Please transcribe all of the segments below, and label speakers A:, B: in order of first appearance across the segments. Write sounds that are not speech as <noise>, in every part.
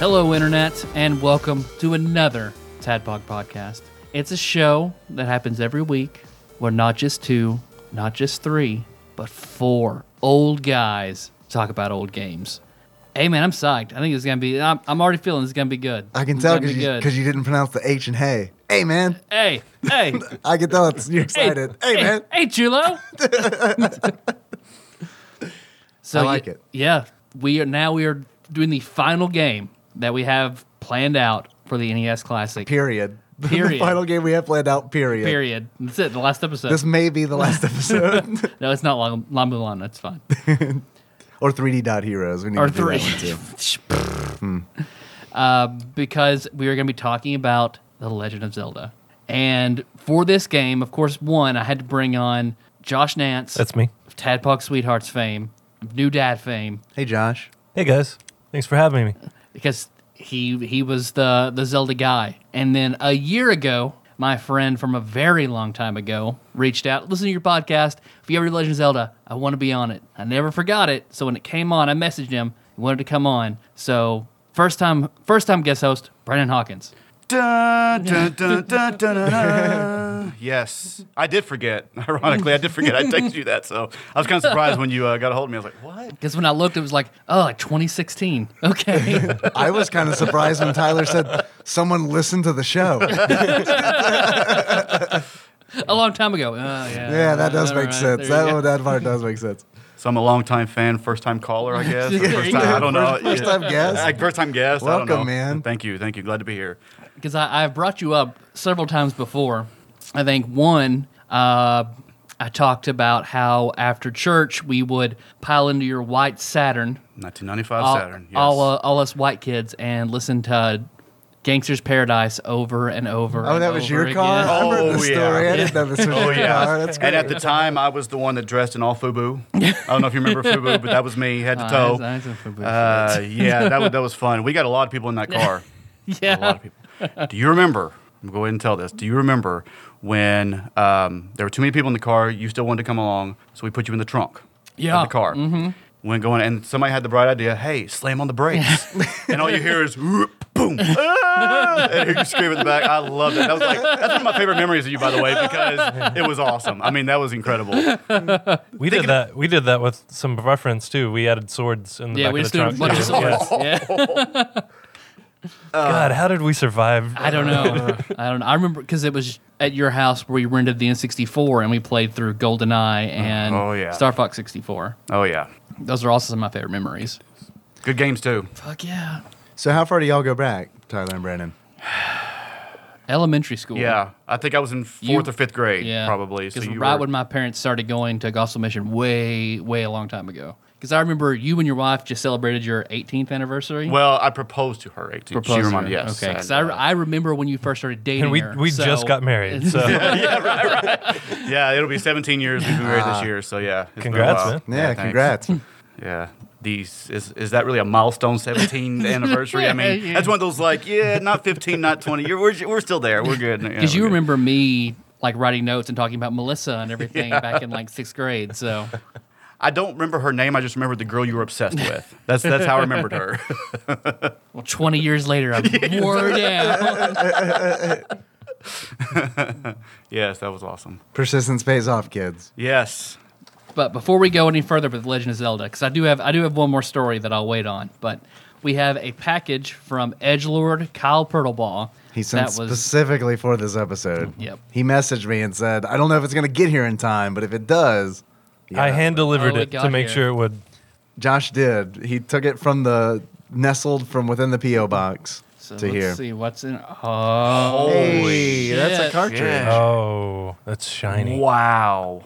A: Hello, Internet, and welcome to another Tadpog podcast. It's a show that happens every week where not just two, not just three, but four old guys talk about old games. Hey, man, I'm psyched. I think it's going to be, I'm, I'm already feeling it's going to be good.
B: I can
A: It's
B: tell
A: gonna
B: because
A: be
B: you,
A: good.
B: 'cause you didn't pronounce the H and hey. Hey, man.
A: Hey,
B: <laughs>
A: hey,
B: I can tell
A: <laughs>
B: it's, you're excited. Hey, man.
A: Hey,
B: <laughs>
A: Chulo. so
B: I like
A: y-
B: it.
A: Yeah, we are now we are doing the final game that we have planned out for the NES Classic.
B: Period. <laughs>
A: Period.
B: the final game we have planned out, period.
A: Period. That's it. The last episode.
B: This may be
A: <laughs>
B: the last episode. <laughs>
A: no, it's not Long, Long Mulan. That's fine.
B: or 3D Dot Heroes. We need
A: Or
B: to
A: three.
B: do
A: Hmm.
B: that one too.
A: <laughs> uh, because we are going to be talking about The Legend of Zelda. And for this game, of course, one, I had to bring on Josh Nance.
C: That's me.
A: Of Tadpog Sweethearts fame, of New Dad fame,
B: Hey, Josh.
C: Hey guys, thanks for having me.
A: because he he was the the Zelda guy. And then a year ago, my friend from a very long time ago reached out. Listen to your podcast. If you ever do Legend of Zelda, I want to be on it. I never forgot it. So when it came on, I messaged him. He wanted to come on. So first time first time guest host Brendan Hawkins.
D: Dun, dun, dun, dun, dun, dun, dun. yes, I did forget. Ironically, I did forget. I texted you that, so I was kind of surprised when you uh, got a hold of me. I was like, "What?"
A: Because when I looked, it was like oh, like 2016. <laughs> Okay,
B: I was kind of surprised when Tyler said someone listened to
A: <laughs>
B: the show. <laughs>
A: a long time ago. Uh, yeah,
B: Yeah, that does
A: all
B: make
A: right,
B: sense.
A: there you
B: That,
A: go.
B: one- that part does
A: <laughs>
B: make sense.
D: So I'm a longtime fan, first time caller, I guess. or
A: Yeah,
D: first
A: yeah.
D: time, I don't know.
B: First- first-time guest?
D: Like, first time guest. I don't
B: Welcome,
D: know.
B: man.
D: Thank you, thank you. Glad to be here.
A: because I, I've brought you up several times before. I think one, uh, I talked about how after church we would pile into your white Saturn,
D: 1995
A: all,
D: Saturn. Yes.
A: all, uh, all us white kids, and listen to Gangster's Paradise over and over.
B: Oh,
A: and
B: that was
A: over
B: your
A: again.
B: car? I remember
D: Oh,
B: the
D: yeah.
B: story. I didn't know this was
D: Oh
B: your car.
D: yeah,
B: That's great.
D: and at the time I was the one that dressed in all FUBU. I don't know if you remember FUBU, but that was me, head to
A: Oh,
D: toe.
A: that's- that's a FUBU
D: uh, yeah, that was, that was fun. We got a lot of people in that car.
A: <laughs> Yeah.
D: a lot of people. Do you remember? I'm going to go ahead and tell this. Do you remember when um, there were too many people in the car? You still wanted to come along, so we put you in the trunk
A: Yeah.
D: of the car. Mm-hmm. When going, and somebody had the bright idea, hey, slam on the brakes. and all you hear is whoop,
A: <laughs>
D: boom, ah, and you scream in the back. I love it. That was like that's one of my favorite memories of you, by the way, because it was awesome. I mean, that was incredible.
C: We did that. We did that with some of our friends too. We added swords in the
A: Yeah,
C: back
A: we
C: of
A: just
C: the
A: threw a
C: trunk.
A: bunch of
C: too. Yeah. Oh.
A: swords.
D: <laughs>
A: Yeah.
C: God, how did we survive?
A: I don't know. I don't. know. I remember because it was at your house where we rented the N64 and we played through GoldenEye and
D: Oh, yeah.
A: Star Fox 64.
D: Oh yeah,
A: Those are also some of my favorite memories.
D: good games too.
A: Fuck yeah!
B: So, how far do y'all go back, Tyler and Brandon?
A: Elementary school.
D: Yeah, I think I was in fourth
A: You-
D: or fifth grade,
A: yeah.
D: probably. So
A: Because
D: you
A: right
D: were,
A: when my parents started going to Gospel Mission, way way a long time ago. Because I remember you and your wife just celebrated your 18th anniversary.
D: well, I proposed to her. 18.
A: Proposed
D: she
A: to
D: reminded.
A: her.
D: Yes.
A: Okay. Because
D: and,
A: I,
D: uh,
A: I remember when you first started dating
C: And we
A: her,
C: we
A: so-
C: just got married.
A: <laughs>
C: So
D: Yeah, it'll be 17 years we've been married
A: <laughs>
D: this year. So yeah, it's been a
C: Congrats,
D: while.
C: man.
B: Yeah,
D: thanks.
B: congrats.
D: Yeah, these is is that really a
A: <laughs>
D: milestone 17 <laughs> anniversary? I mean,
A: Yeah, yeah.
D: that's one of those like, yeah, not 15, not 20. You're, we're we're still there. We're
A: <laughs>
D: good. Yeah,
A: Because
D: we're
A: you
D: good.
A: remember me like writing notes and talking about Melissa and
D: <laughs>
A: everything back in like sixth grade. So
D: I don't remember her name. I just remembered the girl you were obsessed
A: <laughs>
D: with. That's that's how I remembered her. <laughs>
A: well, 20 years later, I'm wore down.
D: yes, that was awesome.
B: Persistence pays off, kids.
D: Yes.
A: But before we go any further with Legend of Zelda, because I do have I do have one more story that I'll wait on. But we have a package from Edgelord Kyle Pirtlebaugh.
B: He
A: that
B: sent
A: was Mm-hmm.
B: specifically for this episode.
A: Yep.
B: He messaged me and said, I don't know if it's going to get here in time, but if it does, yeah.
C: I hand delivered
A: Oh, it
C: it to
A: got
C: make
A: here.
C: sure it would.
B: Josh did. He took it from the nestled from within the P.O. box
A: so
B: to
A: let's
B: here.
A: see what's in. Oh,
B: Hey, that's a
A: shit.
B: cartridge.
D: Yeah.
C: Oh, that's shiny.
D: Wow.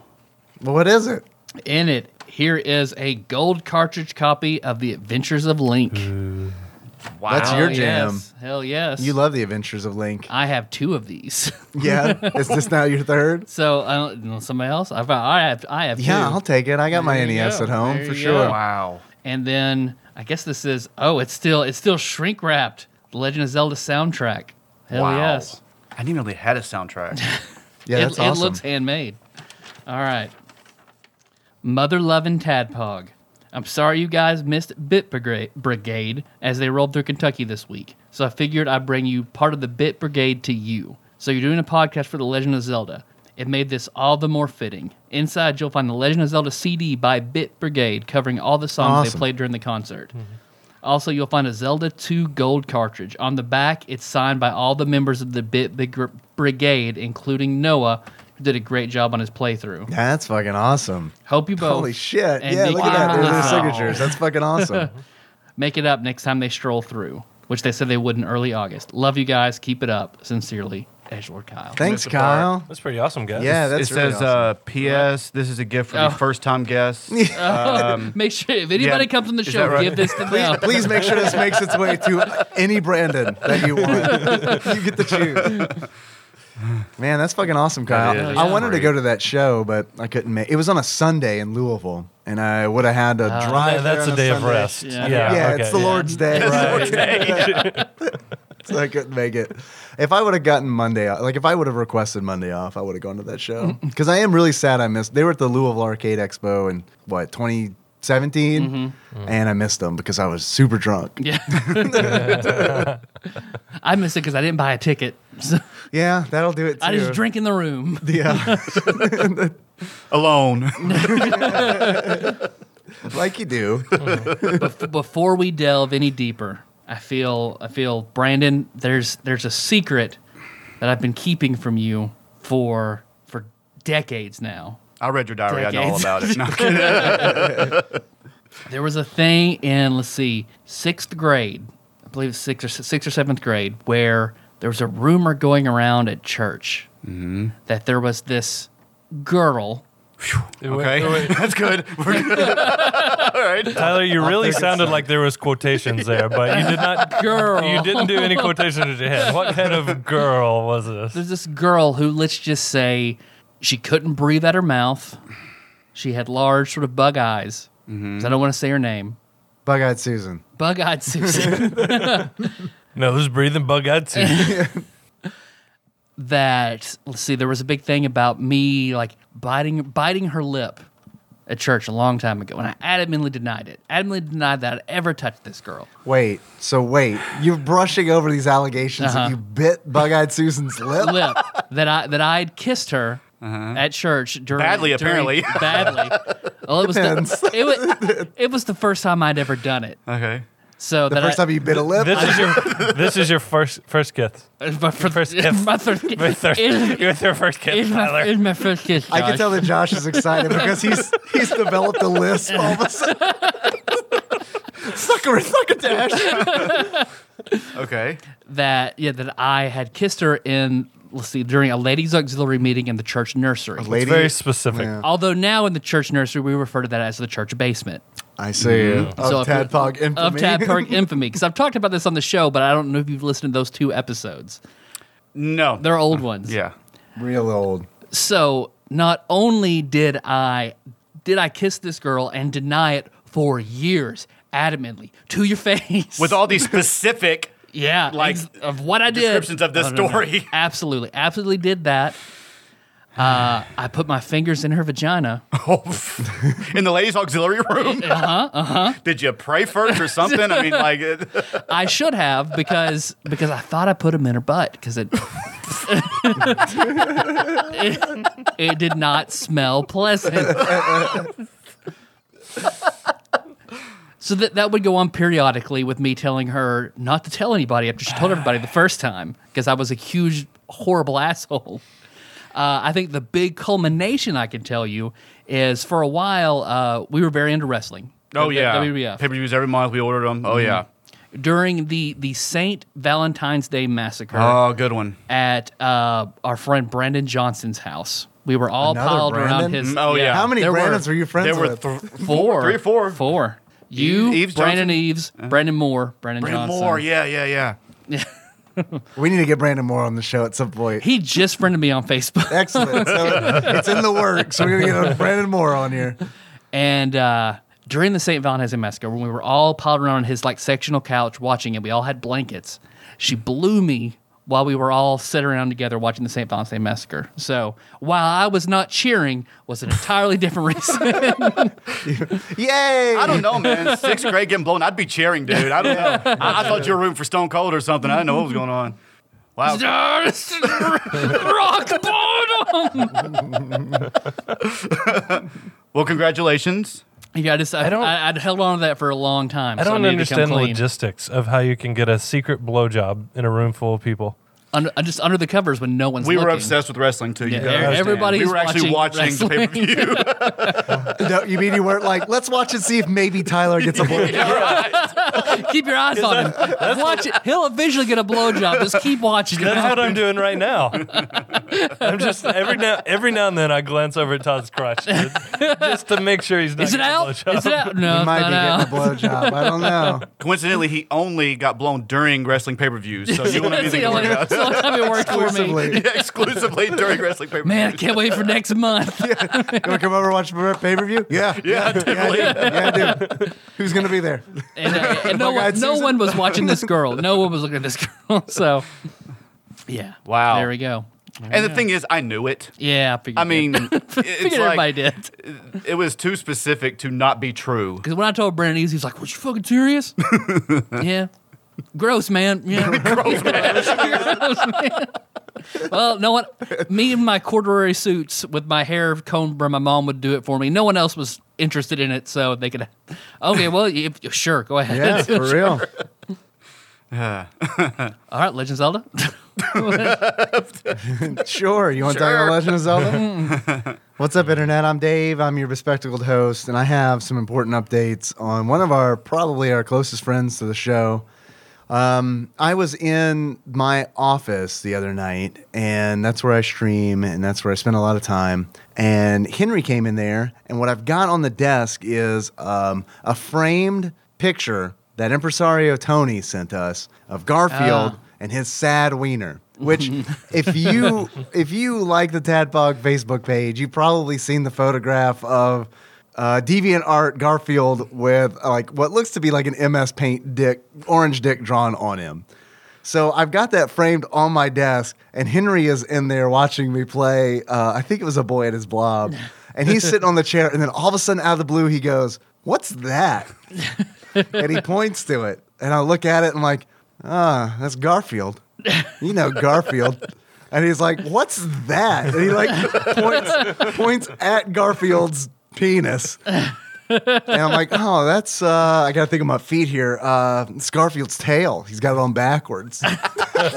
B: Well, what is it?
A: in it Here is a gold cartridge copy of The Adventures of Link.
D: Wow.
B: That's Mm. your
A: Hell
B: jam.
A: yes. Hell yes.
B: You love the Adventures of
A: <laughs>
B: Link.
A: I have two of these. <laughs>
B: yeah, is this now your third?
A: So I don't know somebody else. I've, I have I have
B: Yeah,
A: two.
B: I'll take it. I got my
A: There you
B: NES
A: go.
B: at home
A: There
B: for
A: you
B: sure.
A: go.
D: Wow.
A: and then I guess this is oh it's still it's still shrink wrapped. The Legend of Zelda soundtrack. Hell
D: wow.
A: yes.
D: I didn't even really had a soundtrack.
B: Yeah,
A: it,
B: that's
A: it
B: awesome.
A: looks handmade. All right. Mother loving Tadpog. I'm sorry you guys missed Bit Brigra- Brigade as they rolled through Kentucky this week. So I figured I'd bring you part of the Bit Brigade to you. So you're doing a podcast for The Legend of Zelda. It made this all the more fitting. Inside, you'll find the Legend of Zelda CD by Bit Brigade covering all the songs they
B: Awesome.
A: played during the concert. Also, you'll find a Zelda 2 gold cartridge. On the back, it's signed by all the members of the Bit Big Gr- Brigade, including Noah, who did a great job on his playthrough.
B: that's fucking awesome.
A: Hope you both
B: Holy shit.
A: and
B: Yeah,
A: Nick,
B: look at
A: you
B: that. There's
A: both
B: their
D: Wow.
B: signatures. That's
A: <laughs>
B: fucking awesome.
A: make it up next time they stroll through, which they said they would in early August. Love you guys. Keep it up. Sincerely, Edgelord Kyle.
B: Thanks,
D: Mr. Barr.
B: Kyle.
C: That's pretty awesome, guys.
B: Yeah, that's
D: it says,
B: really awesome.
D: uh, P.S. This is a gift for
A: Oh.
D: the first time guest.
A: Make sure if anybody
D: Yeah.
A: comes on the
D: Is
A: show,
D: that right?
A: give
D: <laughs>
A: this to them.
B: Please make sure this makes its way to any Brandon that you want. you get to choose. Man, that's fucking awesome, Kyle.
D: That
A: is.
B: I wanted to
D: Great.
B: go to that show, but I couldn't make it. was on a Sunday in Louisville, and I would have had to drive.
C: Yeah, Ah, that's
B: there
C: a
B: on a
C: day of
B: Sunday.
C: rest.
A: Yeah.
C: Yeah,
B: Yeah, it's
C: okay,
B: the
C: yeah.
B: Lord's Day. <laughs> so I couldn't make it. If I would have gotten Monday off, like if I would have requested Monday off, I would have gone to that show. Because I am really sad I missed. They were at the Louisville Arcade Expo in what 2017, and I missed them because I was super drunk. Yeah,
A: I miss it because I didn't buy a ticket. <laughs> So
B: that'll do it. Too.
A: I just drink in the room.
B: Yeah,
D: <laughs> Alone. <laughs>
B: like you do.
A: Bef- before we delve any deeper, I feel I feel Brandon, there's there's a secret that I've been keeping from you for for decades now.
D: I read your diary. I know all
A: Decades.
D: about it. No, I'm kidding.
A: There was a thing in let's see, sixth grade, I believe it's sixth or sixth or seventh grade, where there was a rumor going around at church
C: Mm-hmm.
A: that there was this girl.
D: okay. <laughs> That's good. We're good. all right.
C: Tyler, you really sounded like there was quotations there, but you did not.
A: Girl.
C: You didn't do any quotations with your head. What kind of girl was this?
A: There's this girl who, let's just say, she couldn't breathe out her mouth. She had large, sort of bug eyes.
B: Mm-hmm.
A: 'Cause I don't want to say her name.
B: Bug-eyed Susan.
A: Bug eyed
B: <laughs>
A: Susan.
C: No, this is breathing bug eyed too.
A: <laughs> that, let's see, there was a big thing about me like biting, biting her lip at church a long time ago. And I adamantly denied it. Adamantly denied that I'd ever touched this girl.
B: Wait, so wait, you're brushing over these allegations that you bit Bug-eyed Susan's lip. <laughs>
A: lip that I that I had kissed her
B: Uh-huh.
A: at church during
D: Badly,
A: during-
D: apparently.
A: <laughs> badly. Well, it was
B: Depends.
A: the, it was it was the first time I'd ever done it.
D: Okay.
A: So
B: The
A: that
B: first
A: I,
B: time you bit a lip.
C: This is your this is your first first kiss.
A: my first,
C: first kiss.
A: my first kiss.
C: Your third- <laughs>
A: It-
C: your third first
A: It's
C: kiss,
A: my,
C: Tyler.
A: it's my first kiss.
B: I can
A: Josh.
B: tell that Josh is excited because he's he's developed a lisp all of a sudden. Sucker, sucker dash.
D: Okay.
A: that yeah that I had kissed her in let's see during a ladies auxiliary meeting in the church nursery.
C: It's very specific.
B: Yeah.
A: Although now in the church nursery we refer to that as the church basement.
B: I see. Of
A: So if you-
B: Tadpog infamy.
A: Of Tadpog infamy because I've talked about this on the show, but I don't know if you've listened to those two episodes.
D: No.
A: They're old ones.
D: yeah.
B: <laughs> Real old.
A: So not only did I did I kiss this girl and deny it for years, adamantly, to your <laughs> face.
D: With all these specific.
A: yeah,
D: like,
A: ex- of what I did.
D: descriptions of this story.
A: Absolutely, absolutely did that. Uh, I put my fingers in her vagina.
D: in the ladies' auxiliary room. Uh huh. Uh huh. Did you pray first or something? I mean, like, it,
A: I should have because because I thought I put them in her butt because it, <laughs> it it did not smell pleasant. so that that would go on periodically with me telling her not to tell anybody after she told everybody the first time because I was a huge horrible asshole. Uh, I think the big culmination I can tell you is for a while uh, we were very into wrestling.
D: <laughs> oh yeah,
A: WWF
D: pay per views every month. We ordered them. Oh yeah.
A: during the the Saint Valentine's Day massacre
D: Oh, good one.
A: at uh, our friend Brandon Johnson's house. We were all
B: Another
A: piled around
B: Brandon?
A: his.
D: Oh, yeah.
B: How many
A: there were-
B: Brandons were, you friends
D: There were
B: with?
D: th-
A: Four.
D: Three or four. E-
A: Four. You,
D: Eves
A: Brandon
D: Johnson? Uh-huh.
A: Eves, Brandon Moore, Brandon,
D: Brandon
A: Johnson.
D: Moore. Yeah, yeah, yeah.
B: we need to get Brandon Moore on the show at some point.
A: He just friended me on Facebook.
B: Excellent. So it's in the works. We're gonna get Brandon Moore on here.
A: And uh, during the St. Valentine's Day Massacre, when we were all piled around his like sectional couch watching it, we all had blankets. She blew me while we were all sitting around together watching the St. Valentine's Day Massacre. So while I was not cheering, was an entirely different
D: <laughs>
A: <laughs> reason.
B: Yay!
D: I don't know, man. Sixth grade getting blown. I'd be cheering, dude. I don't know. I, I thought you were rooting for Stone Cold or something. I didn't know what was going on. Wow.
A: Rock bottom.
D: Well, congratulations.
A: Yeah, I just I,
C: I don't-
A: I, I'd held on to that for a long time.
C: I
A: so
C: don't
A: needed to come
C: understand the
A: clean.
C: logistics of how you can get a secret blowjob in a room full of people.
A: under, uh, just under the covers when no one's
D: We were
A: looking.
D: obsessed with wrestling too. You
A: Yeah,
D: gotta understand.
A: everybody's
D: We were actually
A: watching
D: watching, the pay per
A: <laughs>
D: view.
B: No, you mean you weren't like, let's watch and see if maybe Tyler gets a boy.
A: Keep your eyes on
D: <laughs>
A: him. Watch it. He'll eventually get a blowjob. Just keep watching it.
C: That's what I'm doing right now. <laughs> I'm just every now every now and then I glance over at Todd's crotch just, just to make sure he's not.
A: Is it
C: getting a
A: out?
C: blowjob.
A: Is it out? No,
B: He
A: it's
B: might
A: not
B: be
A: out.
B: getting a blowjob. I don't know.
D: Coincidentally, he only got blown during wrestling pay per views. So you want
A: That's
D: anything
A: the
D: to
A: only,
D: work
A: that's
D: out.
A: the only time it worked <laughs> for me.
B: Exclusively.
D: <laughs> Yeah, exclusively during wrestling pay per views.
A: Man, I can't wait for next month.
B: Gonna come over and watch pay per view? Yeah.
D: Yeah, definitely.
B: Yeah, dude. Who's gonna be there?
A: And, uh, and no, one,
B: God,
A: no
B: Susan.
A: one was watching this girl. No one was looking at this girl. <laughs> So, yeah.
D: Wow.
A: There we go.
D: And the thing is, I knew it.
A: Yeah, I figured.
D: I
A: it. <laughs>
D: mean, it's
A: figured everybody
D: like,
A: did.
D: it was too specific to not be true. <sighs>
A: Because when I told Brandon, he was like, "Was you fucking
B: <laughs>
A: serious?" yeah. Gross, man. Yeah. Gross, <laughs> man. well, no one. Me in my corduroy suits with my hair combed where my mom would do it for me. No one else was interested in it, so they could. Okay, well, if, sure, go ahead.
B: <laughs> Yeah, for real.
A: <laughs> All right, Legend
B: <laughs>
A: Zelda.
B: Sure. You want to talk
D: Sure.
B: about Legend of Zelda? What's up, Internet? I'm Dave. I'm your bespectacled host, and I have some important updates on one of our, probably our closest friends to the show. Um, I was in my office the other night, and that's where I stream, and that's where I spend a lot of time. And Henry came in there, and what I've got on the desk is um, a framed picture that Impresario Tony sent us of Garfield
A: Ah.
B: and his sad wiener. Which, if you if you like the Tadpog Facebook page, you've probably seen the photograph of uh, Deviant Art Garfield with uh, like what looks to be like an MS Paint dick, orange dick drawn on him. So I've got that framed on my desk, and Henry is in there watching me play. Uh, I think it was a boy at his blob, and he's sitting on the chair, and then all of a sudden, out of the blue, he goes, "What's that?" and he points to it, and I look at it, and I'm like, "Ah, that's Garfield." You know Garfield. And he's like, "What's that?" And he like points points at Garfield's penis. And I'm like, "Oh, that's uh, I gotta think of my feet here. Uh, it's Garfield's tail. He's got it on backwards."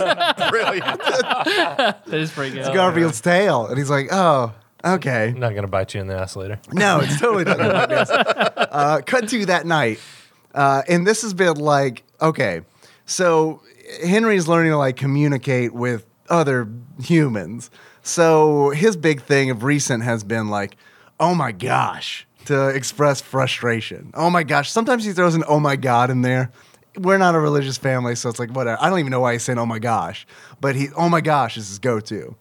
D: Brilliant.
A: that is pretty good.
B: Garfield's tail. And he's like, oh, okay.
C: I'm <laughs> not gonna bite you in the ass later.
B: No, it's totally not going to uh, Cut to that night. Uh, and this has been like, okay, so Henry's learning to like communicate with other humans. So his big thing of recent has been like, oh my gosh, to express frustration. Oh my gosh. Sometimes he throws an oh my God in there. We're not a religious family, so it's like, whatever. I don't even know why he's saying oh my gosh, but he, oh my gosh, is his go to.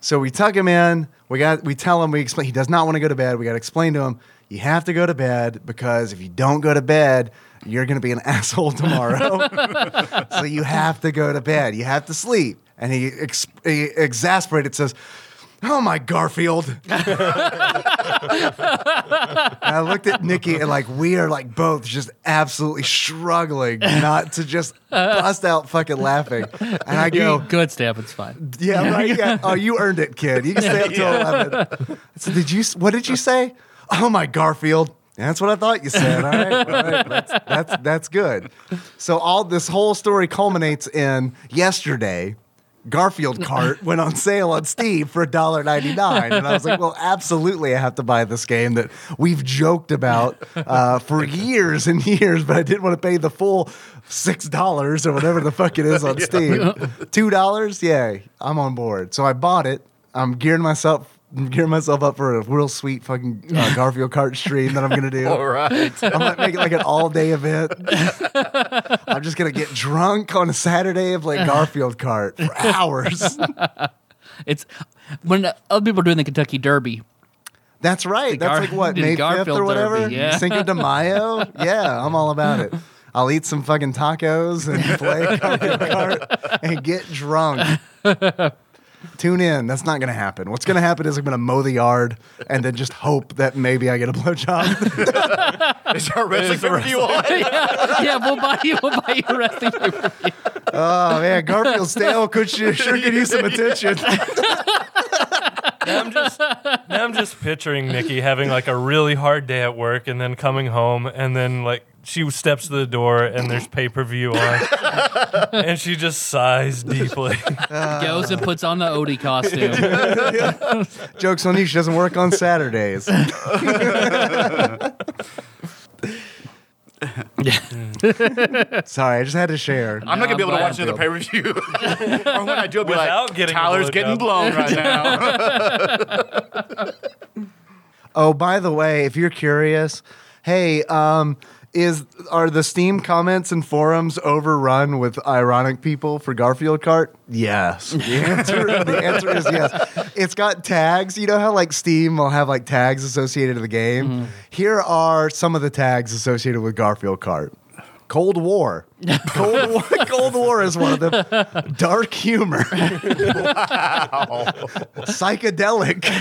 B: So we tuck him in. We got we tell him we explain he does not want to go to bed. We got to explain to him you have to go to bed because if you don't go to bed, you're going to be an <laughs> asshole tomorrow. so you have to go to bed. You have to sleep. And he, ex- he exasperated says, "Oh my Garfield." and I looked at Nikki and like we are like both just absolutely struggling not to just bust out fucking laughing. And I go,
A: Good stab. It's fine.
B: yeah, right. Yeah. Oh, you earned it, kid. You can stay up till eleven. So did you? What did you say? Oh my Garfield. That's what I thought you said. All right, all right. That's, that's that's good. So all this whole story culminates in yesterday. Garfield cart went on sale on Steam for $1.99. And I was like, well, absolutely, I have to buy this game that we've joked about uh, for years and years, but I didn't want to pay the full $6 or whatever the fuck it is on Steam. $2? Yay, I'm on board. So I bought it. I'm gearing myself gear myself up for a real sweet fucking uh, Garfield cart stream that I'm gonna do.
D: All right.
B: I'm gonna make it like an all day event. I'm just gonna get drunk on a Saturday of like Garfield cart for hours.
A: It's when other people are doing the Kentucky Derby. <laughs>
B: That's right. That's
A: Gar-
B: like what
A: the
B: May fifth
A: Garfield
B: or whatever.
A: Derby, yeah.
B: Cinco
A: <laughs>
B: de Mayo. yeah, I'm all about it. I'll eat some fucking
A: <laughs>
B: tacos and play <laughs> Garfield cart and get drunk. Tune in. That's not gonna happen. What's gonna happen is I'm gonna mow the yard and then just hope that maybe I get
A: <laughs>
B: a blowjob.
D: Is our wrestling for you on? <laughs>
A: yeah, we'll buy you. We'll buy you resting.
B: <laughs>
A: paper.
B: oh man, Garfield stale could you, sure could use some attention.
C: <laughs> Now I'm just now I'm just picturing Nikki having like a really hard day at work and then coming home and then like she steps to the door and there's pay per view <laughs> on and she just sighs deeply.
A: Goes and puts on the Odie costume.
B: Jokes on you. She doesn't work
A: <laughs>
B: on Saturdays. <laughs> Sorry, I just had to share.
D: I'm not gonna be able to
A: I'm
D: watch another pay per view. <laughs> or when I do, I'll be
C: Without
D: like,
C: getting a
D: Tyler's
C: blowjob.
D: getting blown right now.
B: Oh, by the way, if you're curious, hey, um, is are the Steam comments and forums overrun with ironic people for Garfield Cart? Yes. The answer, the answer is yes. It's got tags. You know how like Steam will have like tags associated to the game. Here are some of the tags associated with Garfield Cart. Cold
A: <laughs>
B: War. Cold War, Cold War is one of them.
A: <laughs>
B: Dark humor. Psychedelic.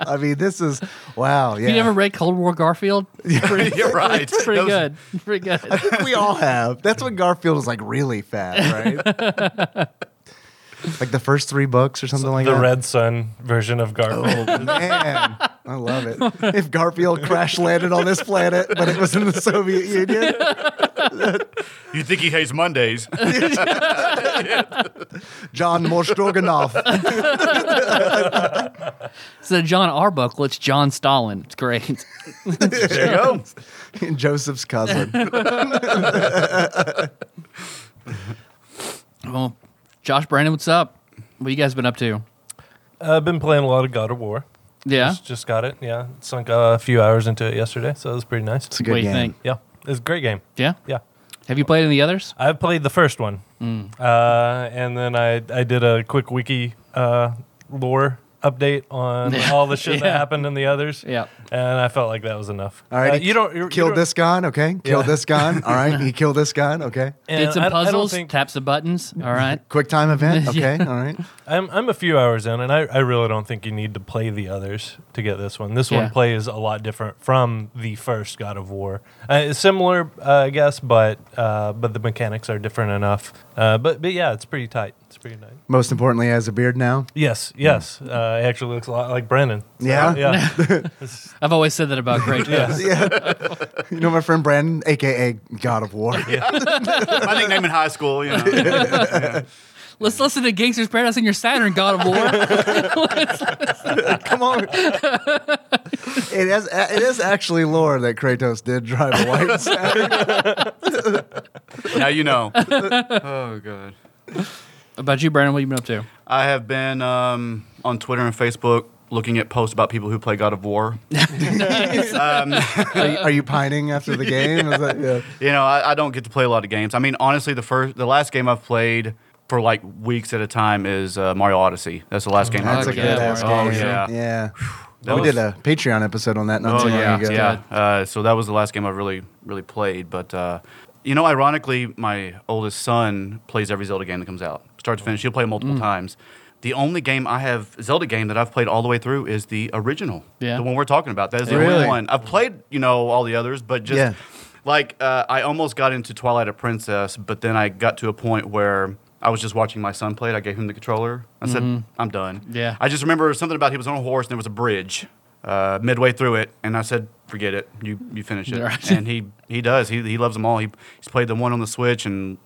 B: I mean, this is wow. Yeah.
A: You never read Cold War Garfield?
D: <laughs> You're right.
A: It's pretty
D: Those-
A: good. <laughs> Pretty good.
B: <laughs> we all have. That's when Garfield was like really fat, right? like the first three books or something like
C: the
B: that.
C: Red Sun version of Garfield.
B: Man, I love it. If Garfield crash landed on this planet, but it was in the Soviet Union,
D: You think he hates Mondays?
B: John Morshdoganov.
A: So John Arbuckle, it's John Stalin. It's great.
D: there you go.
B: <laughs> Joseph's cousin.
A: Well, Josh Brandon, what's up? What you guys been up to?
B: Oh.
C: Uh, I've been playing a lot of God of War.
A: Yeah.
C: Just, just got it. Yeah, sunk uh, a few hours into it yesterday, so it was pretty nice.
B: It's a good
A: What do you
B: game.
A: think?
C: Yeah, it's a great game.
A: Yeah.
C: Yeah.
A: Have you played any others?
C: I've played the first one,
B: Mm.
C: uh, and then I I did a quick wiki uh, lore update
B: <laughs>
C: on all the shit that
A: Yeah.
C: happened in the others.
A: Yeah.
C: and I felt like that was enough.
B: All right,
C: Uh,
B: he
C: you don't you,
B: Kill
C: you don't-
B: this gun, okay? Kill
C: Yeah.
B: this gun, all right? He killed this gun, okay?
C: and
A: Did some
C: I- I don't
A: puzzles,
C: think-
A: tap some
C: <laughs>
A: buttons. All right.
B: Quick time event,
A: Yeah.
B: okay? All right.
C: I'm I'm a few hours in, and I, I really don't think you need to play the others to get this one. This
A: Yeah.
C: one plays a lot different from the first God of War. Uh, it's similar, uh, I guess, but uh, but the mechanics are different enough. Uh, but but yeah, it's pretty tight. It's pretty tight.
B: Most importantly, he has a beard now.
C: Yes, yes. Uh, it actually looks a lot like Brandon. So,
B: Yeah?
C: yeah.
A: I've always said that about great.
C: <laughs> Yeah.
B: Yeah. you know my friend Brandon, aka God of War.
D: My nickname in high school, you know.
A: Let's listen to Gangster's Paradise and your Saturn God of
C: <laughs>
A: War.
B: <laughs> Come on. it is it is actually lore that Kratos did drive a white Saturn.
D: now you know. Oh god.
A: about you, Brandon, what you been up to?
D: I have been um, on Twitter and Facebook looking at posts about people who play God of War.
B: Are, you- are you pining after the game? Is that, yeah.
D: You know, I, I don't get to play a lot of games. I mean, honestly, the first, the last game I've played for like weeks at a time is uh, Mario Odyssey. That's the last game.
B: That's
D: I
B: a
D: ever
A: Okay.
B: good ass
D: did.
B: game.
D: Oh yeah.
B: Yeah. Oh,
D: That
B: we
D: was-
B: did a Patreon episode on that not
D: Oh
B: too long
D: yeah,
B: ago.
D: yeah. Uh, so that was the last game I really, really played. But uh, you know, ironically, my oldest son plays every Zelda game that comes out, start to finish. He'll play multiple times. The only game I have Zelda game that I've played all the way through is the original,
A: Yeah.
D: the one we're talking about. That is the
B: Really?
D: only one I've played. You know, all the others, but just
B: Yeah.
D: like uh, I almost got into Twilight of Princess, but then I got to a point where. I was just watching my son play it. I gave him the controller. I said, "I'm done."
A: Yeah.
D: I just remember something about he was on a horse and there was a bridge uh, midway through it, and I said, "Forget it. You you finish it."
A: Right.
D: And he he does. He he loves them all. He he's played the one on the Switch and.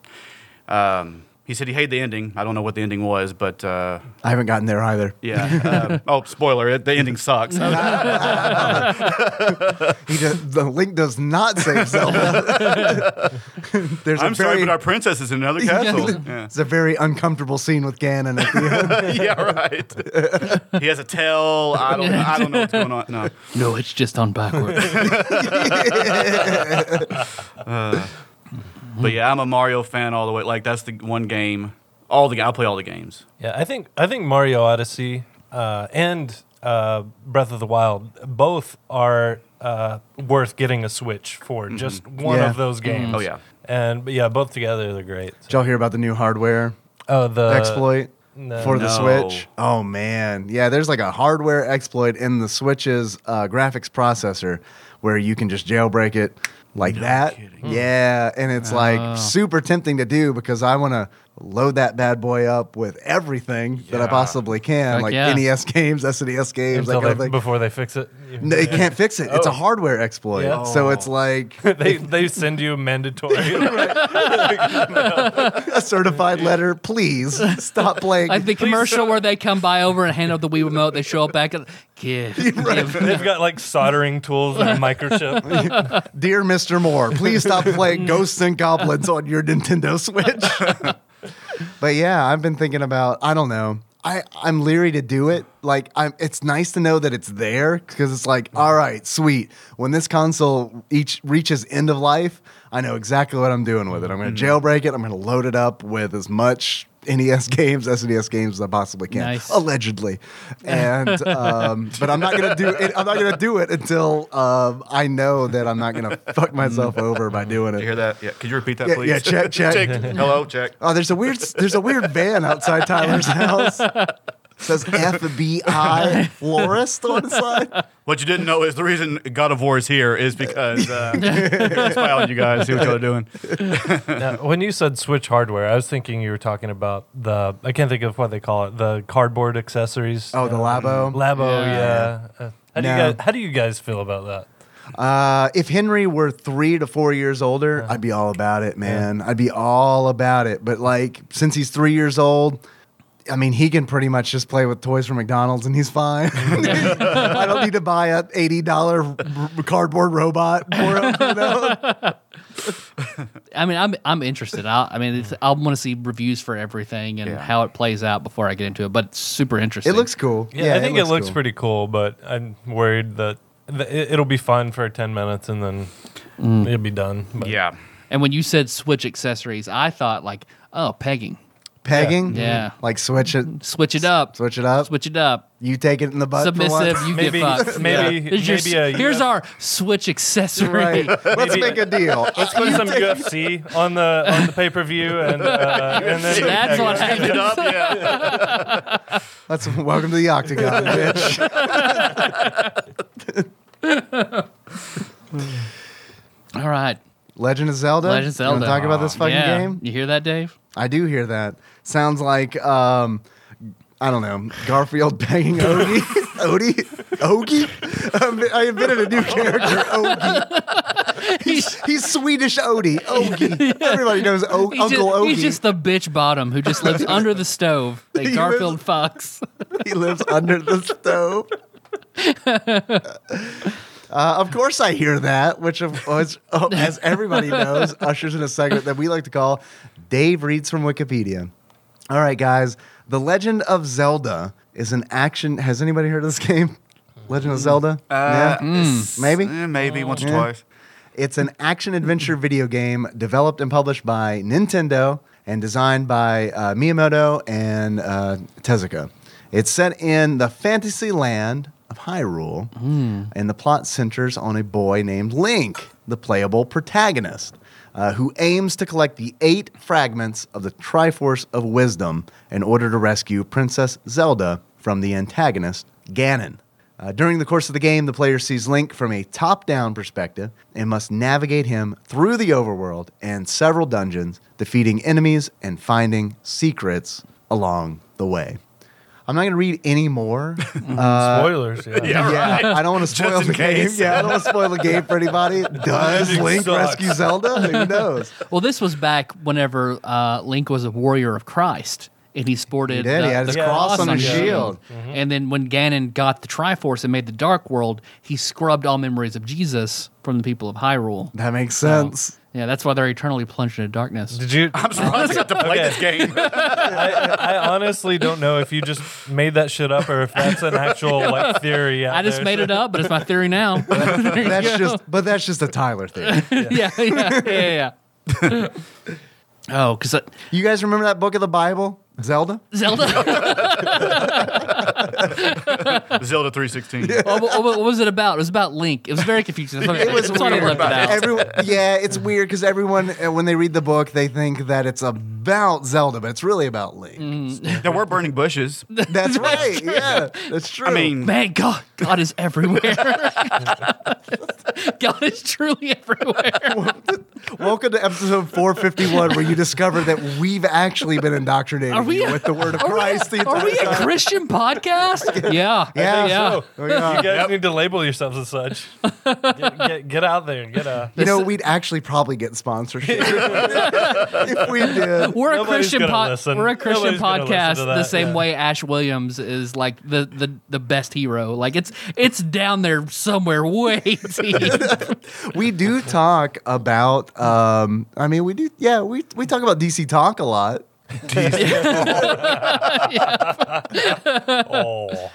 D: Um, He said he hated the ending. I don't know what the ending was, but uh,
B: I haven't gotten there either.
D: yeah. Uh, oh, spoiler! it- The ending sucks.
B: He does, the link does not save Zelda. <laughs> There's a
D: I'm sorry,
B: very,
D: but our princess is in another castle. yeah.
B: it's a very uncomfortable scene with Ganon at the end.
D: <laughs> yeah, right. he has a tail. I don't. I don't know what's going on. No.
A: No, it's just on backwards.
D: But yeah, I'm a Mario fan all the way. Like that's the one game. All the I play all the games.
C: Yeah, I think I think Mario Odyssey uh, and uh, Breath of the Wild both are uh, worth getting a Switch for just one
B: Yeah.
C: of those games.
D: Oh, yeah.
C: and but yeah, both together they're great.
B: Did <laughs> y'all hear about the new hardware
C: Oh,
B: Uh,
C: the
B: exploit
C: no.
B: for the
D: No.
B: Switch? Oh man, yeah. There's like a hardware exploit in the Switch's uh, graphics processor where you can just jailbreak it like that. Yeah, and it's like super tempting to do because I want to load that bad boy up with everything that I
D: Yeah.
B: possibly can,
A: Heck
B: like
A: yeah.
B: NES games, SNES games, that
C: Until
B: kind of
C: they,
B: thing.
C: before they fix it,
B: No, They can't fix it. It's a hardware exploit.
C: Yeah. Oh.
B: So it's like
C: <laughs> they they send you mandatory.
B: <laughs> a certified letter. Please stop playing.
A: like the commercial where they come by over and hand out the Wii remote, they show up back at give, give.
C: They've got like soldering tools and a microchip.
B: Dear Mr. Moore, please stop playing Ghosts and Goblins on your Nintendo Switch. but yeah, I've been thinking about, I don't know. I, I'm leery to do it. Like, I'm, it's nice to know that it's there because it's like, all right, sweet. When this console each reaches end of life, I know exactly what I'm doing with it. I'm going to jailbreak it. I'm going to load it up with as much NES games, SNES games as I possibly can,
A: Nice.
B: allegedly. And um, but I'm not going to do it. I'm not going to do it until um, I know that I'm not going to fuck myself over by doing it.
D: You hear that? Yeah. Could you repeat that,
B: Yeah,
D: please?
B: yeah,
D: <laughs>
B: check, check.
D: Hello, check.
B: Oh, there's a weird there's a weird van outside Tyler's house. says FBI florist on the side.
D: What you didn't know is the reason God of War is here is because uh, I spy on you guys, see what y'all are doing.
C: Now, when you said Switch hardware, I was thinking you were talking about the I can't think of what they call it the cardboard accessories.
B: Oh, the labo.
C: Labo,
A: Yeah.
C: yeah. Uh, how do
B: No.
C: you guys, how do you guys feel about that?
B: Uh, if Henry were three to four years older,
C: Uh-huh.
B: I'd be all about it, man. I'd be all about it. But like, since he's three years old, I mean, he can pretty much just play with toys from McDonald's and he's fine.
C: Mm-hmm.
B: <laughs> I don't need to buy a eighty dollar cardboard robot for him. You know?
A: I mean, I'm I'm interested. I, I mean, it's, I want to see reviews for everything and
D: Yeah.
A: how it plays out before I get into it. But it's super
B: It
A: interesting.
B: looks cool.
C: Yeah, I think it looks,
B: cool.
C: pretty cool, but I'm worried that th- it- it'll be fun for 10 minutes and then
A: Mm.
C: it'll be done. But
D: Yeah.
A: And when you said Switch accessories, I thought like, oh, pegging.
B: pegging.
A: Yeah.
B: like switch it,
A: Switch it up.
B: switch it up.
A: Switch it up.
B: You take it in the butt.
A: Submissive.
B: For once.
A: You
C: Maybe-
A: get fucked.
C: <laughs> maybe- uh,
A: Here's, your-
C: maybe a-
A: here's our Switch accessory. <laughs>
B: <laughs> right. Let's make a deal.
C: Let's put some UFC on the on the pay per view
A: <laughs>
C: and uh, and then
A: That's what happened.
D: It up, yeah.
B: Let's welcome to
A: <laughs>
B: the octagon, bitch.
A: All right.
B: Legend of Zelda.
A: Legend of Zelda.
B: You wanna talk about this fucking
A: Yeah.
B: game?
A: You hear that, Dave?
B: I do hear that. Sounds like um, I don't know Garfield banging Ogie.
A: <laughs>
B: Odie. Ogie. Um, I
A: <laughs>
B: invented a new character, Ogie. He's, he's Swedish Odie.
A: <laughs>
B: Ogie. Everybody knows o-
A: He's
B: Uncle
A: just,
B: Ogie.
A: He's just the bitch bottom who just lives <laughs> under the stove.
B: <laughs>
A: That
B: He
A: Garfield fucks.
B: he lives under the stove. <laughs> Uh, of course, I hear that, which, of, which oh, as everybody <laughs> knows, ushers in a segment that we like to call Dave Reads from Wikipedia. All right, guys, The Legend of Zelda is an action. Has anybody heard of this game? Legend of Zelda?
D: Uh,
B: Yeah?
D: it's-
B: Maybe.
D: eh, maybe once or
B: Yeah.
D: twice.
B: It's an action adventure video game developed and published by Nintendo and designed by uh, Miyamoto and uh, Tezuka. It's set in the fantasy land of Hyrule, and the plot centers on a boy named Link, the playable protagonist, uh, who aims to collect the eight fragments of the Triforce of Wisdom in order to rescue Princess Zelda from the antagonist, Ganon. Uh, during the course of the game, the player sees Link from a top down perspective and must navigate him through the overworld and several dungeons, defeating enemies and finding secrets along the way. I'm not going to read any
D: <laughs>
B: more. Uh,
C: Uh, Spoilers. Yeah.
D: Yeah,
B: yeah,
D: right.
B: I don't want to spoil
D: in
B: the
D: case.
B: game. Yeah, I don't want to spoil the game for
D: <laughs>
B: anybody. Does
C: Ending
B: Link
C: sucks.
B: rescue Zelda? Who knows?
A: Well, this was back whenever uh, Link was a warrior of Christ, and he sported
B: He did.
A: The,
B: He had his
A: the
B: cross on his shield.
A: Mm-hmm. And then when Ganon got the Triforce and made the Dark World, he scrubbed all memories of Jesus from the people of Hyrule.
B: That makes sense.
A: Yeah, that's why they're eternally plunged into darkness.
C: Did you?
D: I'm surprised I got to play this game.
C: I, I honestly don't know if you just made that shit up or if that's an actual like theory. out
A: I just
C: there.
A: made it up, but it's my theory now. There you
B: <laughs>
A: <laughs>
B: That's
A: go.
B: just, but that's just a Tyler thing.
D: <laughs>
B: <laughs>
A: yeah, yeah, yeah, yeah. <laughs> yeah. oh, because
B: You guys remember that book of the Bible, Zelda?
A: Zelda. <laughs>
B: <laughs>
D: Zelda 316.
A: what, what- what was it about? It was about Link. It was very confusing. That's why-
B: It was
A: that's why I
B: weird.
A: left it out.
B: Everyone- yeah, it's weird because everyone, uh, when they read the book, they think that it's about Zelda, but it's really about Link.
A: Mm.
D: There were burning bushes.
B: <laughs> That's right. Yeah, that's true.
D: I mean,
A: Man, God, God is everywhere. <laughs> God is truly everywhere.
B: welcome to episode 451, where you discover that we've actually been indoctrinated
A: Are we-
B: you with the word of Christ.
A: <laughs>
B: the
A: Are <laughs>
B: entire
A: we a
B: time.
A: Christian podcast? Yeah.
B: Yeah.
C: So,
B: Oh,
C: you
B: yeah.
C: guys need to label yourselves as such. <laughs> Get, get, get out there. Get a.
A: <laughs>
B: You know, we'd actually probably get sponsorship <laughs> if we did.
A: We're a
C: Nobody's
A: Christian
C: gonna
A: pod-
C: listen.
A: We're a Christian
C: Nobody's gonna listen
A: podcast
C: to
A: the
C: that,
A: same
C: yeah.
A: way Ash Williams is like the, the, the best hero. Like it's it's down there somewhere way <laughs> deep.
B: We do talk about. Um, I mean, we do. Yeah, we we talk about DC talk a lot.
C: Oh.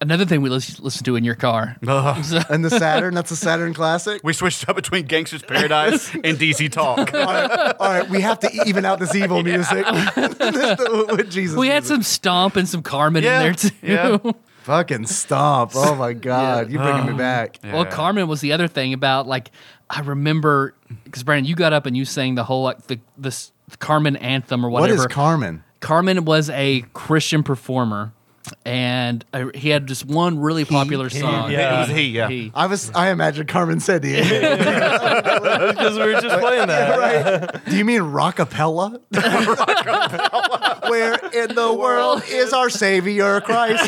A: Another thing we lis- listen to in your car.
D: ugh.
B: And the Saturn. That's a Saturn classic.
D: we switched up between
A: <laughs>
D: Gangster's Paradise and DC Talk.
B: all, right, all right, we have to e-, even out this evil music. <laughs> With Jesus,
A: We had
B: music.
A: some Stomp and some Carmen in there
D: Yeah.
A: too.
D: Yeah.
B: fucking stomp. Oh my god, you're bringing
A: Um,
B: me back.
A: Well,
D: Yeah.
A: Carmen was the other thing about like I remember because Brandon, you got up and you sang the whole like the this Carmen anthem or
B: What
A: whatever.
B: is Carmen?
A: Carmen was a Christian performer, and uh, he had just one really popular song.
C: yeah.
D: It was he, yeah.
A: He.
B: I was. I imagine Carmen
A: <laughs>
B: said Diego.
C: <laughs> Because we were just playing that.
B: right? Do you
A: <laughs>
B: mean rockapella? <laughs> Where in the world is our
A: <laughs>
B: Savior Christ?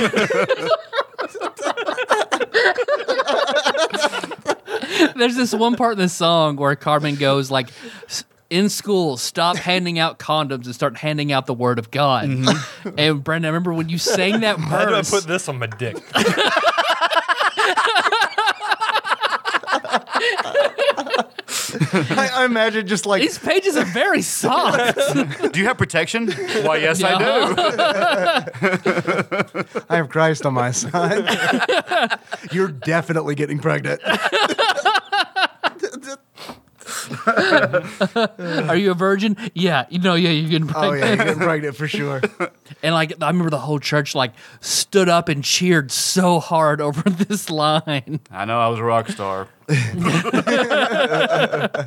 A: <laughs> There's this one part in the song where Carmen goes like. "S- In school, stop handing out condoms and start handing out the word of God. And Brandon, I remember when you sang that verse.
C: Mm-hmm. <laughs> How do I put this on my
B: <laughs>
C: dick?
B: I, I imagine just like
A: These pages are very
C: <laughs>
A: soft.
D: Do you have protection? Why, yes, I
A: <laughs>
D: do.
B: I have Christ
A: <laughs>
B: on my side. <laughs> You're definitely getting
A: <laughs>
B: pregnant.
A: Are you a virgin? Yeah, you know, yeah, you can.
B: Oh yeah, you're getting pregnant for sure.
A: And like I remember the whole church like stood up and cheered so hard <laughs> over this line.
D: I know I was a rock
A: <laughs>
D: star. Oh,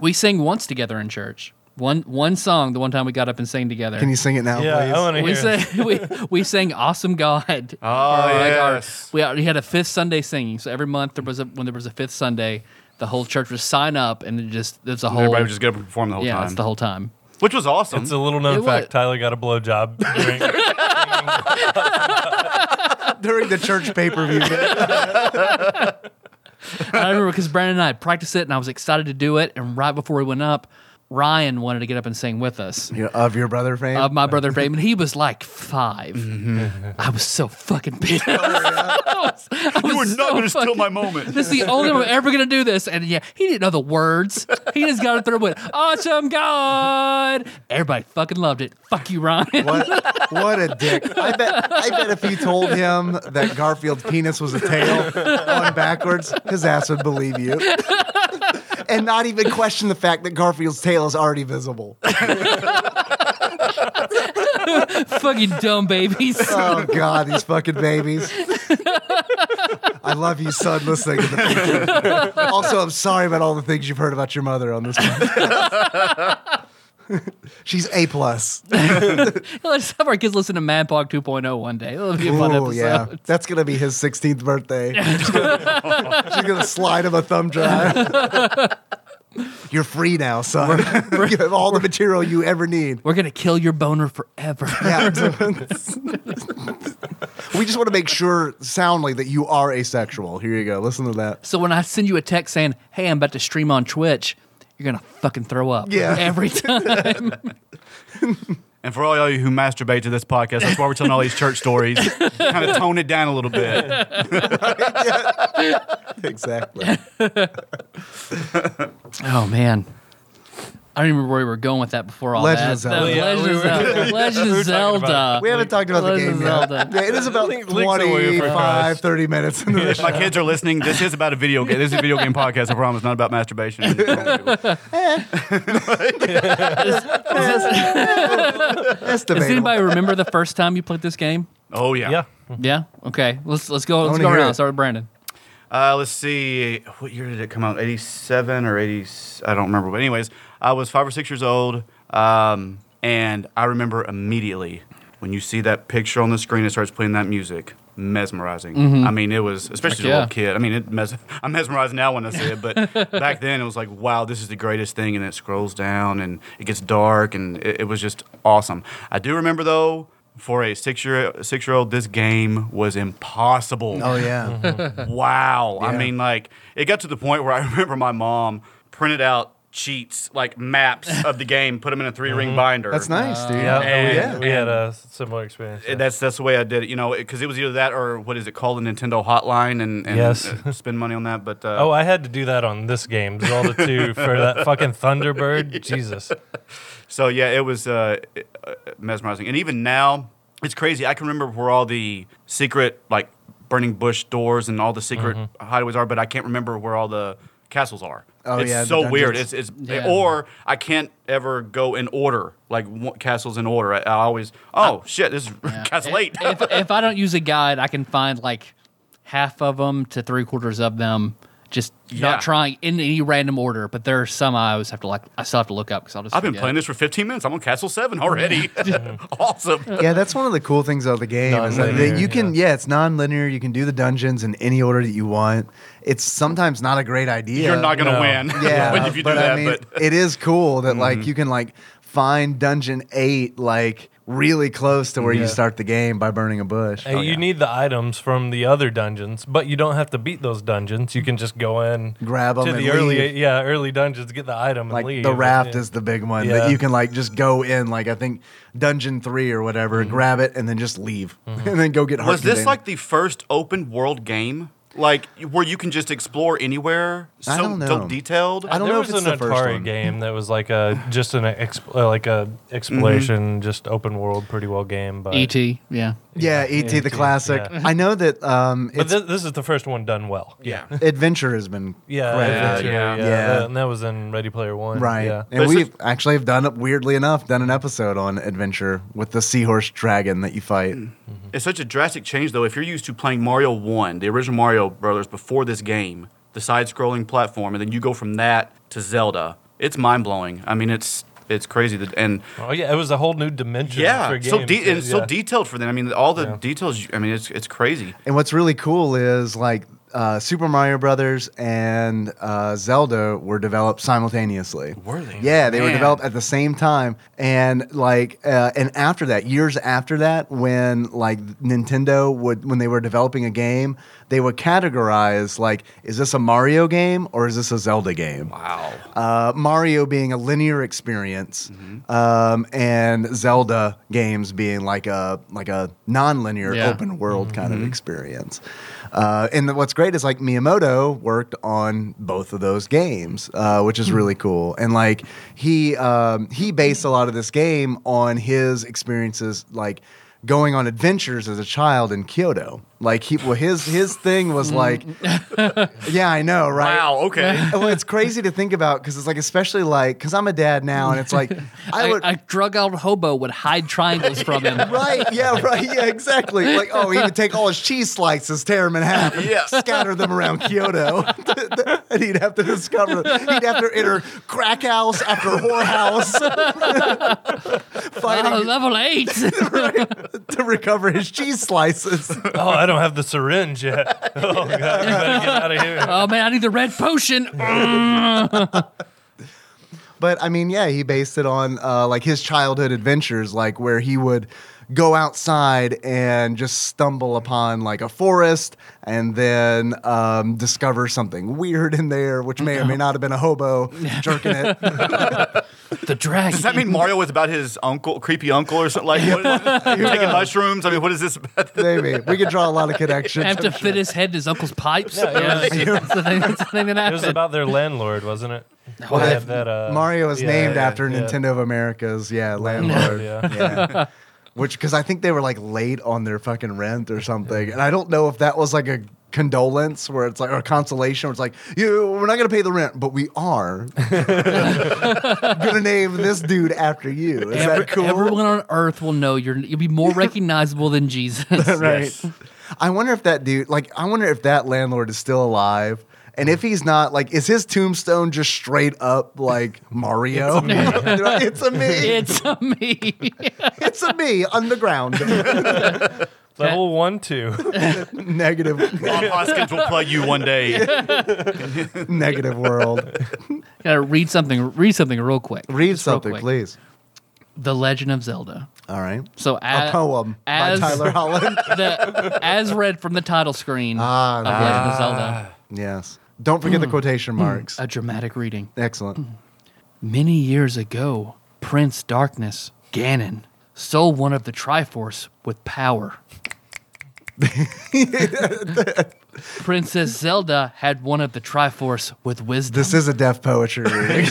A: We sang once together in church. One one song the one time we got up and sang together.
B: Can you sing it now,
C: Yeah,
B: Oh, please?
C: I want to
A: we
C: hear.
A: sang
C: it.
A: <laughs> we, we sang Awesome God.
D: Oh, yes.
A: We already had a fifth Sunday singing. So every month there was a when there was a fifth Sunday, the whole church would sign up and it just there's a whole
D: Everybody was just going to perform the whole
A: Yeah,
D: time.
A: it's the whole time.
D: Which was awesome.
C: It's a little known
A: It
C: fact.
A: was-
C: Tyler got a <laughs> blowjob. during-
B: during the church pay per view.
A: <laughs> And I remember because Brandon and I had practiced it and I was excited to do it. And right before we went up, Ryan wanted to get up and sing with us.
B: of your brother fame.
A: of my brother Damon. He was like 5
D: Mm-hmm.
A: I was so fucking
D: <laughs>
A: pissed. <laughs> I was, I
D: Oh, you were
A: was
D: not
A: so
D: going to steal
A: fucking-
D: my moment.
A: <laughs> This is the only time I'm ever going to do this. And yeah, he didn't know the words. He just got it through with awesome God. Everybody fucking loved it. Fuck you, <laughs> Ryan.
B: What, what a dick! I bet. I bet if you told him that Garfield's penis was a tail going backwards, his ass would believe you, and not even question the fact that Garfield's tail is already visible.
A: fucking dumb
D: <laughs>
A: babies. <laughs>
B: Oh God, these fucking babies! I love you, son. Listening to the future. Also, I'm sorry about all the things you've heard about your mother on this. podcast. <laughs> She's a plus.
A: Let's have our kids listen to Madpog 2.0 one day. It'll be a fun
B: Oh
A: episode.
B: yeah, that's gonna be his
C: <laughs> <laughs>
B: 16th birthday. She's gonna slide him a thumb drive. You're free now, son. <laughs> you have all the material you ever
A: <laughs>
B: need.
A: We're gonna kill your boner
D: <laughs>
A: forever.
B: Yeah.
C: <laughs>
B: we just want to make sure soundly that you are asexual. Here you go. Listen to that.
A: So when I send you a text saying, "Hey, I'm about to stream on Twitch," you're gonna fucking throw up.
B: Yeah.
D: <laughs>
A: every time.
D: And for all you who masturbate to this podcast, that's why we're telling all these church stories. kind of tone it down a little bit.
B: Exactly.
A: oh man. I don't even remember where we were going with that before all
B: Legend
A: that.
B: of Zelda.
A: The
B: Oh,
C: yeah,
A: Legend,
C: we
A: of
C: were-
A: Zelda. Legend
C: we
A: of
C: were talking
A: Zelda.
C: about
B: We haven't talked about the
A: Legend
B: game
A: of
B: yet.
A: Zelda.
B: Yeah, it is about
C: Link- Link's away from
B: 25,
C: Christ.
B: 30
C: <laughs>
B: minutes into the
D: If my kids are listening, this is about a video game. This is a video game podcast. I promise, not about masturbation.
A: <laughs>
B: That's
A: Does
B: debatable.
A: anybody remember the first time you played this game?
D: Oh yeah.
C: Yeah.
A: Yeah. Okay. Let's let's go. Let's
B: wanna
A: go
B: hear
A: around.
B: it.
A: Start with Brandon.
D: Uh, let's see. What year did it come out? 87 or 80? I don't remember. But, anyways, I was five or six years old. Um, and I remember immediately when you see that picture on the screen, it starts playing that music. Mesmerizing. I mean, it was, especially as a
A: Heck
D: little
A: yeah.
D: kid. I mean, it mes- <laughs> I'm mesmerized now when I see it, but back then it was like, wow, this is the greatest thing. And it scrolls down and it gets dark and it, it was just awesome. I do remember, though, for a six year six year old, this game was impossible
B: Oh, <laughs>
C: Mm-hmm.
B: yeah.
D: wow. I
B: Yeah.
D: mean, like, it got to the point where I <laughs> remember my mom printed out cheats, like maps of the game, put them in a 3 ring binder.
B: Mm-hmm. That's nice, dude.
C: Yeah,
D: And-
C: we, we had a similar experience.
D: It- That's that's the way I did it, you know, because it, was either that or what is it called, the Nintendo Hotline, and, and
C: Yes.
D: uh, spend money on that.
B: <laughs>
D: But uh,
C: Oh, I had to do that on this game, Zelda 2, for that fucking Thunderbird. Jesus.
B: Oh,
D: So yeah, it was uh, uh, mesmerizing, and even now it's crazy. I can remember where all the secret like burning bush doors and all the secret hideaways are, but I can't remember where all the castles are.
B: Oh,
D: it's
B: yeah, the
D: so weird. It's
B: dungeons.
D: it's
A: Yeah.
D: or I can't ever go in order like w- castles in order. I, I always oh shit, this is <laughs> castle eight. <laughs>
A: if, if I don't use a guide, I can find like half of them to three quarters of them. Just
D: Yeah.
A: not trying in any random order, but there are some I always have to like. I still have to look up because I'll just.
D: I've been
A: forget.
D: playing this for 15 minutes. I'm on castle seven already. <laughs> awesome.
B: Yeah, that's one of the cool things of the game is that they-
C: Non-linear,
B: you can yeah. it's non-linear. You can do the dungeons in any order that you want. It's sometimes not a great idea.
D: You're not gonna
C: No.
D: win.
B: <laughs> yeah,
D: <laughs> but if you do
B: I
D: that,
B: mean,
D: but <laughs>
B: it is cool that like
C: Mm-hmm.
B: you can like find dungeon eight like really close to where you
C: Yeah.
B: start the game by burning a bush. Oh,
C: Hey, you need the items from the other dungeons, but you don't have to beat those dungeons. You can just go in,
B: Grab 'em
C: to
B: and
C: the early,
B: leave.
C: yeah, early dungeons, get the item,
B: like
C: and leave.
B: the raft
C: Yeah.
B: is the big one
C: Yeah.
B: that you can like just go in like I think dungeon three or whatever,
C: Mm-hmm.
B: grab it and then just leave <laughs> and then go get. heart
D: Was this
B: containment.
D: like the first open world game? Like where you can just explore anywhere? So
B: I don't know.
D: so detailed?
B: I don't
C: there
B: know
C: was
B: if it's
C: an
B: the first
C: Atari
B: one.
C: game that was like a just an exp- uh, like a exploration, just open world, pretty well game. But
D: E
A: E.T. E Yeah.
B: yeah, ET the
C: E.T.,
B: classic.
C: E yeah.
B: I know that um,
C: but
B: it's,
C: this, this is the first one done well. Yeah,
B: <laughs> adventure has been
C: yeah,
B: Right,
C: yeah,
D: yeah,
C: yeah,
D: yeah.
B: Yeah.
C: That- and that was in Ready Player One.
B: Right.
C: Yeah.
B: And
D: But it's
B: we've actually have done, weirdly enough, done an episode on adventure with the seahorse dragon that you fight.
D: Mm. It's such a drastic change though. If you're used to playing Mario 1, the original Mario Brothers before this game, the side scrolling platform, and then you go from that to Zelda, it's mind blowing. I mean it's it's crazy that and
C: Oh yeah, it was a whole new dimension.
D: yeah,
C: for
D: so
C: games,
D: de-
C: yeah,
D: and so
C: yeah.
D: detailed for them. I mean, all the
C: Yeah.
D: details. you- I mean, it's it's crazy.
B: And what's really cool is like uh, Super Mario Brothers and uh, Zelda were developed simultaneously.
D: Were they?
B: Yeah, they were
D: Man.
B: developed at the same time. And like, uh, and after that, years after that, when like Nintendo would, when they were developing a game, they would categorize like, is this a Mario game or is this a Zelda game?
D: Wow.
B: uh, Mario being a linear experience, um, and Zelda games being like a like a non-linear
A: Yeah.
B: open world kind of experience. Uh, and what's great is like Miyamoto worked on both of those games, uh, which is really cool. And like he um, he based a lot of this game on his experiences, like going on adventures as a child in Kyoto. Like he, well, his his thing was like, yeah, I know, right?
C: <laughs>
D: Wow, okay.
B: well, it's crazy to think about because it's like, especially like, because I'm a dad now, and it's
A: <laughs>
B: like, I
A: I
B: would.
A: a drug out hobo would hide triangles from him.
B: Right, yeah, right, yeah, exactly. Like, oh, he would take all his cheese slices, tear them in half, and
D: Yeah.
B: scatter them around Kyoto. <laughs> and he'd have to discover, he'd have to enter crack house after whorehouse, <laughs>
A: Oh,
B: fighting
A: level eight.
B: to recover his cheese slices.
C: <laughs> Oh, I don't have the syringe <laughs>
D: <laughs>
C: yet. Oh god, you better get out of here.
A: oh man, I need the red potion.
B: But I mean, yeah, he based it on uh, like his childhood adventures, like where he would go outside and just stumble upon like a forest and then um, discover something weird in there, which may
A: <laughs>
B: or may not have been a hobo jerking it.
A: The dragon.
D: Does that mean Mario was about his uncle, creepy uncle, or something like what,
C: <laughs>
D: taking mushrooms? I mean, what is this? <laughs> About?
B: Maybe we could draw
A: <laughs>
B: a lot of connections.
A: have to fit his head to his uncle's pipes? yeah, that's, the thing, that's the thing that
C: It was
A: happened.
C: about their landlord, wasn't it?
B: Well,
C: They
B: they-
C: have that, uh,
B: Mario is
C: yeah,
B: named
C: yeah,
B: after
C: yeah.
B: Nintendo of America's yeah landlord.
C: Yeah. <laughs>
B: Yeah. Which, because I think they were like late on their fucking rent or something, and I don't know if that was like a condolence where it's like or a consolation where it's like you we're not gonna pay the rent, but we
A: <laughs>
B: are gonna name this dude after you. Is
A: Every-
B: that cool?
A: Everyone on earth will know you're. You'll be more recognizable than Jesus.
B: <laughs> right.
D: Yes.
B: I wonder if that dude, like, I wonder if that landlord is still alive. And if he's not, like, is his tombstone just straight up like Mario? <laughs> it's a me. it's,
A: It's a me.
B: a me underground. <laughs>
C: Level one, two.
B: negative,
D: Bob Hoskins will play you one day.
B: negative world.
A: Gotta read something. Read something real quick.
B: Read
A: Just real
B: something,
A: quick.
B: please.
A: The Legend of Zelda.
B: All right.
A: So
B: A
A: a-
B: poem
A: as- <laughs>
B: by Tyler Holland.
A: the, as read from the title screen
B: Ah,
A: of
B: nice.
A: Legend of Zelda.
B: yes. Don't forget the quotation marks.
A: A dramatic reading.
B: Excellent.
A: Many years ago, Prince Darkness, Ganon, stole one of the Triforce with
C: <laughs>
A: power. Princess Zelda had one of the Triforce with wisdom.
B: This is a deaf poetry reading.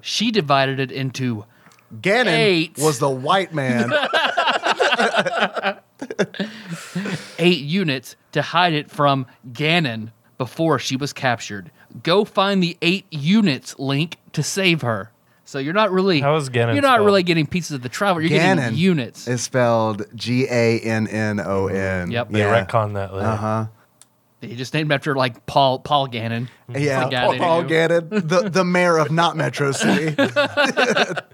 A: she divided it into
B: Ganon
A: Eight.
B: was the
A: <laughs>
B: white man.
A: eight units to hide it from Ganon before she was captured. Go find the eight units, Link, to save her. So you're not really
C: How is Ganon
A: you're not
C: spelled?
A: really getting pieces of the Triforce. You're
B: Ganon
A: getting units.
B: is spelled G A N N O N.
A: Yep.
C: They retcon that later.
B: Uh-huh.
A: He just named after like Paul Paul Gannon.
B: Yeah,
A: Like, yeah,
B: Paul,
A: they
B: Paul
A: do.
B: Gannon, the, the mayor of not Metro
A: <laughs>
B: City.
A: Because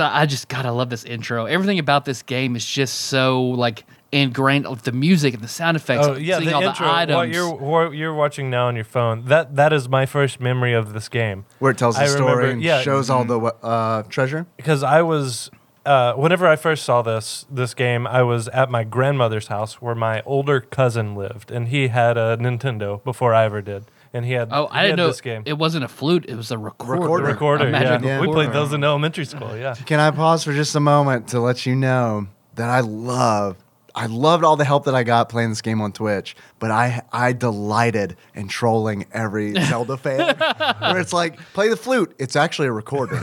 A: I, I just gotta love this intro. Everything about this game is just so like ingrained. Like, The music and the sound effects,
C: Oh yeah,
A: seeing
C: the
A: all
C: intro.
A: the
C: What
A: items.
C: you're what you're watching now on your phone. That that is my first memory of this game.
B: Where it tells the
C: I
B: story
C: remember-
B: and
C: yeah.
B: shows all the uh, treasure.
C: because I was uh, whenever I first saw this this game, I was at my grandmother's house where my older cousin lived, and he had a Nintendo before I ever did, and he had
A: oh, I
C: he
A: didn't
C: had
A: know
C: this game.
A: it wasn't a flute. It was a recorder.
B: Recorder.
A: A
C: recorder, yeah.
A: magic
C: we
A: recorder.
C: played those in elementary school, yeah.
B: Can I pause for just a moment to let you know that I love, I loved all the help that I got playing this game on Twitch, but I I delighted in trolling
C: <laughs>
B: every Zelda fan. where it's like, play the flute. It's actually a recorder.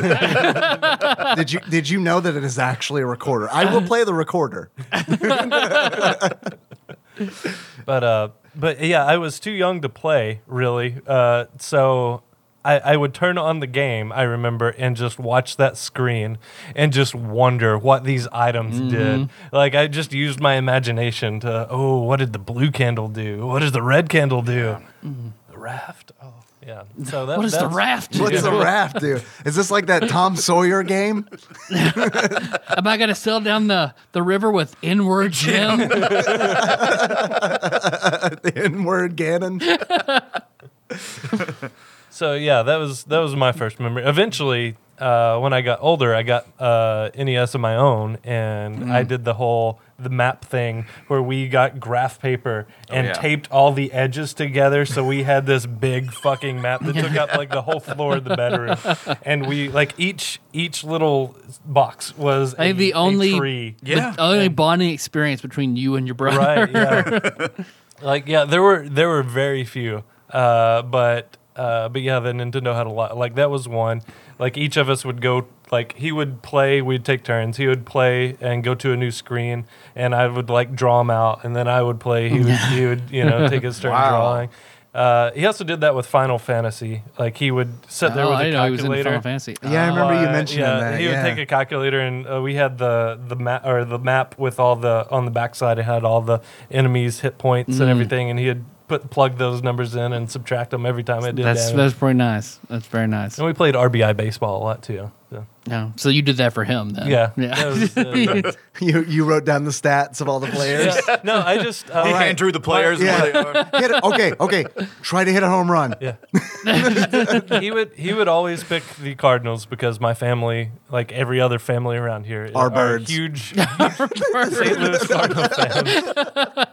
B: <laughs> did you did you know that it is actually a recorder? I will play the recorder.
C: But uh, but yeah, I was too young to play really. Uh, so I, I would turn on the game. I remember and just watch that screen and just wonder what these items
A: Mm-hmm.
C: did. Like I just used my imagination to oh, what did the blue candle do? What does the red candle do? The raft. Oh yeah. So that,
A: Mm-hmm. What is the
C: that's-
A: raft?
B: What's the raft do? Is this like that Tom Sawyer game?
A: Am I gonna sail down the, the river with inward
C: <laughs>
A: gem?
B: the N-word Ganon.
C: So yeah, that was that was my first memory. Eventually, uh, when I got older, I got uh, NES of my own, and I did the whole the map thing where we got graph paper and
D: yeah.
C: taped all the edges together, so we had this big fucking map that took up like the whole floor of the bedroom, and we like each each little box was
A: I
C: a,
A: think the
C: a
A: only
C: tree.
D: Yeah.
A: the only bonding experience between you and your brother.
C: <laughs> Right. Yeah. <laughs> like yeah, there were there were very few, uh, but uh, but yeah, the Nintendo had a lot. Like that was one. Like each of us would go. Like he would play, we'd take turns. He would play and go to a new screen, and I would like draw him out, and then I would play. He would, he would you know take
A: <laughs>
C: his turn
D: Wow.
C: drawing. Uh, he also did that with Final Fantasy. Like he would
A: <laughs>
C: sit there
A: Oh,
C: with
A: I
C: a
A: didn't know he was in
C: calculator.
A: Final Fantasy.
B: Yeah, I
A: Oh.
B: remember you
C: Uh,
B: mentioning
C: yeah,
B: that.
C: He would
B: yeah.
C: take a calculator, and uh, we had the the map or the map with all the on the backside. It had all the enemies' hit points and everything, and he had put plug those numbers in and subtract them every time it did
A: Oh, that's
C: damage.
A: that's pretty nice. That's very nice.
C: and we played RBI baseball a lot too. So
A: No. So you did that for him then?
C: yeah, That
A: Yeah. <laughs>
C: was, uh,
B: You you wrote down the stats of all the players.
C: yeah. No, I just uh,
D: He hand drew the players. and uh, where they are.
B: Hit it. Okay, okay. Try to hit a home run.
C: Yeah. he would he would always pick the Cardinals because my family, like every other family around here,
B: Are birds.
C: Huge, St. Louis Cardinal fans.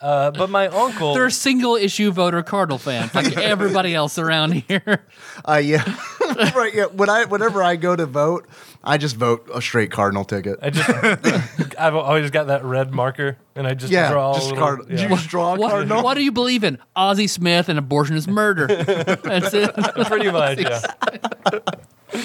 C: Uh, but my uncle,
A: They're a single issue voter Cardinal fan,
C: <laughs>
A: like everybody else around here.
B: Uh, yeah. <laughs> right. Yeah. When I whenever I go to vote, I just vote a straight Cardinal ticket.
C: I just <laughs> I've always got that red marker, and I just
B: yeah.
C: draw a
B: Just
C: little-
B: card-
C: yeah.
B: You just draw a
A: What,
B: Cardinal.
A: what do you believe in? Ozzy Smith and abortion is
C: <laughs>
A: murder. That's it.
C: pretty much. Yeah.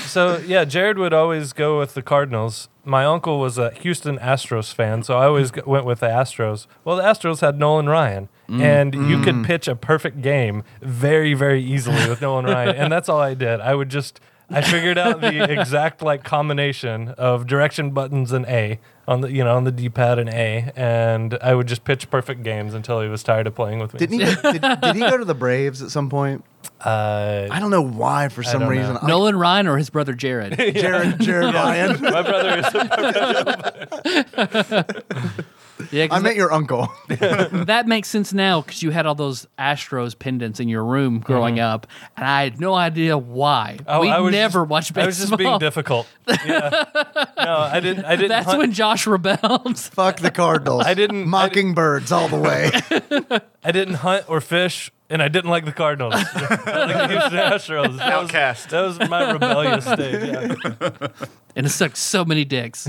C: so yeah, Jared would always go with the Cardinals. My uncle was a Houston Astros fan, so I always g- went with the Astros. Well, the Astros had Nolan Ryan, and you could pitch a perfect game very, very easily with Nolan Ryan, and that's all I did. I would just I figured out the exact like combination of direction buttons and A on the you know on the D pad and A, and I would just pitch perfect games until he was tired of playing with me.
B: Didn't he?
C: <laughs>
B: Did, did he go to the Braves at some point?
C: Uh,
B: I don't know why. For some
C: don't know.
B: reason, I-
A: Nolan Ryan or his brother
C: <laughs>
A: Jared?
B: Jared Jared Ryan.
C: my brother is
A: Yeah, 'cause
B: I met your uncle. <laughs>
A: that makes sense now because you had all those Astros pendants in your room growing up, and I had no idea why.
C: Mm-hmm. Oh,
A: we
C: I was
A: never
C: just,
A: watched baseball.
C: I was just
A: <laughs>
C: being difficult. Yeah. No, I didn't. I didn't.
A: That's
C: hunt-
A: when Josh rebelled.
B: Fuck the Cardinals.
C: I didn't- I
B: Mockingbirds all the way.
C: I didn't hunt or fish, and I didn't like
A: <laughs>
C: the Cardinals. I like the Houston Astros. That was-
D: Outcast.
C: That was, my rebellious stage. Yeah.
A: <laughs> and it sucked so many
C: <laughs>
A: dicks.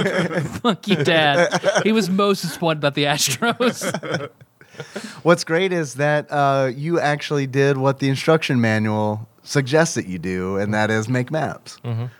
A: Fuck you, Dad. He was most <laughs> disappointed about the
C: <laughs>
A: Astros.
B: What's great is that uh, you actually did what the instruction manual suggests that you do, and that is make maps.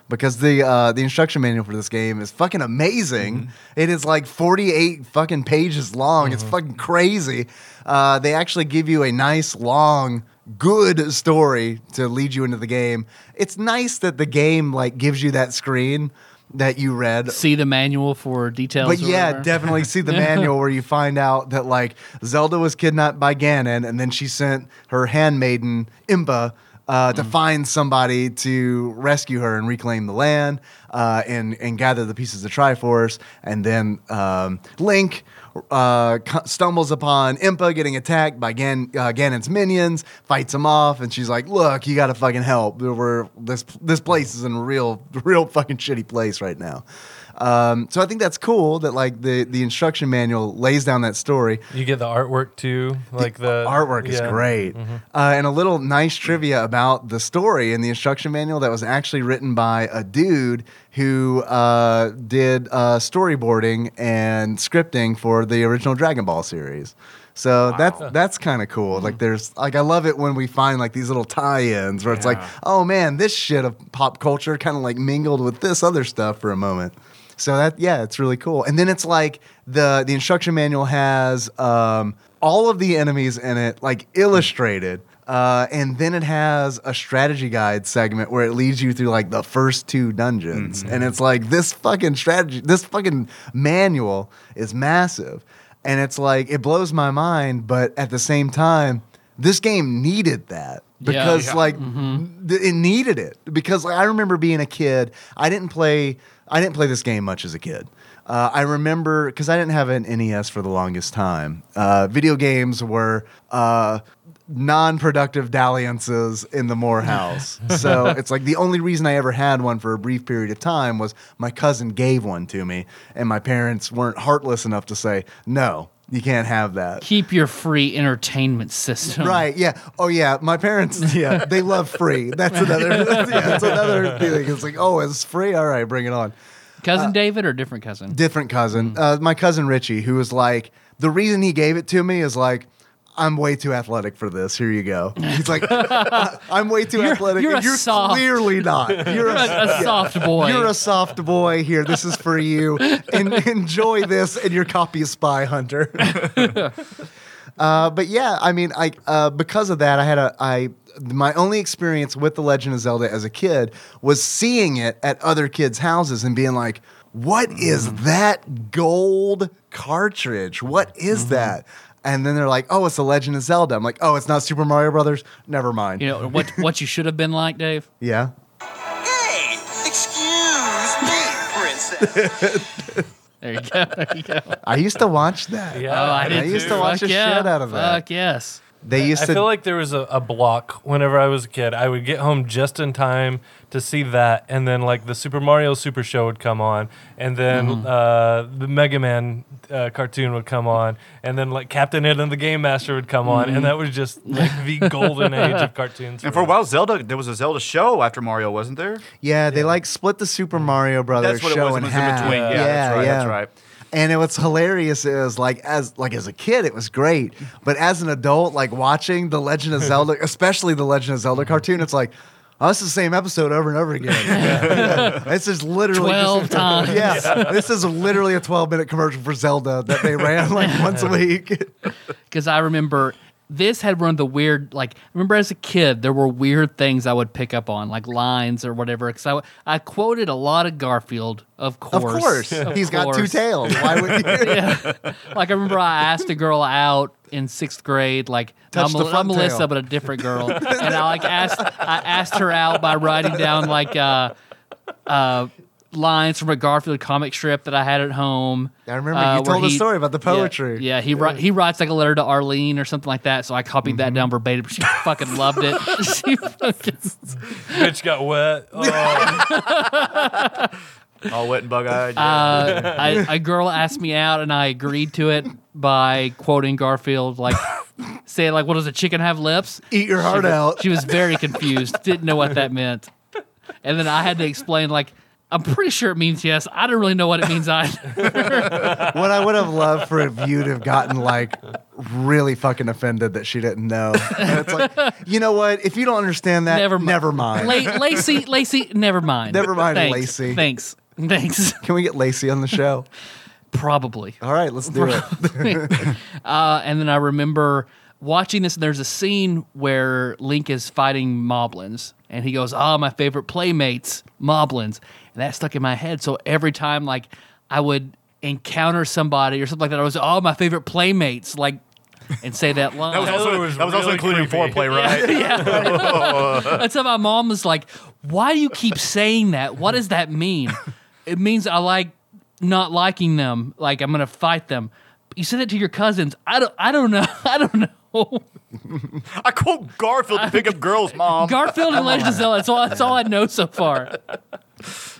B: Because the uh, the instruction manual for this game is fucking amazing. It is like 48 fucking pages long. It's fucking crazy. Uh, they actually give you a nice long good story to lead you into the game. It's nice that the game like gives you that screen that you read
A: See the manual for details.
B: but
A: or
B: yeah,
A: whatever.
B: definitely see the
A: <laughs>
B: manual where you find out that like Zelda was kidnapped by Ganon, and then she sent her handmaiden Impa uh,
A: Mm.
B: to find somebody to rescue her and reclaim the land, uh, and and gather the pieces of Triforce, and then um, Link. Uh, c- stumbles upon Impa getting attacked by Gan- uh, Ganon's minions, fights him off, and she's like, "Look, you got to fucking help. We're, this this place is in a real, real fucking shitty place right now." Um, so I think that's cool that like the the instruction manual lays down that story.
C: You get the artwork too, like the,
B: Artwork is
C: Uh, yeah.
B: great, uh, and a little nice trivia about the story in the instruction manual that was actually written by a dude who uh, did uh, storyboarding and scripting for the original Dragon Ball series. So that's that's kind of cool. Like there's like I love it when we find like these little tie-ins where it's like, oh man, this shit of pop culture kind of like mingled with this other stuff for a moment. So that yeah, it's really cool. And then it's like the the instruction manual has um, all of the enemies in it, like illustrated. Uh, and then it has a strategy guide segment where it leads you through like the first two dungeons,
D: Mm-hmm.
B: and it's like this fucking strategy, this fucking manual is massive, and it's like it blows my mind, but at the same time, this game needed that because
D: Yeah.
B: like th- it needed it because like, I remember being a kid. I didn't play. I didn't play this game much as a kid. Uh, I remember because I didn't have an NES for the longest time. Uh, video games were uh, non-productive dalliances in the Moore house. so it's like the only reason I ever had one for a brief period of time was my cousin gave one to me, and my parents weren't heartless enough to say no. You can't have that.
A: Keep your free entertainment system.
B: Right. Yeah. Oh, yeah. My
A: <laughs>
B: parents. Yeah, they love free. That's another. <laughs> yeah, that's another thing. It's like, oh, it's free. All right, bring it on. Uh,
A: Cousin David or different cousin?
B: Different
A: Mm.
B: cousin. Uh, my cousin Richie, who was like, the reason he gave it to me is like. I'm way too athletic for this. Here you go.
A: <laughs>
B: He's like, "I- I'm way too
A: You're-
B: athletic.
A: you're
B: and
A: a
B: you're
A: soft-
B: clearly not. You're
A: <laughs> a, a soft boy.
B: you're a soft boy here. This is for
C: <laughs>
B: you. and enjoy this and your copy of Spy
C: <laughs>
B: Hunter. uh, but yeah, I mean, I uh, because of that, I had a I my only experience with the Legend of Zelda as a kid was seeing it at other kids' houses and being like. What is
C: Mm-hmm.
B: that gold cartridge? What
C: Mm-hmm.
B: is that? And then they're like, "Oh, it's the Legend of Zelda." I'm like, "Oh, it's not Super Mario Brothers." Never mind.
A: you know what? What you should have been like, Dave?
B: yeah.
E: Hey, excuse
A: There you
B: <laughs>
A: go. There you go.
B: I used to watch that.
C: Yeah,
A: Oh, I
C: me
A: did
C: too.
B: used to watch
A: Fuck
B: the
A: yeah.
B: shit out of that.
A: Fuck yes.
B: They used
C: I
B: to.
C: feel like there was a, a block whenever I was a kid. I would get home just in time to see that, and then like the Super Mario Super Show would come on, and then
A: Mm-hmm.
C: uh, the Mega Man uh, cartoon would come on, and then like Captain Ed and the Game Master would come on,
A: Mm-hmm.
C: and that was just like the
A: <laughs>
C: golden age of cartoons.
D: And for a
C: me.
D: while, Zelda there was a Zelda show after Mario, wasn't there?
B: yeah, they like split the Super Mario Brothers
D: Mm. That's what it
B: show
D: was. It
B: in
D: was in
B: half.
D: between. Yeah, that's right, that's right.
B: And it was hilarious. It was like as like as a kid, it was great, but as an adult, like watching the Legend
D: <laughs>
B: of Zelda, especially the Legend of Zelda cartoon, it's like. Oh, it's the same episode over and over
D: <laughs>
B: again. <laughs> this is literally just- <laughs>
A: 12 times.
B: Yeah, this is literally a 12 minute commercial for Zelda that they ran
A: <laughs>
B: like once a week.
A: because I remember this had one of the weird like remember as a kid there were weird things I would pick up on like lines or whatever because I, w- I quoted a lot of Garfield of
B: Of
A: course
B: course, he's
A: of
B: got two
A: course.
B: tails. Why
A: <laughs>
B: would you?
A: like I remember I asked a girl out in sixth grade like
B: Touch
A: I'm,
B: the
A: I'm
B: front
A: Melissa
B: tail.
A: but a different girl and I like asked I asked her out by writing down like uh uh lines from a Garfield comic strip that I had at home
B: I remember
A: uh,
B: you
A: where
B: told a
A: he-
B: story about the
A: Yeah,
B: poetry.
A: Yeah, he wri- he writes like a letter to Arlene or something like that. So I copied
B: Mm-hmm.
A: that down verbatim. She fucking loved it. <laughs> she fucking,
C: bitch got
D: <laughs>
C: wet. Oh,
D: All wet and bug eyed.
A: uh, I, a girl asked me out, and I agreed to it by quoting Garfield, like saying like, "What does a chicken have lips?"
B: Eat your heart
A: she,
B: out.
A: She was very confused, didn't know what that meant, and then I had to explain like. I'm pretty sure it means yes. I don't really know what it means
B: <laughs>
A: either.
B: what I would have loved for you to have gotten like really fucking offended that she didn't know. And it's like, you know what? If you don't understand that,
A: Never
B: never
A: mi-
B: mind.
A: La- Lacey, Lacey, never mind.
B: Never mind,
A: Thanks.
B: Lacey.
A: Thanks. Thanks.
B: Can we get Lacey on the show?
A: Probably.
B: All <laughs> right, let's do it.
A: <laughs> Uh, and then I remember watching this, and there's a scene where Link is fighting Moblins, and he goes, "Ah, my favorite playmates, Moblins," and that stuck in my head. So every time, like, I would encounter somebody or something like that, I was, "Oh, my favorite playmates," like, and say that line.
D: that was also
C: That was
D: that was also
C: really
D: including
C: creepy.
D: foreplay,
A: <laughs>
D: right?
A: And so my mom was like, "Why do you keep saying that? What does that mean?" It means I like not liking them. Like I'm gonna fight them. You said it to your cousins. I don't. I don't know. <laughs> I don't know.
D: I quote Garfield to pick up girls, mom.
A: Garfield and Legend of Zelda. That's all, that's all I know so far.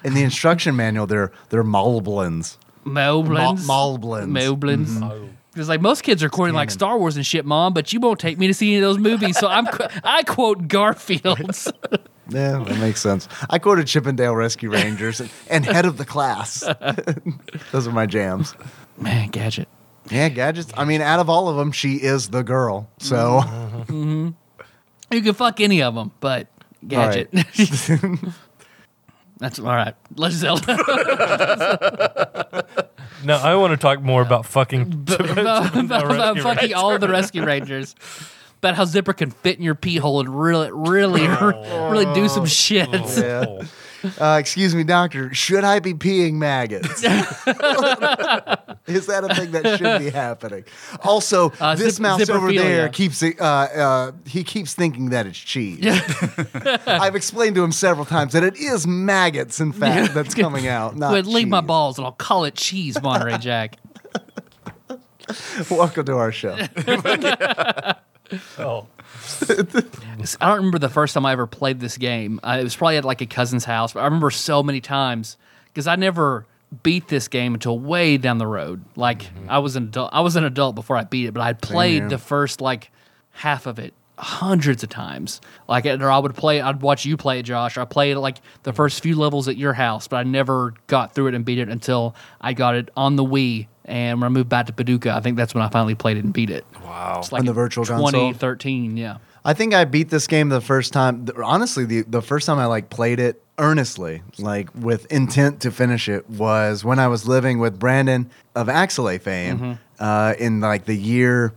B: In the instruction manual, they're they're Malblins.
A: Moblins.
B: Mo- Moblins. Mm-hmm.
A: Moblins. It's like most kids are quoting like Star Wars and shit, Mom, but you won't take me to see any of those movies, so I'm <laughs> qu- I quote
B: <laughs>
A: Garfield's.
B: Yeah, that makes sense. I quoted Chippendale Rescue Rangers and, and Head of the Class. <laughs> Those are my jams.
A: Man, gadget.
B: Yeah, gadgets. I mean, out of all of them, she is the girl. So.
A: You can fuck any of them, but gadget.
B: All
A: <laughs> That's all right. Let's <laughs> Zelda.
C: no, I want to talk more about fucking.
A: <laughs>
C: <laughs>
A: about, about-
C: Rescue
A: about fucking
C: Rangers.
A: all the Rescue Rangers. About how Zipper can fit in your pee hole and really, really, really do some shit.
B: Yeah. Uh, excuse me, doctor. Should I be
A: <laughs>
B: peeing maggots? Is that a thing that should be happening? Also,
A: Uh,
B: this
A: zip-
B: mouse over there
A: zipperophilia.
B: keeps it- uh, uh, he keeps thinking that it's cheese.
A: <laughs>
B: I've explained to him several times that it is maggots, in fact, that's
A: <laughs>
B: coming out. Not
A: Wait, leave my
B: cheese.
A: balls and I'll call it cheese, Monterey Jack.
B: Welcome to our show.
C: Oh.
A: I don't remember the first time I ever played this game. Uh, it was probably at like a cousin's house, but I remember so many times because I never beat this game until way down the road. Like I was an adult, I was an adult before I beat it, but I played
B: Mm-hmm. here.
A: the first like half of it hundreds of times. Like and- or I would play, I'd watch you play it, Josh. I played like the
B: Mm.
A: first few levels at your house, but I never got through it and beat it until I got it on the Wii. And when I moved back to Paducah, I think that's when I finally played it and beat it. Wow, it's like
B: On the
A: in
B: virtual console?
A: 2013, yeah.
B: I think I beat this game the first time. th- Honestly, the the first time I like played it earnestly, like with intent to finish it, was when I was living with Brandon of Axelay fame uh, in like the year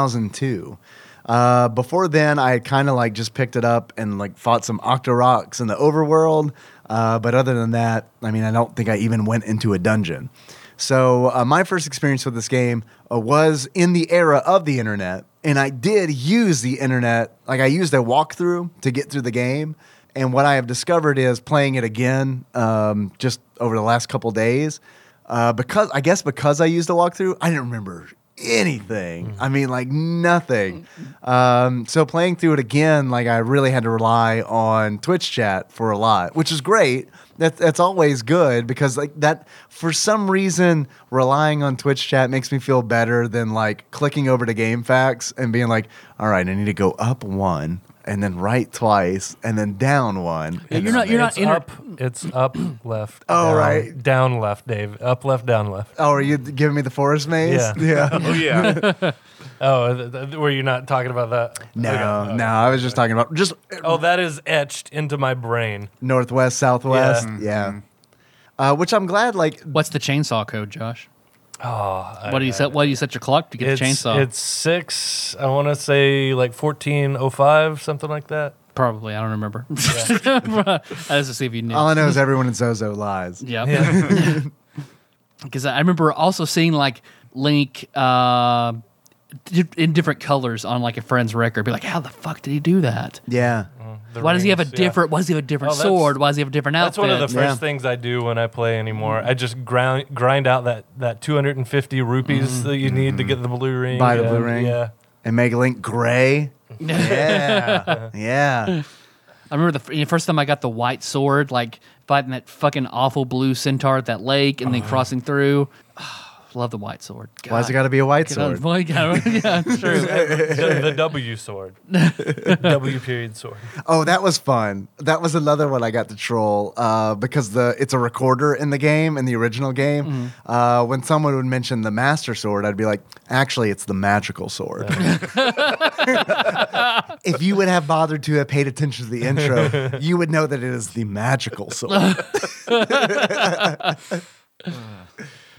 B: 2002. Uh, before then, I had kind of like just picked it up and like fought some Octoroks in the overworld. Uh, but other than that, I mean, I don't think I even went into a dungeon. So uh, my first experience with this game uh, was in the era of the internet And I did use the internet, like I used a walkthrough to get through the game. And what I have discovered is playing it again um, just over the last couple days. Uh, because I guess because I used a walkthrough, I didn't remember anything. I mean, like nothing. Um, so playing through it again, like I really had to rely on Twitch chat for a lot, which is great. That, that's always good because like that for some reason relying on Twitch chat makes me feel better than like clicking over to Game Facts and being like, all right, I need to go up one and then right twice and then down one.
A: Yeah, you're not. You're not.
C: It's
A: Inter-
C: up. It's up, left.
B: Oh,
C: down,
B: right.
C: Down, left, Dave. Up, left, down, left.
B: Oh, are you giving me the forest maze? <laughs>
C: Yeah.
D: <laughs> Oh yeah.
C: Oh, th- th- were you not talking about that?
B: No,
C: Okay.
B: no, I was just talking about just
C: Oh, that is etched into my brain.
B: northwest, southwest. Yeah. Uh, which I'm glad, like,
A: What's the chainsaw code, Josh?
C: Oh,
A: What do you set? What do you set your clock to get
C: it's,
A: the chainsaw?
C: It's six. I want to say like fourteen oh five, something like that.
A: Probably. I don't remember. <laughs> I just to see if you knew.
B: all I know is everyone in Zozo lies.
A: yeah. <laughs>
C: Yeah.
A: because I remember also seeing like Link uh, di- in different colors on like a friend's record. Be like, how the fuck did he do that?
B: Yeah.
C: <laughs> The
A: Why does he have a
C: rings, yeah.
A: different? Why does he have a different
C: Oh, that's-
A: sword? Why does he have a different
C: That's
A: outfit?
C: one of the
B: Yeah.
C: first things I do when I play anymore. I just grind grind out that, that 250 rupees that you need to get the blue
B: Mm-hmm.
C: ring.
B: Buy the
C: yeah,
B: blue ring.
C: Yeah.
B: And make Link gray. Yeah. yeah.
A: I remember the f- the first time I got the white sword, like fighting that fucking awful blue centaur at that lake, and then
C: Uh-huh.
A: crossing through. <sighs> Love the white sword.
B: Why's it
A: God.
B: got to be a white
A: Get on-
B: sword?
A: boy, God, <laughs> yeah, true.
C: <laughs> the, the
B: <laughs>
C: W sword. w period sword.
B: Oh, that was fun. That was another one I got to troll uh, because the it's a recorder in the game in the original game. Uh, when someone would mention the master sword, I'd be like, actually, it's the magical sword. <laughs> if you would have bothered to have paid attention to the intro, you would know that it is the magical sword.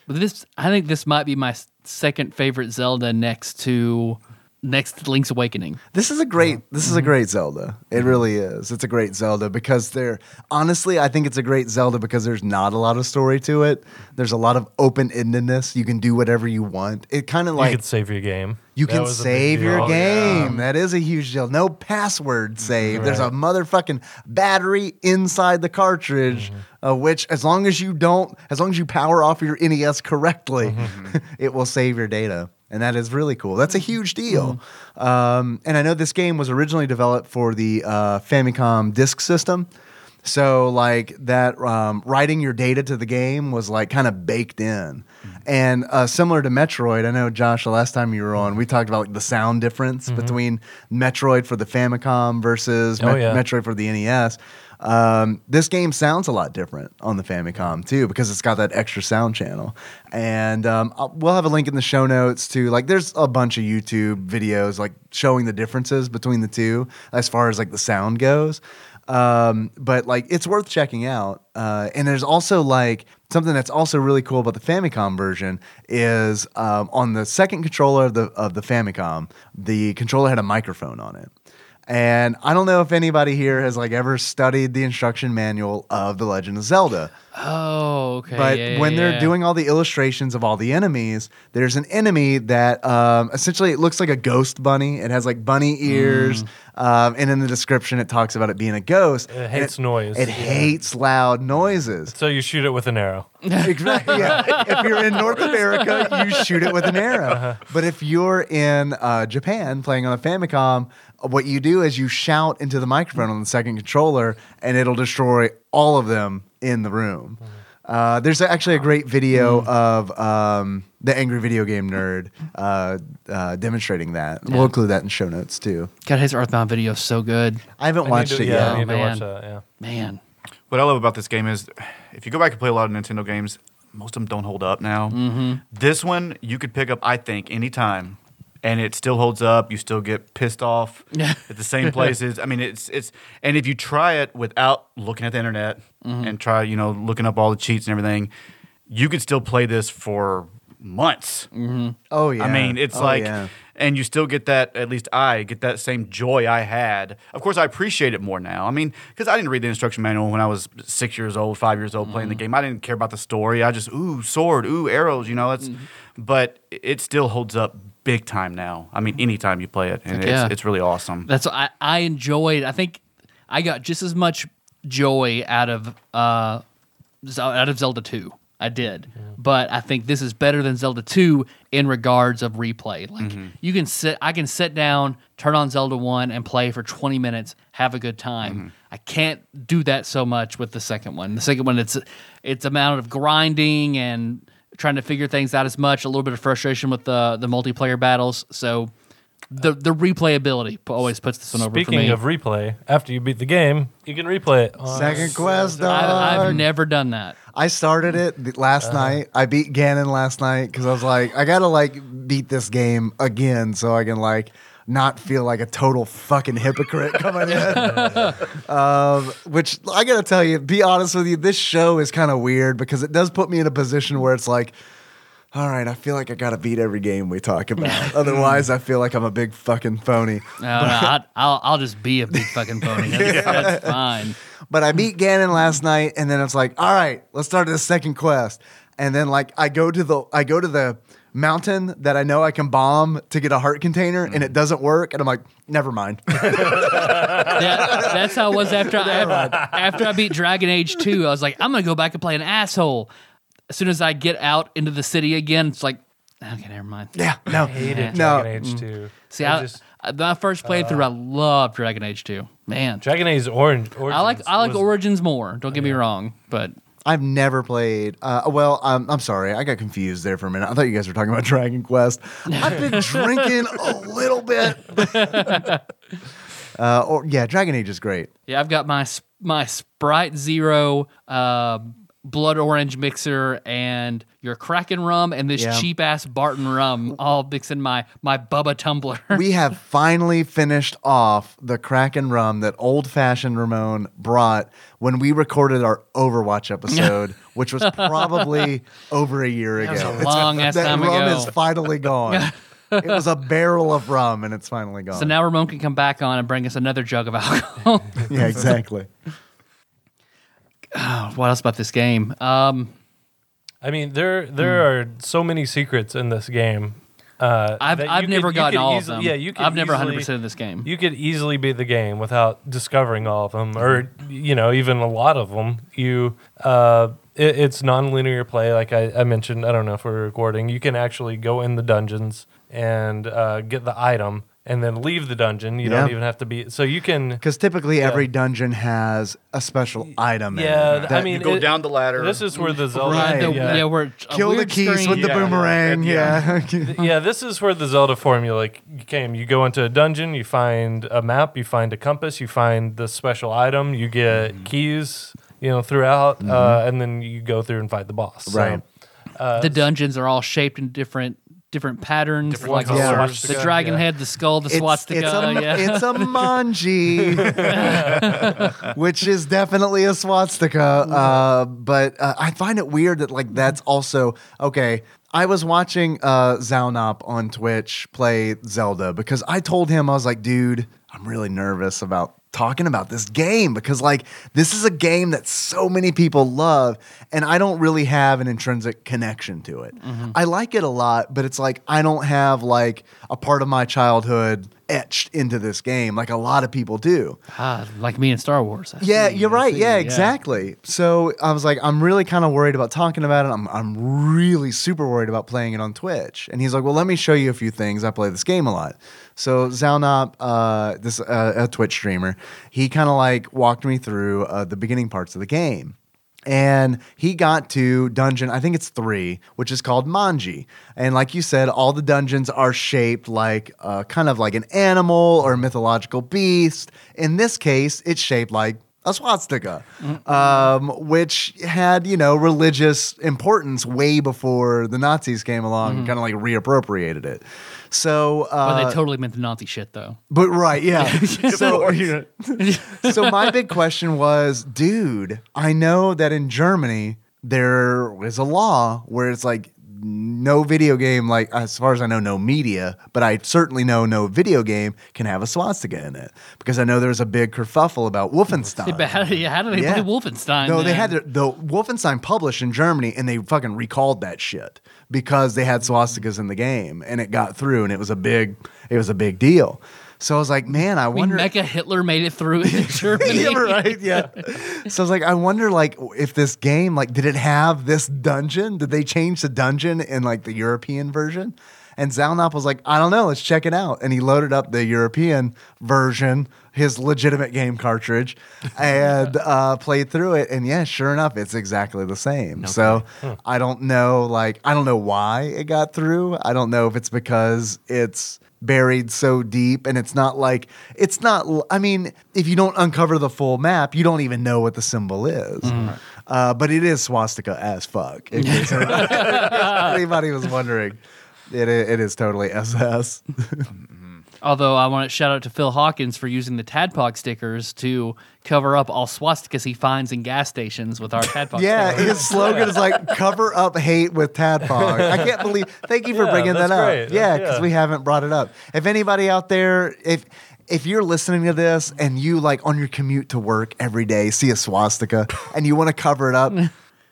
A: But this, I think this might be my s- second favorite Zelda next to next to Link's Awakening.
B: This is a great this is a great Zelda. It really is. It's a great Zelda because there honestly I think it's a great Zelda because there's not a lot of story to it. There's a lot of open-endedness. You can do whatever you want. It kind of
C: You
B: like
C: could save your game.
B: you
C: That
B: can
C: was a big
B: save your
C: deal. Oh,
B: game. That is a huge deal. No password save. There's a motherfucking battery inside the cartridge,
C: Mm-hmm.
B: uh, which, as long as you don't, as long as you power off your NES correctly,
C: Mm-hmm.
B: <laughs> it will save your data. And that is really cool. That's a huge deal. Um, and I know this game was originally developed for the uh, Famicom disk system. So like that, um, writing your data to the game was like kind of baked in, and uh, similar to Metroid. I know Josh, the last time you were on, we talked about like the sound difference between Metroid for the Famicom versus
C: Mm-hmm. Oh,
B: Met-
C: yeah.
B: Metroid for the NES. Um, this game sounds a lot different on the Famicom too because it's got that extra sound channel, and um, I'll, we'll have a link in the show notes to like. There's a bunch of YouTube videos like showing the differences between the two as far as like the sound goes um, but like it's worth checking out. Uh, and there's also like something that's also really cool about the Famicom version is um, on the second controller of the of the Famicom, the controller had a microphone on it. And I don't know if anybody here has like ever studied the instruction manual of The Legend of Zelda.
A: Oh, okay.
B: But
A: yeah, yeah,
B: when they're
A: yeah.
B: doing all the illustrations of all the enemies, there's an enemy that um, essentially it looks like a ghost bunny. It has like bunny ears,
A: Mm.
B: um, and in the description it talks about it being a ghost.
C: It hates
B: And
C: noise.
B: It hates loud noises.
C: So you shoot it with an arrow.
B: <laughs> exactly. Yeah. If you're in North America, you shoot it with an arrow. But if you're in uh, Japan playing on a Famicom, what you do is you shout into the microphone on the second controller, and it'll destroy all of them in the room. Uh, there's actually a great video of um, the angry video game nerd uh, uh, demonstrating that. We'll include that in show notes too.
A: God, his Earthbound video is so good,
B: I haven't
C: I need
B: watched
C: to-
B: it
C: yeah, I
B: yet.
C: need to watch
A: Oh, man.
C: that. Yeah.
A: man.
D: what I love about this game is, if you go back and play a lot of Nintendo games, most of them don't hold up now. This one you could pick up, I think, anytime. And it still holds up. You still get pissed off at the same places. I mean, it's it's. And if you try it without looking at the internet and try, you know, looking up all the cheats and everything, you could still play this for months.
B: Oh yeah.
D: I mean, it's
B: Oh,
D: like,
B: yeah.
D: and you still get that. At least I get that same joy I had. Of course, I appreciate it more now. I mean, because I didn't read the instruction manual when I was six years old, five years old, playing the game. I didn't Mm-hmm. care about the story. I just ooh sword, ooh arrows. You know, it's. But it still holds up big time now. I mean, anytime you play it, and
A: yeah.
D: it's, it's really awesome.
A: That's I I enjoyed. I think I got just as much joy out of uh Ze- out of Zelda 2. I did. But I think this is better than Zelda 2 in regards of replay. Like you can sit I can sit down, turn on Zelda 1 and play for 20 minutes, have a good time. I can't do that so much with the second one. The second one it's it's amount of grinding and trying to figure things out as much, a little bit of frustration with the the multiplayer battles. So the the replayability p- always puts this one over for me.
C: Speaking of replay, after you beat the game, you can replay it. on-
B: Second quest, dog.
A: I've, I've never done that.
B: I started it th- last night. I beat Ganon last night because I was like, I gotta like beat this game again so I can like not feel like a total fucking hypocrite <laughs> coming in. um, which I gotta tell you, be honest with you, this show is kind of weird because it does put me in a position where it's like. All right, I feel like I gotta beat every game we talk about. Otherwise, I feel like I'm a big fucking phony.
A: No, no, I, I'll I'll just be a big fucking
C: <laughs>
A: pony. That's, that's fine.
B: But I beat Ganon last night, and then it's like, all right, let's start this second quest. And then like I go to the I go to the mountain that I know I can bomb to get a heart container, and it doesn't work. And I'm like, never mind.
A: That, that's how it was after I after I beat Dragon Age two. I was like, I'm gonna go back and play an asshole. As soon as I get out into the city again, it's like, okay, never mind.
B: <laughs> yeah, no,
C: hated
B: no. Mm.
C: Dragon Age 2.
A: See,
C: I
A: I,
C: just- uh,
A: I, my first playthrough, I loved Dragon Age two. Man,
C: Dragon Age Orange.
A: I like I like
C: was-
A: Origins more. Don't get me wrong, but
B: <laughs> I've never played. Uh, well, um, I'm sorry, I got confused there for a minute. I thought you guys were talking about <laughs> Dragon Quest. I've <laughs> been drinking a little <laughs> bit. uh, or yeah, Dragon Age is great.
A: Yeah, I've got my s- my Sprite Zero, uh, blood orange mixer, and your Kraken rum, and this
B: Yeah.
A: cheap ass Barton rum, all mixed in my my Bubba tumbler. <laughs>
B: we have finally finished off the Kraken rum that old fashioned Ramon brought when we recorded our
A: <laughs>
B: Overwatch episode, which was probably over a year ago.
A: was a long ass
B: that
A: time
B: rum
A: ago.
B: is
A: <laughs>
B: finally gone. it was a barrel of rum and it's finally gone.
A: so now Ramon can come back on and bring us another jug of <laughs>
B: <laughs>
A: alcohol.
B: yeah, exactly.
A: <laughs> what else about this game? Um,
C: I mean, there there are
A: Hmm.
C: so many secrets in this game. Uh,
A: I've
C: that
A: I've
C: you
A: never
C: could- you
A: gotten
C: could
A: all
C: easily-
A: of them.
C: Yeah, you could
A: I've never
C: easily-
A: 100 percent of this game.
C: You could easily beat the game without discovering all of them, or you know, even a lot of them. You, uh, it, it's non-linear play, like I, I mentioned. I don't know if we're recording. You can actually go in the dungeons and uh, get the item, and then leave the dungeon. You don't
B: Yeah.
C: even have to be. So you can.
B: Because typically every dungeon has a special item. in it
C: Yeah, I
B: that-
C: mean,
D: Go
C: it-
D: down the ladder.
C: This is where the Zelda.
B: Right.
A: The-
C: yeah.
A: yeah, we're a
B: Kill the
A: weird
B: keys
A: screen.
B: with the
D: Yeah, yeah,
B: boomerang. Yeah.
D: yeah.
B: <laughs>
C: yeah, this is where the Zelda formula came. You go into a dungeon, you find a map, you find a compass, you find the special item, you get
D: Mm-hmm.
C: keys, you know, throughout, uh, and then you go through and fight the boss. So,
B: Right.
A: the dungeons are all shaped in different different patterns. like
B: colors. Yeah.
A: the, the dragon
C: Yeah.
A: head, the skull, the swastika.
B: It's a,
A: yeah.
B: it's
A: <laughs>
B: a manji, which is definitely a swastika. Uh, but uh, I find it weird that like that's also okay. I was watching uh, Zaunop on Twitch play Zelda because I told him I was like, dude, I'm really nervous about talking about this game because like this is a game that so many people love and I don't really have an intrinsic connection to it. I like it a lot, but it's like I don't have like a part of my childhood etched into this game like a lot of people do.
A: Ah, like me in Star Wars. I
B: Yeah,
A: see,
B: you're
A: I
B: right.
A: see,
B: Yeah, exactly. So I was like, I'm really kind of worried about talking about it. I'm, I'm really super worried about playing it on Twitch. And he's like, Well, let me show you a few things. I play this game a lot. So Zaunop, uh, this uh, a Twitch streamer, he kind of like walked me through uh, the beginning parts of the game. And he got to dungeon, I think it's three, which is called Manji. And like you said, all the dungeons are shaped like uh, kind of like an animal or mythological beast. In this case, it's shaped like a swastika, um, which had, you know, religious importance way before the Nazis came along and kind of like reappropriated it. So, uh,
A: Well, they totally meant the Nazi shit, though.
B: but right, <laughs> yeah. so, <laughs> so my big question was, dude, I know that in Germany there is a law where it's like no video game, like as far as I know, no media, but I certainly know no video game can have a swastika in it because I know there was a big kerfuffle <laughs> about Wolfenstein.
A: But how, <laughs>
B: <laughs>
A: yeah, how do they play Wolfenstein?
B: No, they
A: then?
B: had their, the Wolfenstein published in Germany, and they fucking recalled that shit because they had swastikas in the game, and it got through, and it was a big, it was a big deal. So I was like, man, I
A: I mean,
B: wonder.
A: Mecha Hitler made it through in <laughs> Germany.
B: <laughs> yeah, right. Yeah. <laughs> So I was like, I wonder, like, if this game, like, did it have this dungeon? Did they change the dungeon in like the European version? And Zalnop was like, I don't know, let's check it out. And he loaded up the European version, his legitimate game <laughs> cartridge, and uh, played through it. And yeah, sure enough, it's exactly the same. So I don't know, like, I don't know why it got through. I don't know if it's because it's buried so deep and it's not like it's not l- i mean if you don't uncover the full map you don't even know what the symbol is uh, but it is swastika as fuck in case anybody, in case anybody was wondering it, i- it is totally ss
A: Although I want to shout out to Phil Hawkins for using the Tadpog stickers to cover up all swastikas he finds in gas stations with our <laughs> Tadpog
B: yeah
A: stickers.
B: his slogan is like cover up hate with tadpog i can't believe thank you for
C: Yeah,
B: bringing that
C: that's
B: up
C: great.
B: yeah
C: That's-
B: because
C: yeah.
B: we haven't brought it up if anybody out there if if you're listening to this and you like on your commute to work every day see a swastika
C: <laughs>
B: and you want to cover it up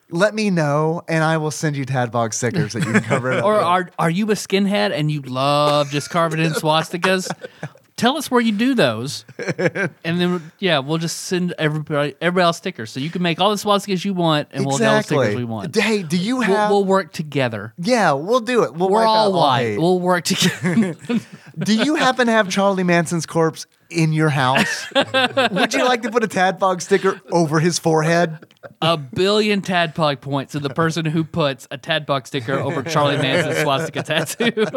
B: let me know and i will send you tadpog stickers that you can cover it
A: <laughs>
B: up
A: Or
B: with.
A: are are you a skinhead and you love just carving in <laughs> swastikas? Tell us where you do those, and then yeah, we'll just send everybody everybody else stickers. So you can make all the swastikas you want, and we'll tell the stickers we want.
B: hey do you
A: We'll,
B: have
A: we'll work together.
B: yeah we'll do it we'll
A: We're
B: wipe out
A: all white.
B: hate.
A: We'll work together.
B: Do you happen to have Charlie Manson's corpse in your house? Would you like to put a Tadpog sticker over his forehead?
A: a billion tadpog points to the person who puts a tadpog sticker over Charlie Manson's swastika tattoo. <laughs>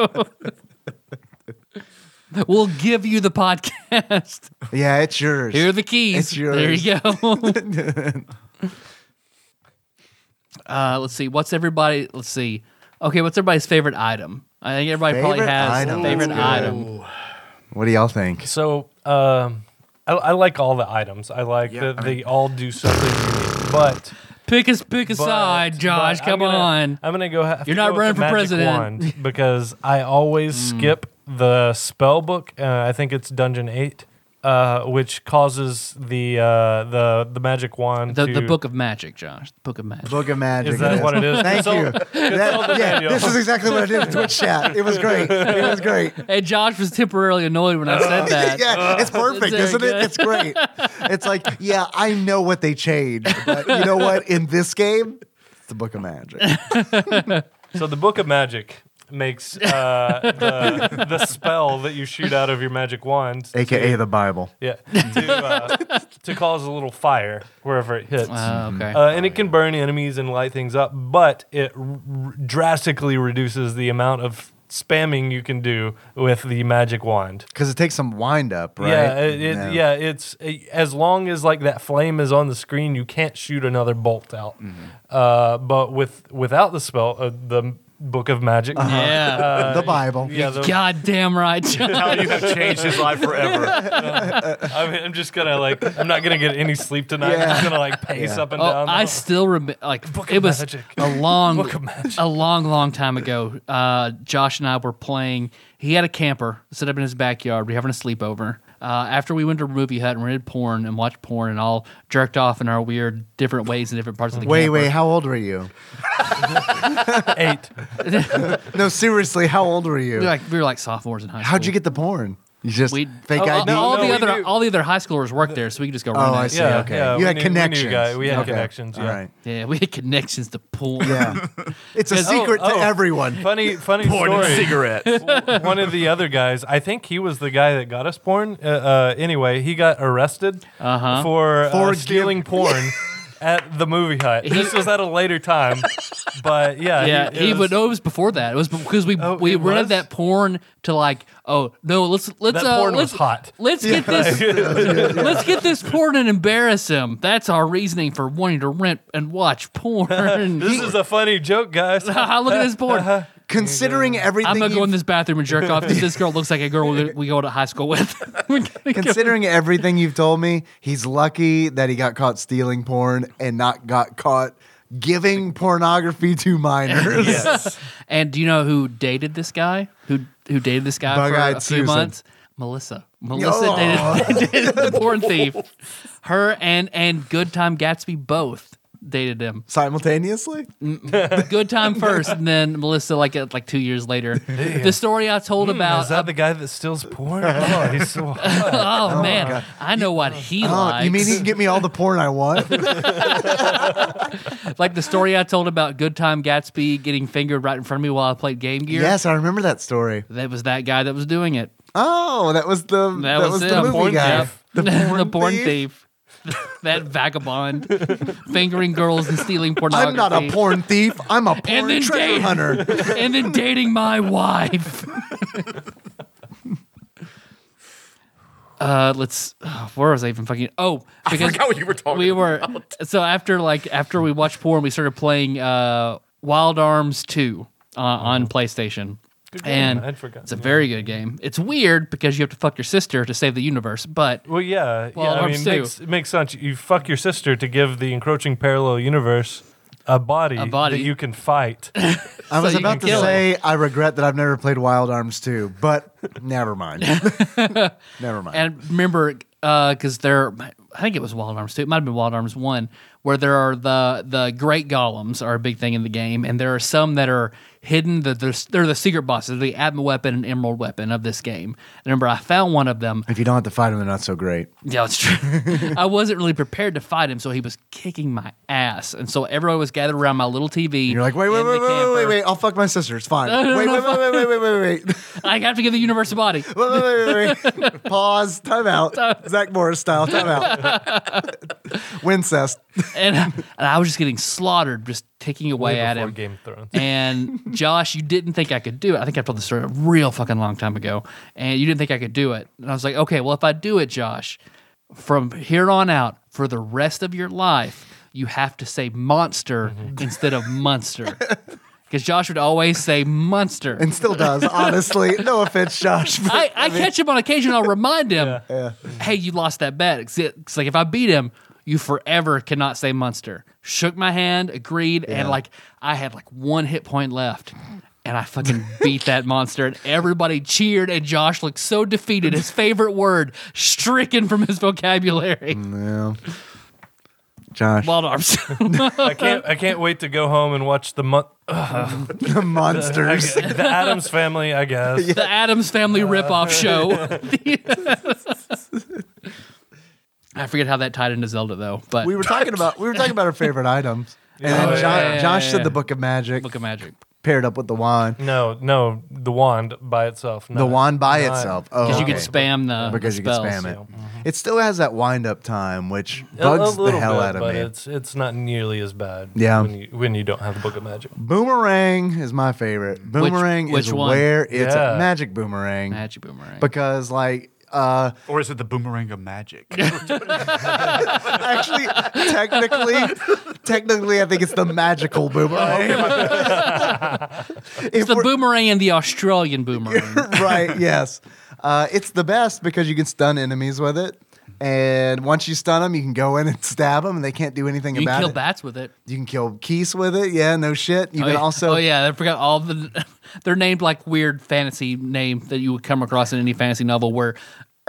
A: we'll give you the podcast.
B: Yeah, it's yours.
A: Here are the keys.
B: It's yours.
A: There you go. uh, let's see. What's everybody? Let's see. Okay, what's everybody's favorite item? I think everybody probably
B: Favorite
A: has
B: item.
A: a favorite
B: That's good.
A: item.
B: what do y'all think?
C: So um, I, I like all the items. I like
D: Yeah,
C: that
D: I
C: they all do something unique. But,
A: Pick us, pick a
C: but-
A: side, Josh.
C: but I'm
A: Come
C: gonna-
A: on.
C: I'm gonna go. Have
A: You're
C: to
A: not
C: go with
A: running
C: the
A: for
C: magic
A: president. <laughs> Hmm.
C: wand because I always skip the spell book. Uh, I think it's dungeon eight, uh, which causes the uh, the the magic wand.
A: The,
C: to,
A: the book of magic, Josh. The book of magic.
B: Book of Magic.
C: Is that
B: yes.
C: what it is?
B: Thank
C: It's all-
B: you. That- yeah,
C: manual.
B: this is exactly what I did with Twitch chat. It was great. It was great.
A: Hey, Josh was temporarily annoyed when I said that.
B: <laughs> yeah, it's perfect,
A: very
B: isn't
A: good.
B: it? It's great. It's like, yeah, I know what they changed, but you know what? In this game, it's the Book of Magic.
C: So the book of magic makes uh,
A: <laughs>
C: the, the spell that you shoot out of your magic wand,
B: AKA the Bible.
C: yeah, to, uh, to cause a little fire wherever it hits.
A: Uh, okay.
C: Uh, and it can burn enemies and light things up, but it r- r- drastically reduces the amount of spamming you can do with the magic wand.
B: Because it takes some wind up, right?
C: Yeah, it, it, yeah. it's as long as like that flame is on the screen, you can't shoot another bolt out. Uh, but with without the spell, uh, the book of magic,
A: Uh-huh. yeah.
B: the Bible.
C: <laughs> yeah, the,
A: God damn right, John.
D: <laughs>
C: <laughs>
D: How you have changed his life forever.
C: I'm, I'm just gonna like, I'm not gonna get any sleep tonight. I'm just gonna like pace up
A: <laughs>
C: and
A: Oh,
C: down. the
A: I
C: whole-
A: still remember, like
C: Book
A: it
C: of
A: was
C: Magic.
A: a long,
C: Book of Magic.
A: a long, long time ago. Uh, Josh and I were playing. He had a camper set up in his backyard. We were having a sleepover. Uh, after we went to a movie hut and rented porn and watched porn and all jerked off in our weird different ways in different parts of the
B: Wait,
A: camper.
B: wait, how old were you?
A: <laughs>
C: eight.
B: No, seriously, how old were you?
A: we were like we were like sophomores in high school.
B: How'd you get the porn? You just
A: We
B: fake
A: oh,
B: ID?
A: no, all
C: No,
A: the
C: we
A: other
C: knew-
A: all the other high schoolers worked there, so we could just go. run
B: Oh, I
A: that.
B: see.
C: Yeah,
B: okay.
C: yeah,
B: you
C: we
B: had
C: knew- we knew
B: connections.
C: guy- we had
B: Okay.
C: connections, yeah.
B: All right.
A: Yeah, we had connections to porn.
C: <laughs>
B: Yeah. It's a
A: Yes. Oh,
B: secret
C: oh.
B: to everyone.
C: Funny, funny
D: Porn and
C: story. <laughs>
D: cigarettes.
C: One of the other guys, I think he was the guy that got us porn. Uh, uh, anyway, he got arrested
A: Uh-huh.
C: for, uh,
B: For
C: stealing porn at the movie hut. this was at a later time, but yeah,
A: Yeah,
C: it
A: he
C: was-
A: would. No, it was before that. It was because we
C: Oh,
A: we
C: it
A: rented
C: was?
A: that porn to like. Oh no, let's let's
C: That
A: uh,
C: porn
A: let's, <laughs>
C: was hot.
A: Let's get this.
C: <laughs>
A: Let's get this porn and embarrass him. That's our reasoning for wanting to rent and watch porn.
C: <laughs> This is Uh-huh. a funny joke, guys.
A: <laughs> Look at this porn.
B: Considering everything,
A: I'm gonna go in
B: you've,
A: this bathroom and jerk off because this girl looks like a girl we, we go to high school with. <laughs> We're gonna
C: <laughs>
A: go-
B: considering everything you've told me, he's lucky that he got caught stealing porn and not got caught giving pornography to
C: <laughs>
B: minors.
A: <laughs> And do you know who dated this guy? Who who dated this guy for
B: Bug-eyed
A: a few
B: Susan.
A: months? Melissa. Melissa
B: Oh. <laughs>
A: dated, dated the porn thief. Her and and Good Time Gatsby both dated him.
B: Simultaneously?
A: Good Time first, and then Melissa like uh, like two years later. The story I
B: Hmm,
A: told about.
C: Is that the guy that steals porn? Oh, he's so
A: <laughs>
C: hot.
A: oh, man, I know what he
B: Oh,
A: likes.
B: you mean he can get me all the porn I
C: <laughs>
B: want?
A: like the story I told about Good Time Gatsby getting fingered right in front of me while I played Game Gear.
B: yes, I remember that story.
A: That was that guy that was doing it.
B: Oh, that was the that,
A: That,
B: was,
A: it.
B: <laughs> the movie guy.
A: Yep. The porn, thief. that vagabond fingering girls and stealing pornography.
B: I'm not a porn thief. I'm
A: <laughs>
B: a
A: And
B: porn
A: then
B: treasure
A: Dave. <laughs>
B: hunter.
A: and then dating my wife. uh, let's. oh, where was I even fucking? Oh, because
D: forgot what you <laughs> were talking
A: we were. So after like after we watched porn, we started playing uh, Wild Arms Two uh, on PlayStation. and
C: I'd forgotten,
A: it's a
C: yeah.
A: very good game. It's weird because you have to fuck your sister to save the universe, but
C: Well, yeah,
A: Well,
C: yeah. I
A: I'm
C: mean, it
A: Stu.
C: makes, it makes sense. You fuck your sister to give the encroaching parallel universe a body,
A: A body.
C: that you can fight.
B: I was
A: you can
B: about to
A: kill
B: say I regret that I've never played Wild Arms 2, but
A: <laughs>
B: never mind. never mind.
A: And remember, because there, I think it was Wild Arms two. It might have been Wild Arms one, where there are the the great golems are a big thing in the game, and there are some that are hidden. That they're, they're the secret bosses, the Admiral weapon and Emerald weapon of this game. And remember, I found one of them. <laughs>
B: if you don't have to fight them, they're not so great.
A: Yeah, that's true.
B: <laughs>
A: I wasn't really prepared to fight him, so he was kicking my ass, and so everyone was gathered around my little TV.
B: You're like, wait, wait,
A: in the
B: wait, wait, wait, wait,
A: camper.
B: wait. I'll fuck my sister.
A: <laughs>
B: It's fine. wait, wait, wait, wait, wait, wait, wait, wait.
A: I have to give the universe a body.
B: Wait, wait, wait, wait, wait. Pause. Time out. Zach Morris style. Time out.
A: <laughs>
B: Wincest.
A: and, <laughs> and I was just getting slaughtered, just taking away
C: Way
A: at
C: before
A: him.
C: Game of Thrones.
A: <laughs> And Josh, you didn't think I could do it. I think I told the story a real fucking long time ago, and you didn't think I could do it. And I was like, okay, well, if I do it, Josh, from here on out, for the rest of your life, you have to say monster instead of monster. <laughs> Because Josh would always say monster.
B: And still does, honestly. No offense,
A: <laughs>
B: Josh. but-
A: I, I, catch him on occasion. I'll remind him, hey, you lost that bet. It's, it's like if I beat him, you forever cannot say Munster. Shook my hand, agreed, and like I had like one hit point left. And I fucking beat that monster, and everybody cheered. And Josh looked so defeated, his favorite word stricken from his vocabulary.
B: Yeah.
A: <laughs>
B: Josh.
A: Wild arms. <laughs>
C: I can't. I can't wait to go home and watch the month.
B: <laughs> the monsters.
C: <laughs> the Adams Family, I guess.
A: the Adams Family ripoff
B: <laughs>
A: show. <laughs> I forget how that tied into Zelda though, but
B: <laughs> we were talking about we were talking about our favorite items. And
C: Oh,
B: then Jo-
A: yeah, yeah,
B: Josh
A: yeah,
B: said
A: yeah.
B: the Book of Magic
A: Book of Magic.
B: paired up with the wand.
C: No, no, the wand by itself.
B: The
C: not-
B: wand by
C: not-
B: itself. Oh,
A: Because you
B: okay.
A: can spam the
B: because
A: the
B: you can
A: spells. Mm-hmm.
B: spam it. It still has that wind up time, which
C: A- a
B: bugs the
C: little
B: hell
C: bit,
B: out of
C: but
B: me.
C: It's it's not nearly as bad.
B: Yeah.
C: when you, when you don't have the Book of Magic.
B: Boomerang is my favorite. Boomerang is
A: which one?
B: where it's
C: Yeah.
B: a magic boomerang.
A: Magic boomerang.
B: Because like uh
D: Or is it the boomerang of magic? <laughs>
B: actually
A: <laughs>
B: technically technically I think it's the magical boomerang. If
A: it's the
B: we're-
A: boomerang and the Australian boomerang.
B: <laughs> right, yes. Uh, it's the best because you can stun enemies with it. And once you stun them, you can go in and <laughs> stab them, and they can't do anything
A: you
B: about
A: can kill
B: it.
A: bats with it.
B: You can kill geese with it. Yeah, no shit. You
A: oh,
B: can
A: yeah.
B: also
A: oh yeah, I forgot all the. <laughs> They're named like weird fantasy name that you would come across in any fantasy novel where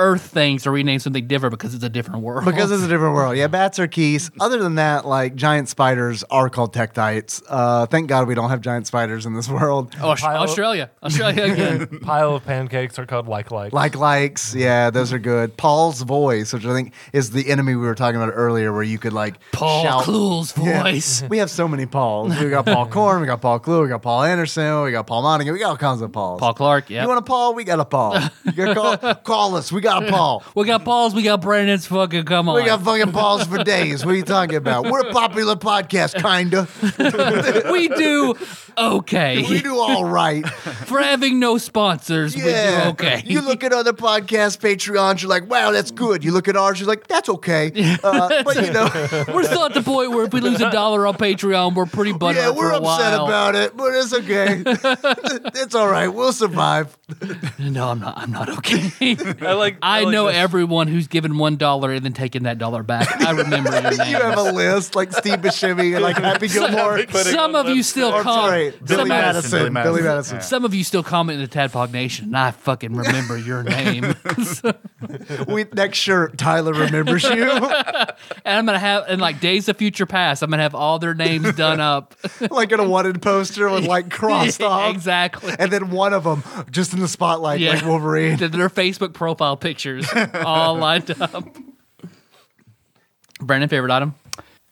A: Earth things are renamed something different because it's a different world.
B: because it's a different world. Yeah, bats
A: <laughs>
B: are geese. Other than that, like giant spiders are called tektites. Uh, thank God we don't have giant spiders in this world.
A: Oh, Aus-
C: pile-
A: Australia, Australia
B: <laughs>
A: again.
C: Pile of pancakes are called like like.
B: Like likes, yeah, those are good. Paul's voice, which I think is the enemy we were talking about earlier, where you could like
A: Paul
B: shout.
A: Cluel's
B: Yeah. <laughs>
A: voice.
B: We have so many Pauls. We
A: <laughs>
B: got Paul Korn, we got Paul Clue, we got Paul Anderson, we got Paul Monaghan, we got all kinds of Pauls.
A: Paul Clark. Yeah.
B: You want a Paul? We got a Paul. You
A: <laughs>
B: got call, call us. We got a Paul.
A: we got balls. We got Brandon's fucking come on.
B: We got fucking Pauls for days. What are you talking about? We're a popular podcast, kinda.
A: <laughs> we
B: <laughs>
A: do okay
B: We do all right.
A: for having no sponsors.
B: Yeah.
A: We do okay.
B: You look at other podcasts, Patreons, you're like, wow, that's good. You look at ours, you're like, that's okay. Uh, but
A: <laughs>
B: you know,
A: We're still at the point where if we lose a dollar on Patreon, we're pretty buttered
B: yeah,
A: for
B: we're
A: a
B: upset
A: while.
B: about it, but
A: <laughs>
B: it's okay. it's all right. We'll survive.
A: No, I'm not. I'm not okay.
C: <laughs> I like
A: <laughs> I know
C: this.
A: everyone who's given one dollar and then taken that dollar back. I remember your
B: you have
A: name.
B: a list like Steve Buscemi and like Happy
D: <laughs>
B: Gilmore.
C: Putting
A: Some
C: on
A: of you
C: lipstick.
A: still
B: Or,
A: call.
B: sorry, Billy
A: some, of,
B: Madison. Billy Madison.
A: some of you still comment in the Tadpog Nation. And I fucking remember your name. <laughs> So-
B: We, next shirt, Tyler remembers
D: <laughs>
B: you.
A: and I'm gonna have in like Days of Future Past. I'm gonna have all their names done up.
B: like in a wanted poster with like crossed
A: <laughs>
B: off.
A: exactly.
B: And then one of them just in the spotlight,
A: <laughs>
B: like
D: <laughs>
B: Wolverine.
A: Their- Their Facebook profile pictures all lined up. Brandon, favorite item?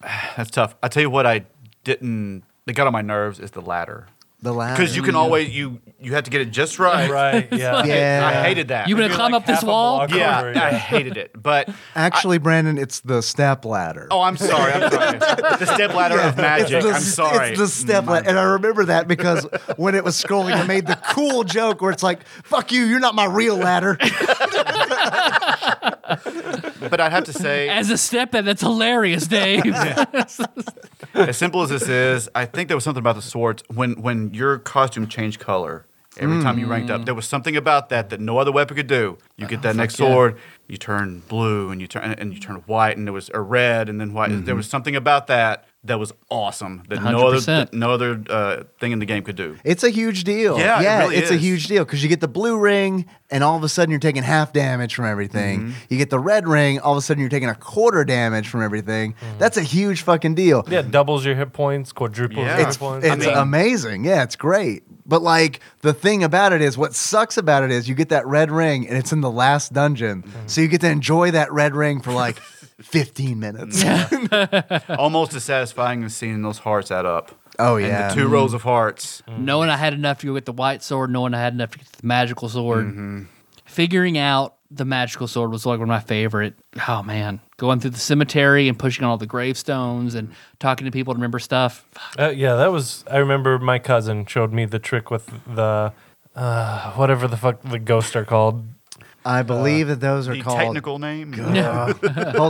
D: That's tough. I tell you what, I didn't. That got on my nerves is the ladder
B: The last.
D: because you can always you you have to get it just right.
C: Right. Yeah.
B: Yeah.
D: I hated that.
A: You gonna
D: You're
A: climb
C: like
A: up this
C: half a
A: wall?
C: block.
D: like, yeah,
C: over,
D: I
C: yeah.
D: hated it. But
B: Actually, Brandon, it's the step ladder.
D: oh, I'm
B: <laughs>
D: sorry. I'm sorry. the step ladder of magic.
B: It's the,
D: I'm sorry.
B: It's the step ladder. And I remember that because when it was scrolling, I made the cool joke where it's like, fuck you, you're not my real
D: <laughs>
B: ladder.
D: But I'd have
B: <laughs>
D: to say,
A: As a step that that's hilarious, Dave.
C: <laughs>
D: as simple as this is, I think there was something about the swords when when your costume changed color every time you
B: Mm.
D: ranked up. There was something about that that no other weapon could do. You get that
B: Oh,
D: next
A: yeah.
D: sword, you turn blue, and you turn and you turn white, and there was a red, and then white. There
B: Mm-hmm.
D: was something about that that was awesome that no other
A: 100%.
D: that no other uh, thing in the game could do.
B: It's a huge deal.
D: Yeah, it really
B: it's a
D: is.
B: huge deal because you get the blue ring, and all of a sudden you're taking half damage from everything.
D: Mm-hmm.
B: You get the red ring, all of a sudden you're taking a quarter damage from everything. That's a huge fucking deal.
C: Mm-hmm. Yeah, doubles your hit points, quadruples
D: Yeah.
C: your
D: It's-
C: hit points.
B: It's um,
D: I mean-
B: amazing. Yeah, it's great. But like the thing about it is, what sucks about it is you get that red ring, and it's in the last dungeon,
C: Mm-hmm.
B: so you get to enjoy that red ring for
D: <laughs>
B: like 15 minutes.
D: Almost as satisfying as seeing those hearts add up.
B: <laughs> Oh, yeah.
D: and the two rows of hearts.
A: knowing I had enough to go with the white sword, knowing I had enough to get the magical sword,
C: Mm-hmm.
A: figuring out the magical sword was like one of my favorite. Oh man, going through the cemetery and pushing on all the gravestones and talking to people to remember stuff.
C: Uh, yeah, that was. I remember my cousin showed me the trick with the uh, whatever the fuck the ghosts are called.
B: I believe that those are
D: The
B: called.
D: technical name.
B: Hold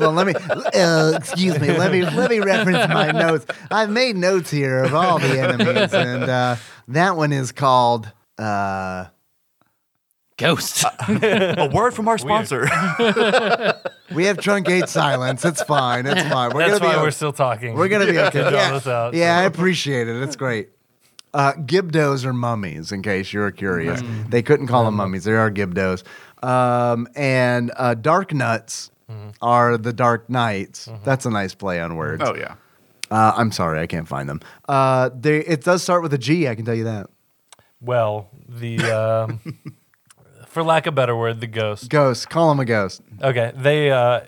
B: on, let me. Uh, excuse me. Let me let me reference my notes. I've made notes here of all the enemies, and uh, that one is called. Uh,
A: Ghosts.
D: <laughs>
C: Uh,
D: a word from our sponsor.
B: we have truncate silence. It's fine. It's fine. We're
C: That's
B: gonna be.
C: why
B: o-
C: we're still talking.
B: we're gonna be
C: <laughs>
B: okay.
C: to draw
B: Yeah,
C: this out,
B: yeah
C: so.
B: I appreciate it. It's great. Uh, gibdos are mummies, in case you were curious.
C: Hmm.
B: They couldn't call them mummies. They are gibdos. Um, and uh, dark nuts
C: Hmm.
B: are the dark knights. That's a nice play on words.
D: <laughs> oh yeah.
B: Uh, I'm sorry, I can't find them. Uh, they, it does start with a G. I can tell you that.
C: Well, the um, <laughs> for lack of better word, the ghost.
B: Ghost. Call him a ghost.
C: Okay, they uh,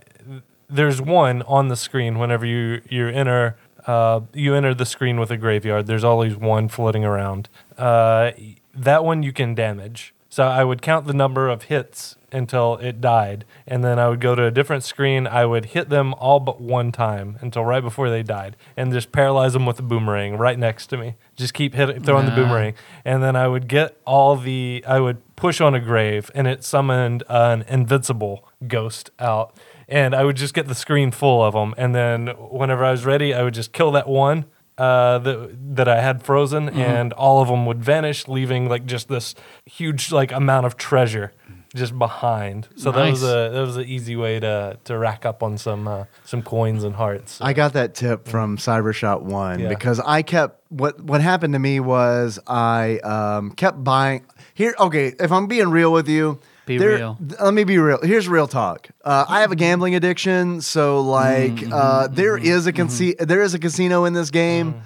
C: there's one on the screen whenever you you enter uh, you enter the screen with a graveyard. There's always one floating around. Uh, that one you can damage. So I would count the number of hits until it died, and then I would go to a different screen. I would hit them all but one time until right before they died, and just paralyze them with a boomerang right next to me. Just keep hitting, throwing the boomerang, and then I would get all the. I would push on a grave, and it summoned an invincible ghost out. And I would just get the screen full of them. And then whenever I was ready, I would just kill that one uh, that, that I had frozen,
A: Mm-hmm.
C: and all of them would vanish, leaving like just this huge like amount of treasure just behind. So that was
A: Nice.
C: a that was an easy way to to rack up on some uh, some coins and
A: Uh,
C: hearts.
B: I got that tip from Cybershot One
C: Yeah.
B: because I kept what what happened to me was I um, kept buying here. Okay, if I'm being real with you,
A: Be real.
B: th- Let me be real. Here's real talk. Uh, I have a gambling addiction, so like
A: Mm-hmm.
B: uh, there is a conce- there is a casino in this game.
A: Mm.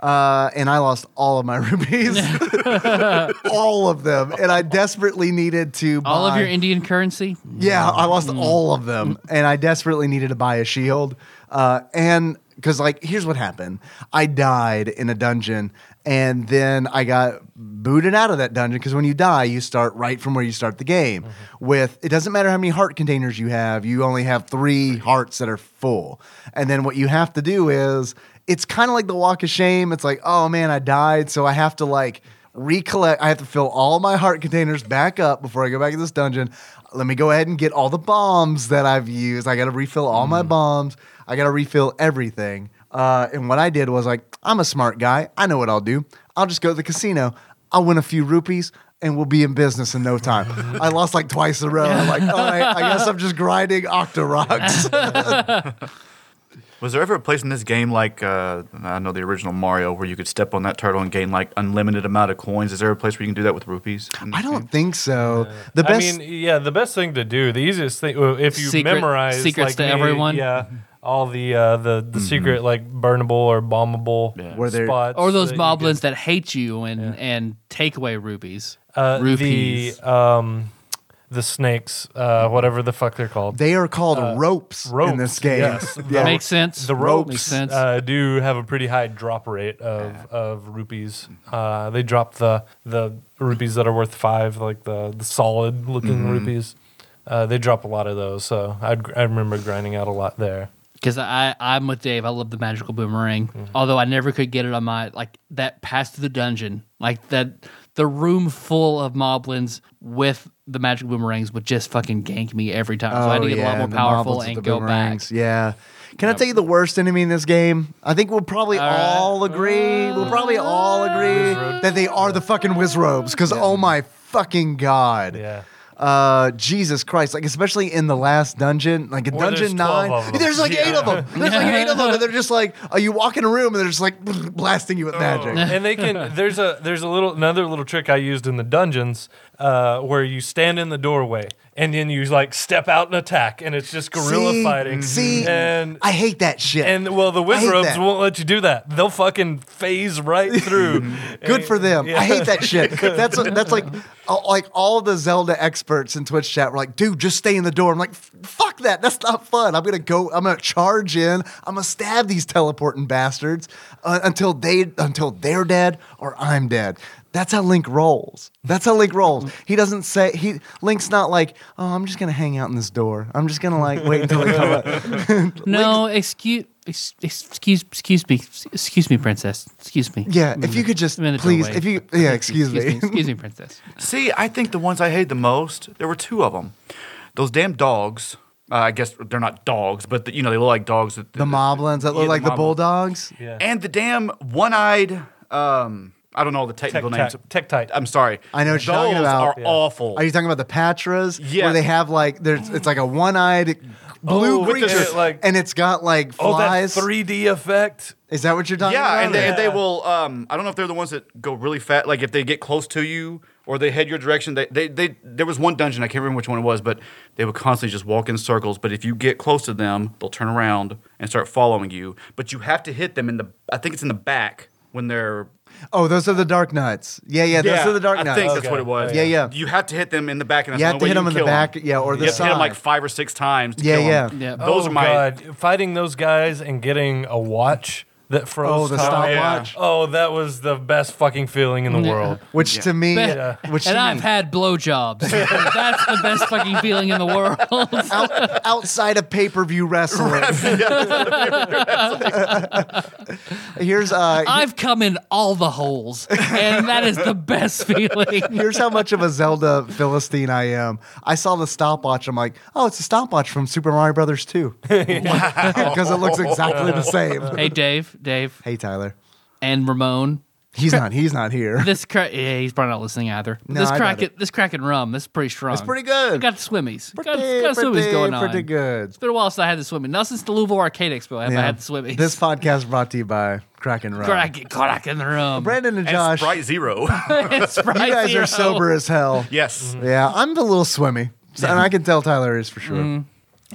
B: Uh, and I lost all of my <laughs>
A: <laughs>
B: rupees, all of them, and I desperately needed to
A: <laughs>
B: buy
A: all of your Indian currency.
B: yeah, I lost all of them, and I desperately needed to buy a shield. Uh, and because, like, here's what happened: I died in a dungeon, and then I got booted out of that dungeon because when you die, you start right from where you start the game. With it doesn't matter how many heart containers you have; you only have three hearts that are full. And then what you have to do is, it's kind of like the walk of shame. It's like, oh man, I died, so I have to like recollect. I have to fill all my heart containers back up before I go back to this dungeon. Let me go ahead and get all the bombs that I've used. I got to refill all my
C: Mm.
B: bombs. I got to refill everything. Uh, and what I did was like, I'm a smart guy. I know what I'll do. I'll just go to the casino. I'll win a few rupees. and we'll be in business in no time. I lost like twice in a row. I'm like, all right, I guess I'm just grinding
C: <laughs>
B: Octorox.
D: Was there ever a place in this game like uh, I know the original Mario where you could step on that turtle and gain like unlimited amount of coins? Is there a place where you can do that with rupees? Mm, in
B: I
D: this
B: don't
D: game?
B: think so. The best.
C: I mean, yeah, the best thing to do, the easiest thing, well, if you
A: Secret-
C: memorize
A: secrets
C: like
A: to
C: me,
A: everyone. Mm-hmm.
C: yeah, all the uh, the the secret like burnable or bombable
D: Yeah.
B: Where they're-
C: spots,
A: Or those
C: that you
A: moblins that hate you and and take away rupees.
C: can- uh,
A: rupees.
C: the um, the snakes, uh, whatever the fuck they're called.
B: they are called ropes,
C: Uh, ropes,
B: in this game.
C: yes.
B: <laughs> yeah.
A: Makes sense.
C: the ropes
A: makes sense.
C: Uh, do have a pretty high drop rate of, of rupees. Uh, they drop the the rupees that are worth five, like the, the solid looking
A: Mm-hmm.
C: rupees. Uh, they drop a lot of those, so I I remember grinding out a lot there.
A: Because I I'm with Dave. I love the magical boomerang.
B: Mm-hmm.
A: Although I never could get it on my like that pass through the dungeon. Like that the room full of moblins with the magic boomerangs would just fucking gank me every time. so I had
B: Oh,
A: to get a lot
B: yeah,
A: more
B: the
A: powerful
B: marbles with
A: and
B: the
A: go back.
B: boomerangs. Yeah. Can I tell you the worst enemy in this game? I think we'll probably
A: right.
B: all agree. We'll probably all agree that they are the fucking whiz robes. Because oh my fucking god.
C: Yeah.
B: Uh, Jesus Christ! Like especially in the last dungeon, like in
C: Where
B: dungeon
C: there's
B: nine,
C: 12 of them.
B: there's like eight
C: Yeah.
B: of them. There's like eight of them, and they're just like, oh, you walk in a room and they're just like <laughs> blasting you with magic.
C: <laughs> and they
D: <laughs>
C: can there's a there's a little another little trick I used in the dungeons uh, where you stand in the doorway and then you like step out and attack and it's just guerrilla
B: see,
C: fighting.
B: See,
C: and
B: I hate that shit.
C: and well the
B: hate
C: wizards
B: that.
C: won't let you do that. They'll fucking
B: <laughs>
C: phase right through.
B: Good for them.
C: Yeah.
B: I hate that shit. That's that's like uh, like all the Zelda experts in Twitch chat were like, "Dude, just stay in the door." I'm like, "Fuck that. That's not fun. I'm gonna go. I'm gonna charge in. I'm gonna stab these teleporting bastards uh, until they until they're dead or I'm dead." That's how Link rolls. That's how Link rolls. He doesn't say he Link's not like, "Oh, I'm just gonna hang out in this door. I'm just gonna like wait until they come up."
A: No, excuse, ex- excuse, excuse me, excuse me, princess. Excuse me.
B: Yeah, if you could just
A: I'm in a
B: please,
A: doorway.
B: if
A: <laughs>
B: you yeah, excuse, me.
A: excuse me,
B: <laughs>
A: princess.
D: mm. See, I think the ones I hated the most, there were two of them. Those damn dogs. Uh, I guess they're not dogs, but the, you know they look like dogs. that-
B: The moblins that look
D: Yeah, the
B: like the
D: moblins.
B: bulldogs.
C: Yeah.
D: and the damn one-eyed. Um, I don't know the technical
C: Tec-
D: names.
C: tec- Tectite.
D: I'm sorry.
B: I know what
D: Those
B: you're talking about.
D: are
B: Yeah.
D: awful.
B: Are you talking about the Patras?
D: Yeah.
B: Where they have like there's it's like a one eyed blue
C: Oh, with the-
B: creature
C: and it, like-
B: and it's got like
C: Oh, that
B: flies.
C: 3D effect.
B: Is that what you're talking about?
D: yeah, and they, and they
C: Yeah.
D: will. Um, I don't know if they're the ones that go really fast. Like if they get close to you or they head your direction. They, they, they there was one dungeon I can't remember which one it was, but they would constantly just walk in circles. But if you get close to them, they'll turn around and start following you. But you have to hit them in the. I think it's in the back when they're.
B: Oh, those are the dark nuts. Yeah, yeah, those are the dark
D: I
B: nuts.
D: think that's
C: Okay.
D: what it was.
B: Yeah, yeah.
D: You have to hit them in the back, and that's
B: You
D: the
B: have to
D: only way
B: hit them
D: can
B: in the
D: kill
B: back, yeah, or
D: you
B: the
D: have to hit them like
B: side.
D: five or six times. To
B: Yeah,
D: kill 'em.
B: yeah.
A: Yeah.
D: Those
C: oh,
D: are my.
C: God. Fighting those guys and getting a watch that
B: Oh,
C: froze
B: the
C: time.
B: stopwatch.
C: Oh, that was the best fucking feeling in the world.
B: Which to me,
A: Yeah.
B: which
A: and
B: to
A: I've
B: me,
A: had
B: <laughs>
A: blowjobs. That's the best fucking feeling in the world.
B: out, outside of pay per view
D: <laughs>
B: wrestling. <laughs> here's uh,
A: I've come in all the holes, and that is the best feeling.
B: Here's how much of a Zelda Philistine I am. I saw the stopwatch. I'm like, oh, it's a stopwatch from Super Mario Brothers <laughs>
D: <laughs>
B: 2. Because it looks exactly the same.
A: Hey, Dave, Dave,
B: Hey, Tyler.
A: and Ramon.
B: He's not. He's not here.
A: <laughs> This cra- yeah, he's probably not listening either.
B: No,
A: this
B: I doubt
A: crack this Kraken rum, this is pretty strong.
B: <laughs> It's pretty good.
A: Got swimmies. Got-
B: Pretty,
A: got, swimmies
B: pretty,
A: going on.
B: pretty good.
A: It's been a while since I had the swimming. Not since the Louisville Arcade Expo have I
B: Yeah.
A: had the swimmies. <laughs>
B: This podcast brought to you by Kraken Rum.
A: Kraken, Kraken rum.
B: Brandon and
D: And
B: Josh,
D: Sprite
B: <laughs>
D: Zero.
A: Sprite
B: you guys
A: Zero.
B: are sober as hell.
D: yes.
B: Yeah, I'm a little swimmy, so, and I can tell Tyler is for sure.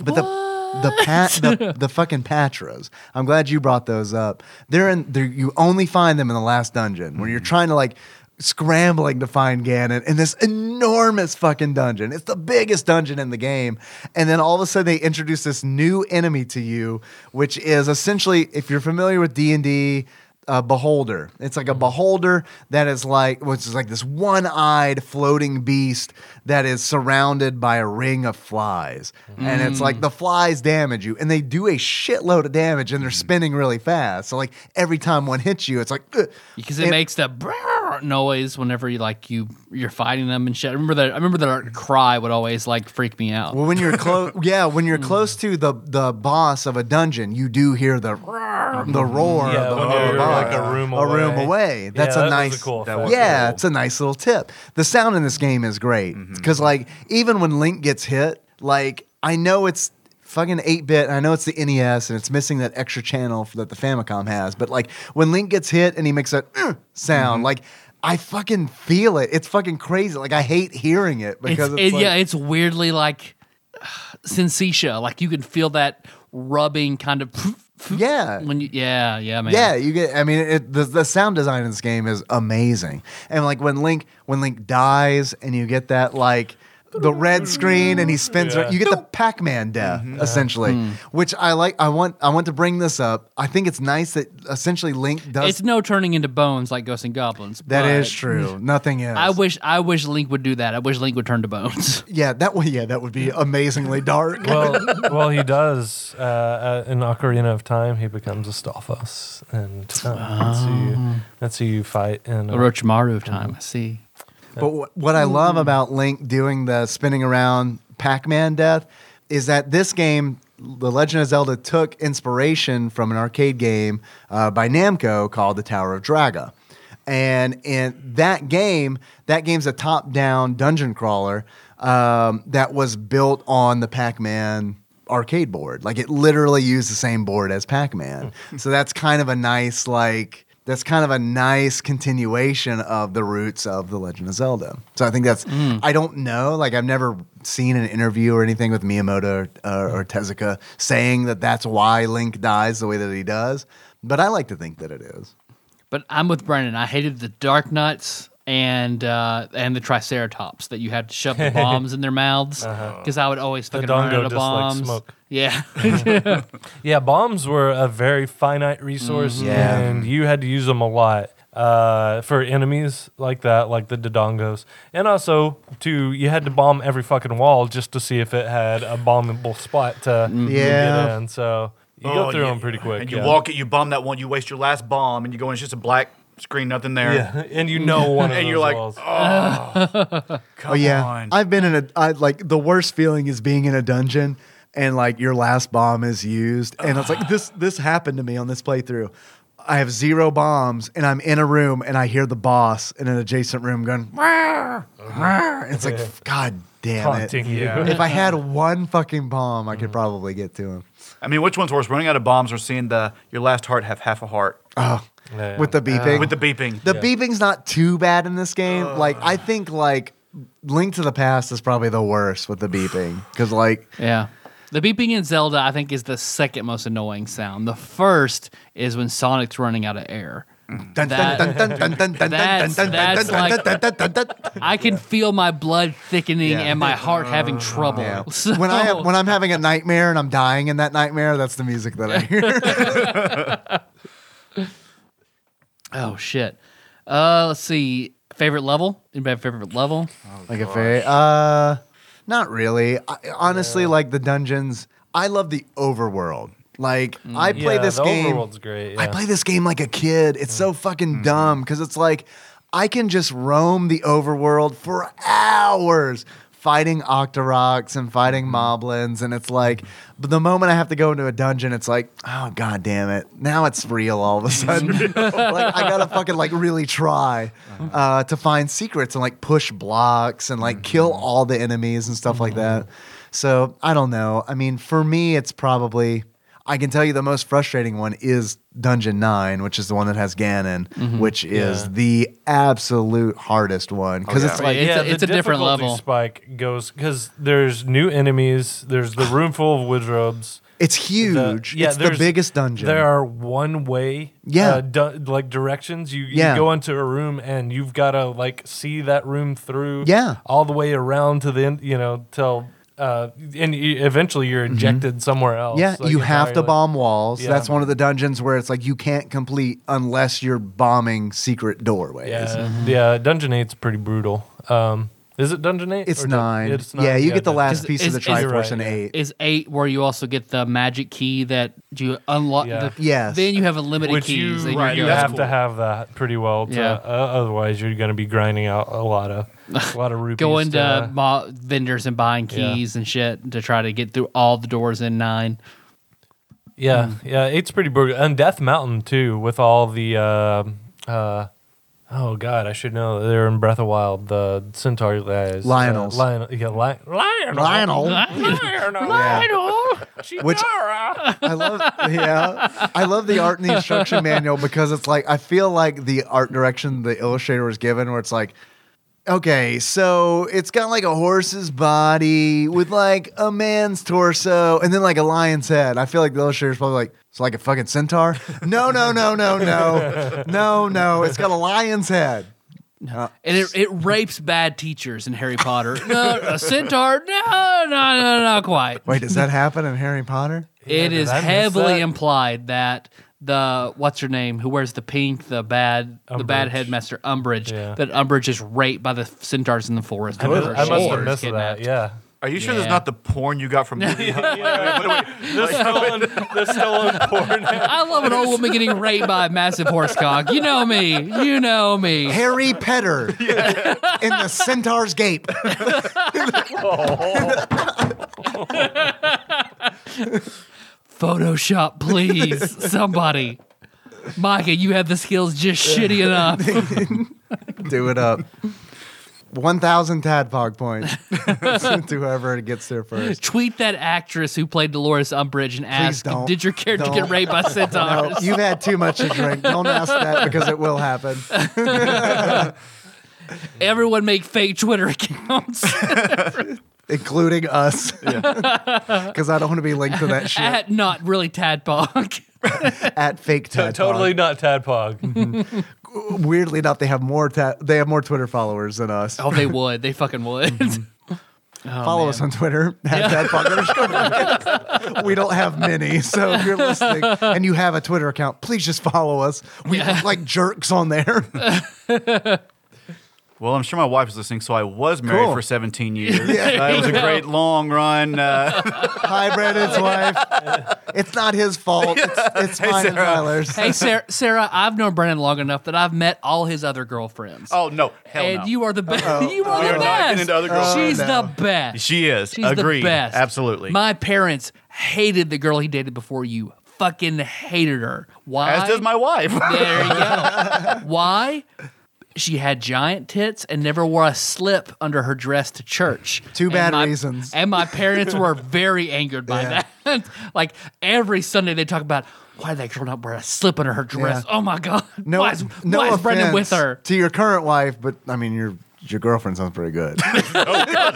B: But the the pat the, the fucking patras. I'm glad you brought those up. They're in. They're, you only find them in the last dungeon where you're trying to like scrambling to find Ganon in this enormous fucking dungeon. It's the biggest dungeon in the game, and then all of a sudden they introduce this new enemy to you, which is essentially if you're familiar with D and D a beholder. It's like a beholder that is like, which is like this one eyed floating beast that is surrounded by a ring of flies. And it's like the flies damage you, and they do a shitload of damage, and they're spinning really fast. So, like, every time one hits you, it's like, "Ugh."
A: because it, makes the brrrr noise whenever you like you you're fighting them and shit. I remember that. I remember that cry would always like freak me out.
B: Well, when you're close, yeah, when you're close to the the boss of a dungeon, you do hear the roar the roar
C: Mm-hmm. Yeah,
B: of the
C: when
B: whole
C: you're,
B: bar.
C: like, a room
B: A room
C: away.
B: away. That's
C: that
B: a
C: was a
B: nice.
C: cool
D: That was
C: effect. Mm-hmm.
B: yeah,
D: cool.
B: it's a nice little tip. The sound in this game is great because, like, even when Link gets hit, like, I know it's fucking 8-bit i know it's the nes and it's missing that extra channel that the famicom has but like when link gets hit and he makes that "Uh," sound
C: Mm-hmm.
B: like i fucking feel it it's fucking crazy like i hate hearing it because it's,
A: it-
B: like,
A: yeah, it's weirdly like syncesia. Like you can feel that rubbing kind of.
B: Yeah.
A: When you, yeah, yeah, man.
B: Yeah, you get. I mean, it, the the sound design in this game is amazing. And like when Link when Link dies, and you get that like the red screen, and he spins.
C: Yeah.
B: around You get the Pac Man death essentially, which I like. I want I want to bring this up. I think it's nice that essentially Link does.
A: It's no turning into bones like Ghosts and Goblins.
B: that is
A: but
B: true. Nothing is.
A: I wish I wish Link would do that. I wish Link would turn to
B: <laughs>
A: bones.
B: yeah, that would. Yeah, that would be amazingly
C: <laughs>
B: dark. <laughs>
C: well, well, he does. Uh, uh, in Ocarina of Time, he becomes a Stophos, and uh, that's, who
B: Ah.
C: you, that's who you fight. And
A: Orochimaru of time. I see.
B: But what, what I love about Link doing the spinning around Pac Man death is that this game, The Legend of Zelda, took inspiration from an arcade game uh, by Namco called The Tower of Draga. And in that game, that game's a top down dungeon crawler um, that was built on the Pac Man arcade board. Like it literally used the same board as Pac Man. so that's kind of a nice, like, that's kind of a nice continuation of the roots of the Legend of Zelda. So I think that's I don't know, like I've never seen an interview or anything with Miyamoto or, or, or Tezuka saying that that's why Link dies the way that he does, but I like to think that it is.
A: But I'm with Brendan. I hated the Dark Nuts and uh, and the Triceratops that you had to
B: <laughs>
A: shove the bombs in their mouths
B: Uh-huh.
A: because I would always fucking run out
C: Dongo
A: of
C: dislikes
A: bombs.
C: smoke.
B: <laughs>
A: Yeah,
C: Yeah, bombs were a very finite resource,
B: Mm-hmm. Yeah.
C: and you had to use them a lot uh, for enemies like that, like the Dodongos. And also, too, you had to bomb every fucking wall just to see if it had a bombable spot to, to
B: Mm-hmm. Yeah.
C: get in. So you
D: Oh,
C: go through
D: you-
C: them pretty quick.
D: And you
C: yeah.
D: walk it, you bomb that one, you waste your last bomb, and you go and it's just a black screen, nothing there.
C: <laughs> Yeah, and you know one of
D: <laughs> And
C: those
D: you're like, "Oh,
C: walls.
D: Come
B: oh yeah,
D: on.
B: I've been in a I, like the worst feeling is being in a dungeon and like your last bomb is used, and it's like this this happened to me on this playthrough. I have zero bombs, and I'm in a room, and I hear the boss in an adjacent room going. "Rawr, rawr." It's
C: <laughs>
B: like God damn
C: Taunting
B: it!
C: you. Mm-hmm.
B: If I had one fucking bomb, I could probably get to him
D: I mean, which one's worse, running out of bombs or seeing the your last heart have half a heart
C: <laughs> Yeah.
B: with the beeping.
D: with the beeping?
B: The beeping's not too bad in this game. Like I think like Link to the Past is probably the worst with the beeping because like
A: yeah. The beeping in Zelda, I think, is the second most annoying sound. The first is when Sonic's running out of air. That- that's- that's I can feel my blood thickening
B: Yeah.
A: and my heart having trouble.
B: Yeah.
A: <laughs> So-
B: when I have, when I'm having a nightmare and I'm dying in that nightmare, that's the music that I
A: <laughs>
B: hear.
A: oh shit. Uh, let's see. Favorite level? Anybody have favorite level?
B: like a fairy. Uh, not really. I, honestly, like the dungeons. I love the overworld. Like I
A: Mm.
B: play
C: Yeah,
B: this
C: the
B: game.
C: Overworld's great.
B: I
C: yeah.
B: play this game like a kid. It's so fucking dumb because it's like I can just roam the overworld for hours fighting Octoroks and fighting Moblins. And it's like, but the moment I have to go into a dungeon, it's like, oh, god damn it. Now it's real all of a sudden. like, I gotta fucking like really try uh, to find secrets and like push blocks and like kill all the enemies and stuff like that. So I don't know. I mean, for me, it's probably. I can tell you the most frustrating one is Dungeon 9, which is the one that has Ganon, which is
C: Mm-hmm. Yeah. Oh,
B: the absolute hardest one cuz
D: yeah.
B: it's
A: Right,
B: like
A: it's,
C: yeah,
A: a,
C: the
A: it's a different
C: difficulty
A: level.
C: Spike goes because there's new enemies. There's the room full of wizards.
B: it's
C: the-
B: huge. it's the
C: there's-
B: biggest dungeon.
C: There are one way,
B: Yeah.
C: uh, du- like directions. You, you
B: Yeah.
C: go into a room and you've got to like see that room through,
B: Yeah.
C: all the way around to the end, you know, till uh, and you, eventually you're ejected somewhere
B: Mm-hmm.
C: else.
B: yeah,
C: like,
B: you have to
C: entirely.
B: bomb walls.
C: Yeah.
B: That's one of the dungeons where it's like you can't complete unless you're bombing secret doorways.
C: Yeah,
B: Mm-hmm.
C: yeah. Dungeon eight's pretty brutal. Um, is it Dungeon eight?
B: It's,
C: Or dun-
B: nine.
C: it's
B: Yeah, you get the
C: dun-
B: last
A: Is-
B: piece
A: is-
B: of the
A: is-
B: Triforce
C: Right,
B: in
C: yeah.
B: 8.
A: is eight where you also get the magic key that you unlock.
C: Yeah.
A: The,
B: Yes.
A: Then you have unlimited
C: Which you,
A: keys. and
D: right,
A: you're
C: you
A: good.
C: have to have that pretty well. To,
A: Yeah.
C: uh, otherwise, you're going to be grinding out a
A: <laughs>
C: lot of a lot of rupees.
A: going
C: to,
A: to mo- vendors and buying keys and shit to try to get through all the doors in nine.
C: Yeah, yeah, it's pretty brutal. And Death Mountain too, with all the uh, uh, oh god, I should know. They're in Breath of Wild, the Centaur guys,
B: Lionels.
C: uh, Lionel, yeah, li- Lionel,
B: Lionel. <laughs>
C: Lionel,
B: Which-
C: Chitara.
B: I love, yeah, I love the art and the instruction manual because it's like I feel like the art direction the illustrator was given, where it's like, okay, so it's got like a horse's body with like a man's torso and then like a lion's head. I feel like the illustrator's probably like, it's like a fucking centaur. No, no, no, no, no, no, no. It's got a lion's head.
A: And it, it rapes bad teachers in Harry Potter. <laughs> no, a centaur? No, no, no, not
C: <laughs>
A: quite.
B: Wait, does that happen in Harry Potter?
A: It
C: did
A: is
C: I miss
A: heavily
C: that?
A: implied that the what's her name who wears the pink, the bad, the bad
C: Umbridge.
A: headmaster Umbridge,
C: Yeah.
A: that Umbridge is raped by the centaurs in the forest.
C: I must,
A: Whoever
C: I
A: she
C: must
A: is
C: have missed
A: kidnapped.
C: that. Yeah.
D: Are you sure
A: Yeah.
D: there's not the porn
C: <laughs>
D: you got from?
C: The stolen, the stolen porn.
A: I love an old woman getting raped by a massive horse cock. You know me. You know me.
B: Harry Petter in the Centaur's Gape.
A: Photoshop,
C: <laughs>
A: please. Somebody. Micah, you have the skills just shitty
C: <laughs>
A: enough.
B: Do it up. 1,000 Tadpog points to whoever gets there first.
A: Tweet that actress who played Dolores Umbridge and ask,
B: don't.
A: "Did your character
B: Don't.
A: get raped
B: <laughs>
A: by
B: No,
A: centaurs?"
B: Oh, you've had too much to drink. Don't ask that because it will happen.
A: Everyone make fake Twitter <laughs>
B: <laughs>
A: accounts
B: Including us. Because I don't want to be linked to that shit
A: at not really
B: <laughs>
A: Tadpog.
B: at fake
C: T-
B: Tadpog.
C: totally not Tadpog.
B: Weirdly enough, they have more ta- they have more Twitter followers than us.
A: oh, they would. They fucking would.
B: Mm-hmm.
A: <laughs> Oh,
B: Follow us on Twitter at Tadpog underscore podcast. We don't have many, so if you're listening and you have a Twitter account, please just follow us. We look like jerks on there.
D: well, I'm sure my wife is listening, so I was married
B: Cool.
C: <laughs>
D: for 17 years. Uh, it was a great long run. Uh,
B: Hi,
A: <laughs>
B: Brandon's wife. It's not his fault. It's, it's mine and
D: Sarah.
B: Tyler's. <laughs>
A: hey, Sarah, Sarah, I've known Brandon long enough that I've met all his other girlfriends.
D: oh no, hell
A: and
D: no.
A: you are the best. <laughs> you are
D: We
A: the
D: are not
A: best.
D: getting into other girls.
A: She's
B: Oh, no.
A: the best.
D: she is.
A: She's
D: Agreed.
A: the best.
D: Absolutely.
A: My parents hated the girl he dated before you. Fucking hated her. Why?
D: As does my wife.
A: <laughs> There you
B: <laughs>
A: go. Why? She had giant tits and never wore a slip under her dress to church.
B: Two
A: And
B: bad
A: my-
B: reasons.
A: And my parents
B: <laughs>
A: were very angered by
B: Yeah.
A: that. <laughs> like every Sunday, they talk about why did that girl not wear a slip under her dress?
B: Yeah.
A: Oh my god! why is, why is Brendan with
B: offense
A: her?
B: To your current wife, but I mean your your girlfriend sounds
A: <laughs>
B: pretty good. Uh,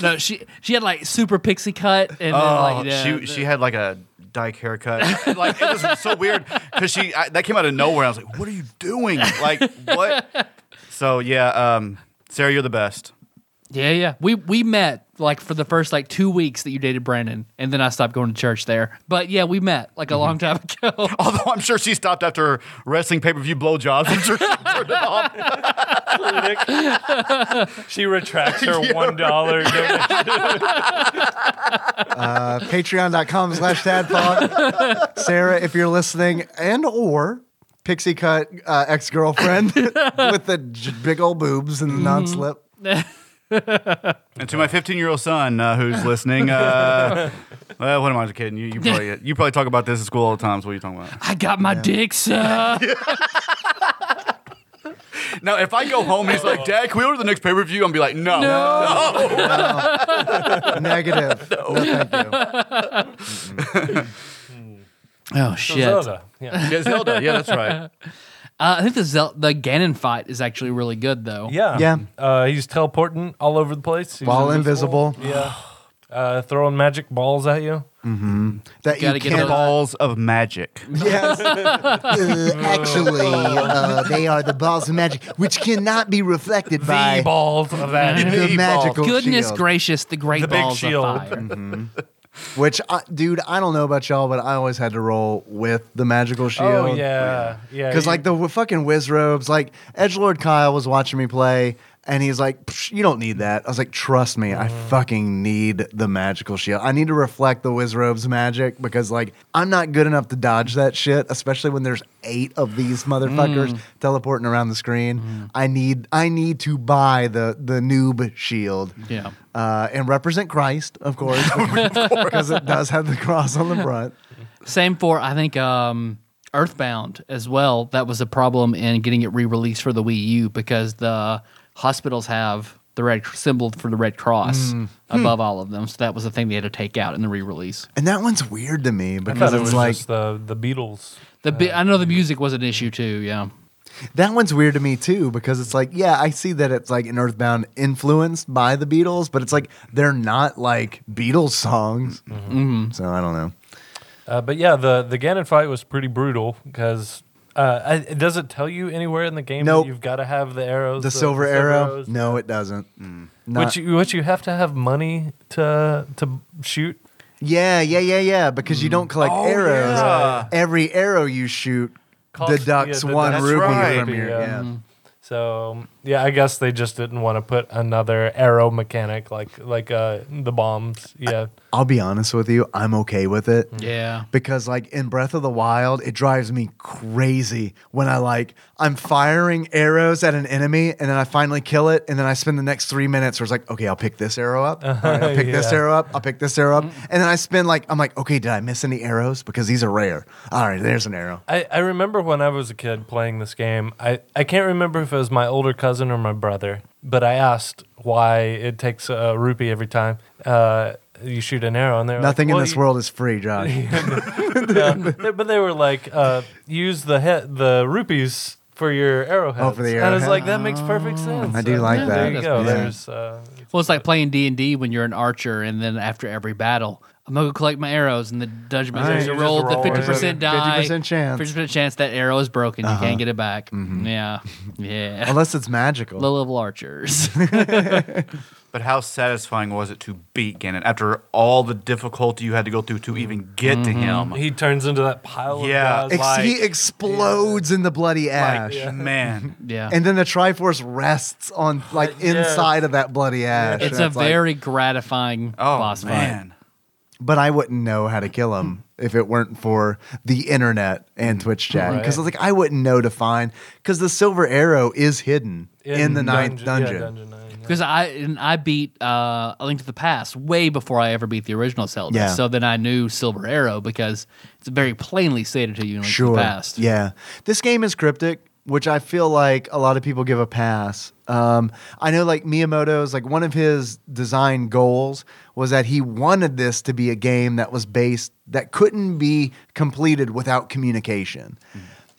A: No, she she had like super pixie cut and then,
D: Oh,
A: like, uh, yeah,
D: she she had like a
A: <laughs>
D: dyke haircut. like it was so weird because she I, that came out of nowhere. I was like, "What are you doing? Like
A: <laughs>
D: what?" So yeah, um, Sarah, you're the best.
A: yeah, yeah. We we met like for the first like two weeks that you dated Brandon, and then I stopped going to church there. But yeah, we met like
B: Mm-hmm.
A: a long time ago.
D: Although I'm sure she stopped after her wrestling pay per view blowjobs. I'm
A: <laughs>
D: sure she turned it off.
C: <laughs> she retracts her one dollar. donation.
B: Uh, Patreon.com slash tadpod. Sarah, if you're listening, and or pixie cut uh, ex girlfriend
A: <laughs>
B: with the j- big old boobs and the
A: Mm-hmm.
B: non slip.
D: And to my 15 year old son uh, who's
A: <laughs>
D: listening, uh, well, what am I kidding? You, you probably you probably talk about this at school all the time. So what are you talking about?
A: I got my dick
C: <laughs>
A: sucked.
D: Now, if I go home and he's like, Dad, can we order the next pay per view? I'm be like, No. <laughs>
A: <laughs>
B: Negative. No. thank you.
A: Oh shit! Uh,
C: Zelda. Yeah.
D: Yeah, Zelda. Yeah, that's right.
A: I think the Zel- the Ganon fight is actually really good though.
C: Yeah.
B: Yeah.
C: Uh, he's teleporting all over the place. He's
B: Ball invisible.
C: Yeah. Uh, throwing magic balls at you.
B: That you,
A: Gotta get
B: <laughs> can't
A: those-
D: Balls of magic.
A: <laughs>
B: Yes. Uh, actually, uh, they are the balls of magic, which cannot be reflected by
C: The balls
B: <laughs>
C: of magic.
B: the magical
A: Goodness
B: shield.
A: gracious, the great
C: The big
A: balls
C: shield. Mm-hmm.
A: of
C: <laughs>
A: fire.
B: Which, I, dude, I don't know about y'all, but I always had to roll with the magical shield.
C: <laughs> Oh yeah, yeah.
B: Because like the w- fucking whiz robes, like Edgelord Kyle was watching me play, And he's like, "Psh, you don't need that. I was like, trust me, I
C: Mm.
B: fucking need the magical shield. I need to reflect the Wizrobe's magic because, like, I'm not good enough to dodge that shit, especially when there's eight of these motherfuckers teleporting around the screen.
C: Mm.
B: I need, I need to buy the the noob shield.
A: Yeah.
B: Uh, and represent Christ, of course, <laughs> because it does have the cross on the front.
A: Same for I think um, Earthbound as well. That was a problem in getting it re-released for the Wii U because the hospitals have the red symbol for the Red Cross
C: Mm. Hmm.
A: above all of them. So that was the thing they had to take out in the re-release.
B: And that one's weird to me
C: I
B: because
C: thought it
B: it's
C: was
B: like
C: just the the Beatles.
A: The bi-
C: Uh,
A: I know the music was an issue too. Yeah.
B: that one's weird to me too because it's like yeah, I see that it's like an Earthbound influenced by the Beatles, but it's like they're not like Beatles songs. So I don't know.
C: Uh, but yeah, the the Ganon fight was pretty brutal because uh, I, it doesn't tell you anywhere in the game
B: Nope.
C: that you've got to have the arrows,
B: The silver arrow?
C: arrows,
B: No, it doesn't. Mm. Not-
C: which you, which you have to have money to to shoot.
B: yeah, yeah, yeah, yeah. Because you don't collect
D: Oh,
B: arrows.
D: yeah.
B: Every arrow you shoot
C: Cost-
B: deducts
C: yeah,
B: one
C: deducts
B: rupee
D: right.
B: from your.
C: Yeah.
B: Yeah.
C: So yeah, I guess they just didn't want to put another arrow mechanic like like uh, the bombs. Yeah,
B: I'll be honest with you. I'm okay with it.
A: Yeah.
B: because like in Breath of the Wild, it drives me crazy when I like I'm firing arrows at an enemy and then I finally kill it and then I spend the next three minutes where it's like, okay, I'll pick this arrow up, All right, I'll pick this
C: Uh-huh, Yeah. Mm-hmm.
B: arrow up, I'll pick this arrow up, and then I spend like I'm like, okay, did I miss any arrows because these are rare? All right, there's an arrow.
C: I, I remember when I was a kid playing this game. I, I can't remember if it was my older cousin or my brother, but I asked why it takes a rupee every time uh, you shoot an arrow, and they're
B: Nothing in
C: like, Uh, "Well,
B: this
C: you-
B: world is free,
C: <laughs>
B: Josh.
C: Yeah,
B: <laughs>
C: they- but they were like, uh, use the he- the rupees for your arrowheads.
B: Oh, for the
C: And I was like,
B: arrowhead.
C: that makes perfect sense.
B: I do like
C: yeah,
B: that.
C: There you go.
B: Yeah.
C: There's, uh,
A: Well, it's like playing D and D when you're an archer, and then after every battle, I'm gonna go collect my arrows, and the dungeon
B: Right.
A: master
B: You
A: right.
C: just
A: rolled the
C: roll it.
A: fifty percent die,
B: 50% chance. Uh-huh. Mm-hmm.
A: fifty percent chance that arrow is broken. You can't get it back. Yeah, yeah.
B: <laughs> Unless it's magical.
A: Low level archers.
B: <laughs>
D: But how satisfying was it to beat Ganon after all the difficulty you had to go through to even get to him?
C: he turns into that pile
D: Yeah.
C: of guys.
B: Ex-
D: like-
B: he explodes in the bloody ash.
D: Like, man.
A: <laughs> yeah,
B: And then the Triforce rests on like
C: <laughs> Yes.
B: inside of that bloody ash.
A: it's
B: and
A: a
B: like-
A: very gratifying
D: Oh,
A: boss fight.
D: man.
B: but I wouldn't know how to kill him <laughs> if it weren't for the internet and Twitch chat. Because like I wouldn't know to find because the silver arrow is hidden in, the ninth
C: yeah,
B: dungeon.
C: dungeon nine, yeah.
A: Because I and I beat uh, A Link to the Past way before I ever beat the original Zelda.
B: Yeah.
A: So then I knew Silver Arrow because it's very plainly stated to you in Link to
B: Sure.
A: the Past.
B: Yeah. This game is cryptic, which I feel like a lot of people give a pass. Um, I know like Miyamoto's like one of his design goals was that he wanted this to be a game that was based that couldn't be completed without communication.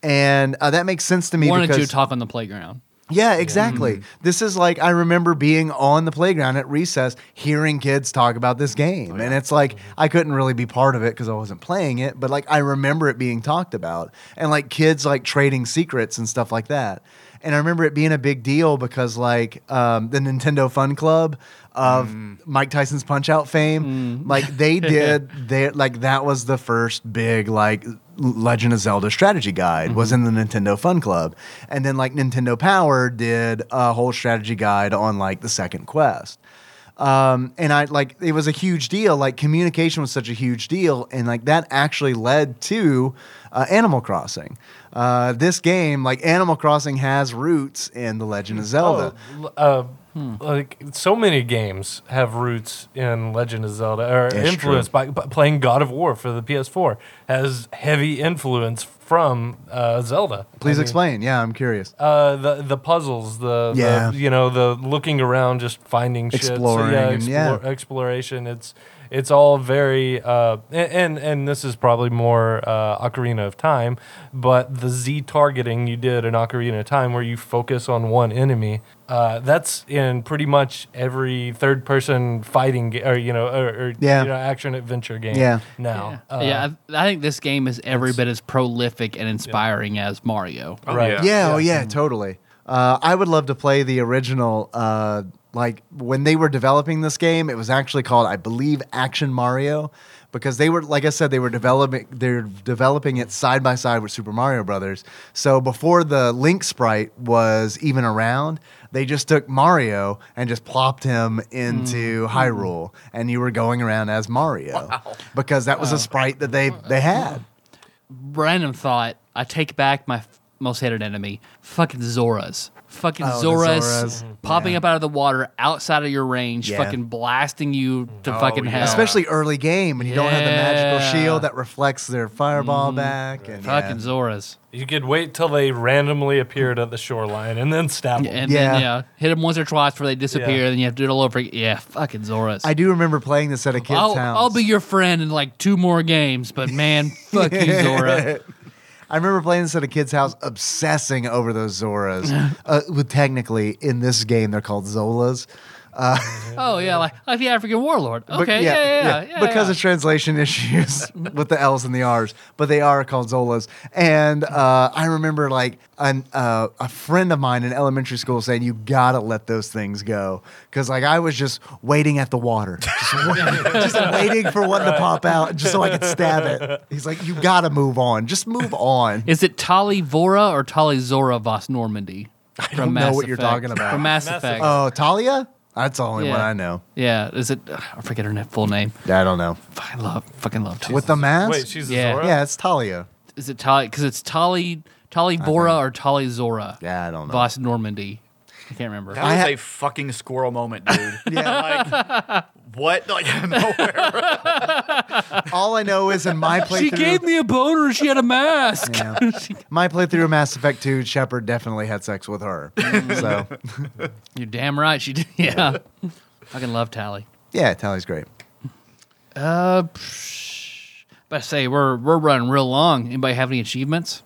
B: And uh, that makes sense Mm. to me
A: Wanted
B: because
A: you to talk on the playground.
B: Yeah, exactly. This is like I remember being on the playground at recess, hearing kids talk about this game, and it's like I couldn't really be part of it because I wasn't playing it, but like I remember it being talked about, and like kids like trading secrets and stuff like that. And I remember it being a big deal because like um, the Nintendo Fun Club of Mike Tyson's Punch Out fame, like they did, they like that was the first big like Legend of Zelda strategy guide was in the Nintendo Fun Club. And then like Nintendo Power did a whole strategy guide on like the second quest. Um, and I like it was a huge deal. Like communication was such a huge deal, and like that actually led to uh, Animal Crossing. Uh, this game, like Animal Crossing, has roots in the Legend of Zelda.
C: Oh, uh, Like so many games have roots in Legend of Zelda, or
B: That's
C: influence by, by playing God of War for the PS4 has heavy influence from uh, Zelda.
B: Please
C: I mean,
B: explain. Yeah, I'm curious.
C: Uh, the the puzzles, the, the-
B: Yeah.
C: you know the looking around, just finding shit. So,
B: Exploring
C: yeah,
B: and- yeah.
C: exploration. It's it's all very uh, a- and and this is probably more uh, Ocarina of Time, but the Z targeting you did in Ocarina of Time, where you focus on one enemy, uh, that's in pretty much every third person fighting ga- or you know or, or
B: Yeah.
C: you know action adventure game
B: Yeah.
C: now.
A: Yeah,
C: Uh,
A: yeah I, I think this game is every bit as prolific and inspiring as Mario.
D: Oh,
C: Right.
B: Yeah, oh yeah, totally. Uh, I would love to play the original. Uh, like when they were developing this game, it was actually called, I believe, Action Mario, because they were, like I said, they were developing they're developing it side by side with Super Mario Brothers. So before the Link sprite was even around, they just took Mario and just plopped him into Hyrule, and you were going around as Mario because that was a sprite that they they had.
A: Random thought. I take back my f- most hated enemy. Fucking Zoras. Fucking
B: Oh, the
A: Zoras,
B: Zoras.
D: Mm-hmm.
B: Mhm.
A: popping
B: Yeah.
A: up out of the water outside of your range,
B: Yeah.
A: fucking blasting you to
D: Oh,
A: fucking
D: yeah.
A: hell.
B: Especially early game when you don't have the
A: Yeah. Mm-hmm.
B: magical shield that reflects their fireball back. And
A: fucking
B: yeah.
A: Zoras.
C: You could wait till they randomly appeared at the shoreline and then stab them.
A: And
B: Yeah.
A: then yeah, hit them once or twice before they disappear,
C: Yeah.
A: then you have to do it all over again. Yeah, fucking Zoras.
B: I do remember playing this at a kid's
A: I'll,
B: house.
A: I'll be your friend in like two more games, but
B: <laughs>
A: man, fuck you, Zora.
B: I remember playing this at a kid's house, obsessing over those
A: <laughs>
B: Zoras. uh, well, technically, in this game, they're called Zolas.
A: Oh yeah, like, like the African warlord.
B: Be-
A: Okay, yeah, yeah, yeah, yeah,
B: because
A: yeah.
B: of translation <laughs> issues with the L's and the R's, but they are called Zolas. And uh, I remember like an, uh, a friend of mine in elementary school saying, "You gotta let those things go," because like I was just waiting at the water, just, wait- <laughs> just waiting for one to pop out, just so I could stab it.
A: <laughs>
B: He's like, "You gotta move on, just move on."
A: Is it Tali Vora or Tali Zora Vos Normandy? I
B: don't know what you're talking about.
A: From Mass, Effect.
B: Oh, Talia? That's the only
A: Yeah.
B: one I know.
A: Yeah, is it? ugh, I forget her net- full name.
B: I don't know.
A: I love, fucking love. Tali.
B: With the mask?
C: Wait, she's
A: Yeah.
C: a Zora?
B: yeah, it's Talia.
A: is it Tali? Because it's Tali Tali Vora or Tali Zora.
B: Yeah, I don't know.
A: Vos Normandy. I can't remember.
D: That was
B: ha-
D: a fucking squirrel moment, dude.
B: <laughs> Yeah.
D: <laughs> like, what? <laughs> Like, nowhere.
B: All I know is in my
A: <laughs>
B: playthrough.
A: She gave me a boner. She had a mask. <laughs>
B: Yeah. my playthrough of Mass Effect 2, Shepard definitely had sex with her. so,
A: You're damn right. She did. <laughs> Yeah. fucking love Tali.
B: yeah, Talia's great.
A: Uh, psh, but I say we're we're running real long. Anybody have any achievements?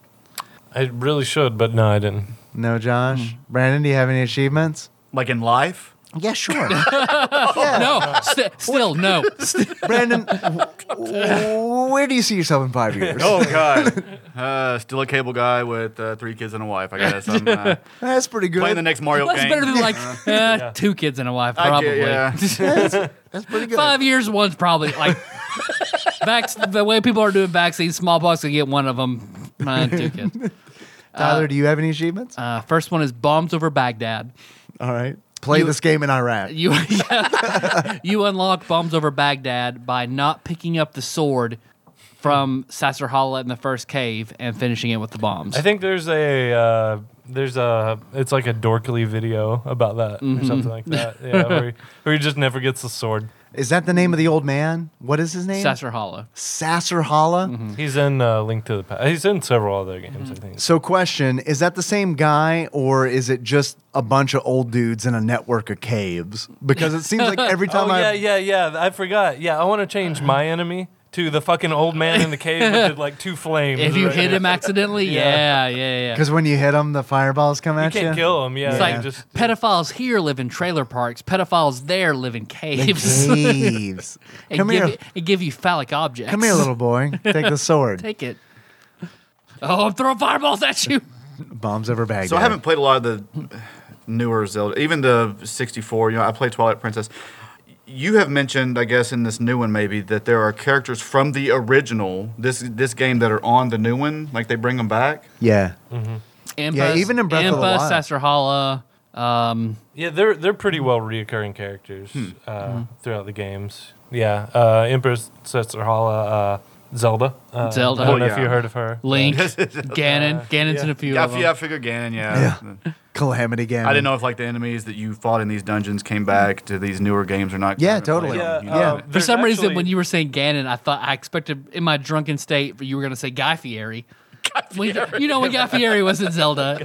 C: I really should, but no, I didn't.
B: No, Josh? Brandon, do you have any achievements?
D: like in life?
B: Yeah,
D: <laughs>
B: sure. yeah.
A: No, <laughs> st- still <laughs> no. St-
D: <laughs>
B: Brandon, w- w- where do you see yourself in five years?
D: <laughs> Oh god. Uh, still a cable guy with uh, three kids and a wife. I guess I'm uh,
B: That's pretty good.
D: playing the next Mario
A: That's
D: game.
A: better than like uh, two kids and a wife,
D: I
A: probably.
D: get- yeah.
B: That's pretty
A: <laughs>
B: good.
A: Five years, one's probably like. Vax, the way people are doing vaccines, smallpox can get one of them. Uh, two kids.
B: Tyler, do you have any achievements?
A: Uh, first one is bombs over Baghdad.
B: All right. Play
A: you-
B: this game in Iraq.
A: You <laughs> you unlock bombs over Baghdad by not picking up the sword from Sasserhala in the first cave and finishing it with the bombs.
C: I think there's a uh, there's a it's like a dorkly video about that
A: Mm-hmm.
C: or something
A: <laughs>
C: like that. Yeah, where he, where he just never gets the sword.
B: Is that the name of the old man? What is his name?
A: Sasserhala.
B: Sasserhalla.
C: He's in uh, Link to the Past. He's in several other games,
A: Mm-hmm.
C: I think.
B: So, question is that the same guy, or is it just a bunch of old dudes in a network of caves? Because it seems like every time
C: <laughs> Oh
B: I
C: yeah, yeah, yeah. I forgot. Yeah, I want to change my enemy to the fucking old man in the cave with the, like two flames.
A: If you
C: right?
A: hit him accidentally, yeah, yeah, yeah.
B: Because when you hit them, the fireballs come
C: you
B: at you.
C: can't kill him. Yeah,
A: It's
C: you
A: like
C: just
A: pedophiles here live in trailer parks, pedophiles there live in caves.
C: <laughs>
B: Caves.
A: <laughs> and
B: come
A: give
B: here,
A: You, and give you phallic objects.
B: come here, little boy. Take the
C: <laughs>
A: <laughs>
B: sword.
A: Take it. Oh, I'm throwing fireballs at you.
B: Bombs over Baghdad.
D: So I haven't played a lot of the newer Zelda, even the 64. You know, I played Twilight Princess. You have mentioned, I guess, in this new one maybe that there are characters from the original this this game that are on the new one, like they bring them back.
B: Yeah.
D: Mm.
A: Impa,
B: <laughs> Yeah, even in Breath of the Wild.
A: Sasserhala. Um,
C: yeah. They're they're pretty well reoccurring characters
B: Hmm.
C: uh,
A: Hmm.
C: throughout the games. Yeah, uh, Empress Setsuhala, uh Zelda. Uh,
A: Zelda.
C: I don't
D: Oh,
C: know if
D: yeah.
C: you heard of her.
A: Link, Ganon. Ganon's in a few
D: Yeah, I
A: of them.
D: fi- I figure Ganon. Yeah.
B: Calamity game.
D: I didn't know if like the enemies that you fought in these dungeons came back to these newer games or not. 'cause
B: Yeah,
D: I haven't played
B: totally.
D: them,
B: Yeah,
D: you know.
B: um,
A: For
C: uh, there's
A: some reason,
C: actually- <laughs>
A: when you were saying Ganon, I thought I expected in my drunken state you were going to say Guy Fieri. When- you know when Guy Fieri was in Zelda.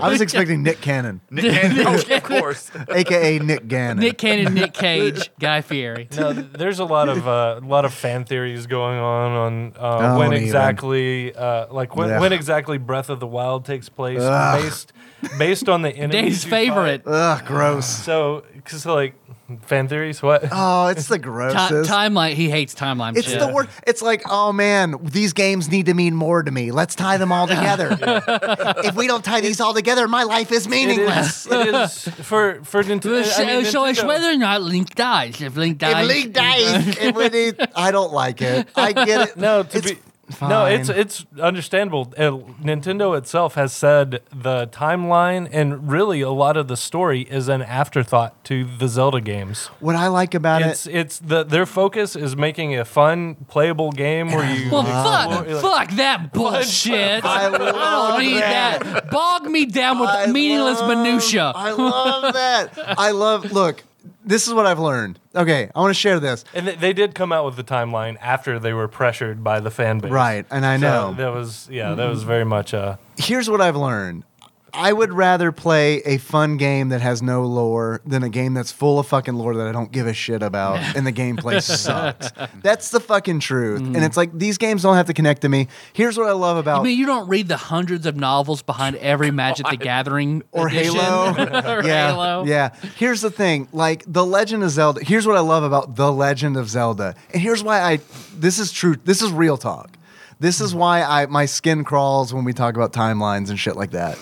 B: I was expecting Nick Cannon,
D: Nick Ganon, oh, of course.
B: aka Nick
A: <laughs>
B: Gannon.
A: Nick Cannon, Nick Cage, Guy Fieri.
C: No, th- there's a lot of uh, lot of fan theories going on on uh,
B: Don't
C: when
B: even.
C: exactly, uh, like when,
B: Ugh.
C: when exactly Breath of the Wild takes place,
B: Ugh.
C: based
A: <laughs>
C: based on the enemies.
A: Dave's
C: you fight.
A: favorite.
B: Ugh, gross.
C: So, cause like fan theories, what?
B: Oh, it's the
A: Ti-
B: grossest.
A: timeline. He hates timeline.
B: It's
A: shit.
B: the word. It's like, oh man, these games need to mean more to me. Let's tie them
C: <laughs>
B: all together. if we don't tie these all together, my life is
C: It
B: meaningless.
C: is,
A: <laughs>
C: it is for for Nintendo.
A: So,
C: I mean,
A: so it's
C: Nintendo-
A: whether or not Link dies. If Link dies,
B: If
C: <laughs>
B: Link dies, it would be- I don't like it. I get it.
C: No, to
B: It's-
C: be
B: Fine.
C: No, it's it's understandable. Uh, Nintendo itself has said the timeline and really a lot of the story is an afterthought to the Zelda games.
B: what I like about it.
C: It's it's the their focus is making a fun, playable game where
B: <laughs>
C: you
A: Well,
C: explore-
A: fuck, fuck that bullshit.
B: I
A: I,
B: love
A: don't need
B: that.
A: that. Bog me down with
B: I
A: meaningless
B: love-
A: minutia.
B: I love that. I love. Look, this is what I've learned. Okay, I want to share this.
C: And they, they did come out with the timeline after they were pressured by the fan base.
B: Right, and I
C: So
B: know.
C: that was yeah, that was very much uh, a
B: Here's what I've learned. I would rather play a fun game that has no lore than a game that's full of fucking lore that I don't give a shit about and the gameplay sucks. That's the fucking truth. And it's like these games don't have to connect to me. Here's what I love about
A: I mean, you don't read the hundreds of novels behind every Magic the Gathering
B: <laughs> or
A: edition. <laughs>
B: Halo.
A: or
B: yeah,
A: Halo.
B: Yeah. Here's the thing, like The Legend of Zelda. Here's what I love about The Legend of Zelda. And here's why I this is true. This is real talk. This is why I my skin crawls when we talk about timelines and shit like that.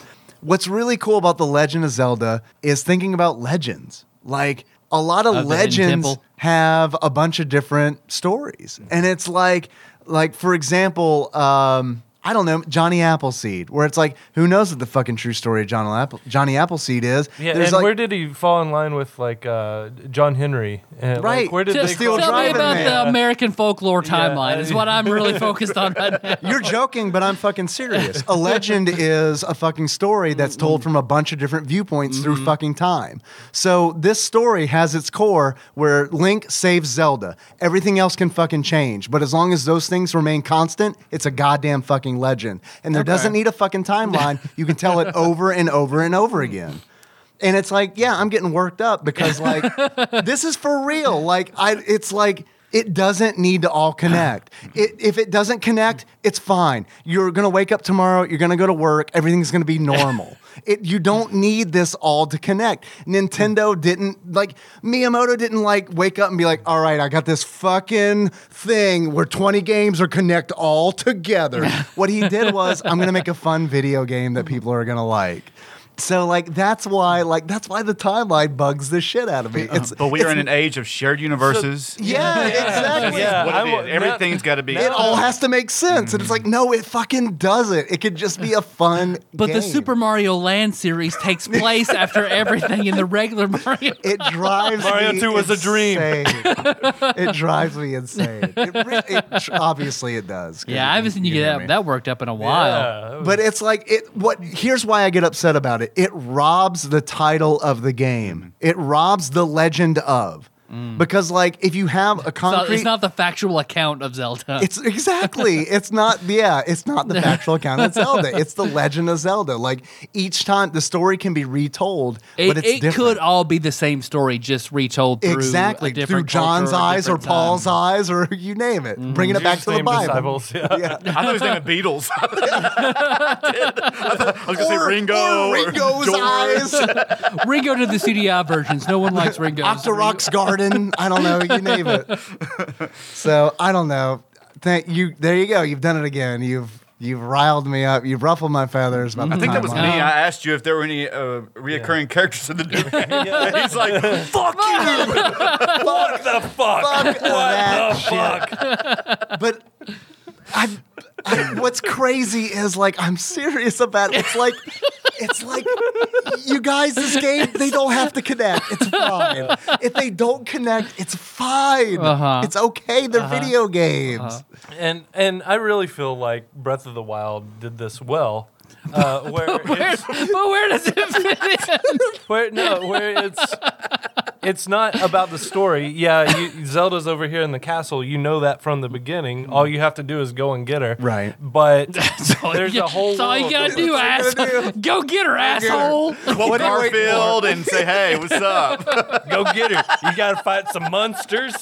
B: What's really cool about The Legend of Zelda is thinking about legends. Like a lot
A: Of
B: of
A: the Hidden
B: legends
A: Temple.
B: have a bunch of different stories. And it's like, like for example, um, I don't know Johnny Appleseed, where it's like, who knows what the fucking true story of John Apple, Johnny Appleseed is?
C: yeah.
B: There's
C: and
B: like-
C: where did he fall in line with like uh, John Henry? And, like,
B: Right.
C: where did
A: Just
C: they
B: steal
A: tell
C: go-
A: me
B: Driving
A: about
B: Man.
A: the American folklore timeline
C: I-
A: is what I'm really focused on right
B: <laughs>
A: now.
B: you're joking, but I'm fucking serious. A legend is a fucking story that's told from a bunch of different viewpoints through fucking time. So this story has its core where Link saves Zelda. Everything else can fucking change, but as long as those things remain constant, it's a goddamn fucking legend. And there doesn't need a fucking timeline. You can tell it over and over and over again. And it's like, yeah, I'm getting worked up because like this is for real. Like I it's like it doesn't need to all connect. It, if it doesn't connect, it's fine. You're going to wake up tomorrow, you're going to go to work, everything's going to be normal. It, you don't need this all to connect. Nintendo didn't like Miyamoto didn't like wake up and be like, "All right, I got this fucking thing where 20 games are connect all together." what he did was, "I'm going to make a fun video game that people are going to like." So like that's why like that's why the timeline bugs the shit out of me. It's
D: But we are in an age of shared universes.
B: <laughs> yeah, exactly.
C: Yeah,
D: What it
C: I
D: is.
C: wa-
D: Everything's got to be.
B: It all has to make sense. And it's like, no, it fucking doesn't. It could just be a fun
A: But the
B: game.
A: Super Mario Land series takes place
B: <laughs>
A: after everything in the regular Mario.
B: it drives
C: Mario
B: me
C: 2 was a dream.
B: insane. it drives me insane. It, re- it tr- obviously it does. 'cause
A: Yeah, I haven't seen you
B: hear
A: get
B: me.
A: that, that worked up in a while.
C: Yeah,
B: But it's like it. What? Here's why I get upset about it. It robs the title of the game. It robs the legend of. Because like, if you have a
A: So
B: concrete,
A: it's not the factual account of Zelda.
B: It's exactly. It's not. Yeah. It's not the factual account
A: <laughs>
B: of Zelda. It's the Legend of Zelda. Like each time, the story can be retold,
A: <laughs> it
B: but it's
A: it
B: different.
A: could all be the same story, just retold through a
B: exactly through
A: different
B: John's
A: culture
B: eyes or
A: different time. Mm-hmm.
B: Paul's eyes or <laughs> you name it. Bringing it back to the
C: Name
B: Bible.
C: disciples, yeah.
B: <laughs> Yeah.
D: I thought he was naming Beatles. <laughs> I, did. I thought- I was gonna
B: Or-
D: say Ringo.
B: or
D: or
B: Ringo's
D: <laughs> George.
B: eyes,
A: Ringo did the
B: <laughs>
A: CDI versions. No one likes Ringo.
B: Octorok's garden. I don't know. You name it.
D: <laughs>
B: So I don't know. Thank you. There you go. You've done it again. You've you've riled me up. You've ruffled my feathers. About
D: I think that was me.
A: Um,
D: I asked you if there were any uh, reoccurring characters <laughs> in the new game. And he's like, "Fuck
B: <laughs>
D: you!"
C: fuck the fuck.
B: Fuck that
C: what the fuck?
B: but I, I, what's crazy is like I'm serious about it. It's like it's like you guys, this game they don't have to connect. It's fine. If they don't connect, it's fine.
A: Uh-huh.
B: It's okay. They're video games.
C: And and I really feel like Breath of the Wild did this well. Uh, where,
A: Where-
C: it's,
A: <laughs> but where does it fit in?
C: where no, where it's it's not about the story. Yeah, you, Zelda's over here in the castle. You know that from the beginning. All you have to do is go and get her.
B: <laughs> Right.
C: But there's a whole
A: That's all you
C: world.
A: gotta do,
B: That's all you gotta
A: asshole. Go get her, asshole.
D: Quote
B: What are you waiting
D: Garfield and say, "Hey,
B: <laughs>
D: what's up?"
C: Go get her. You gotta fight some monsters.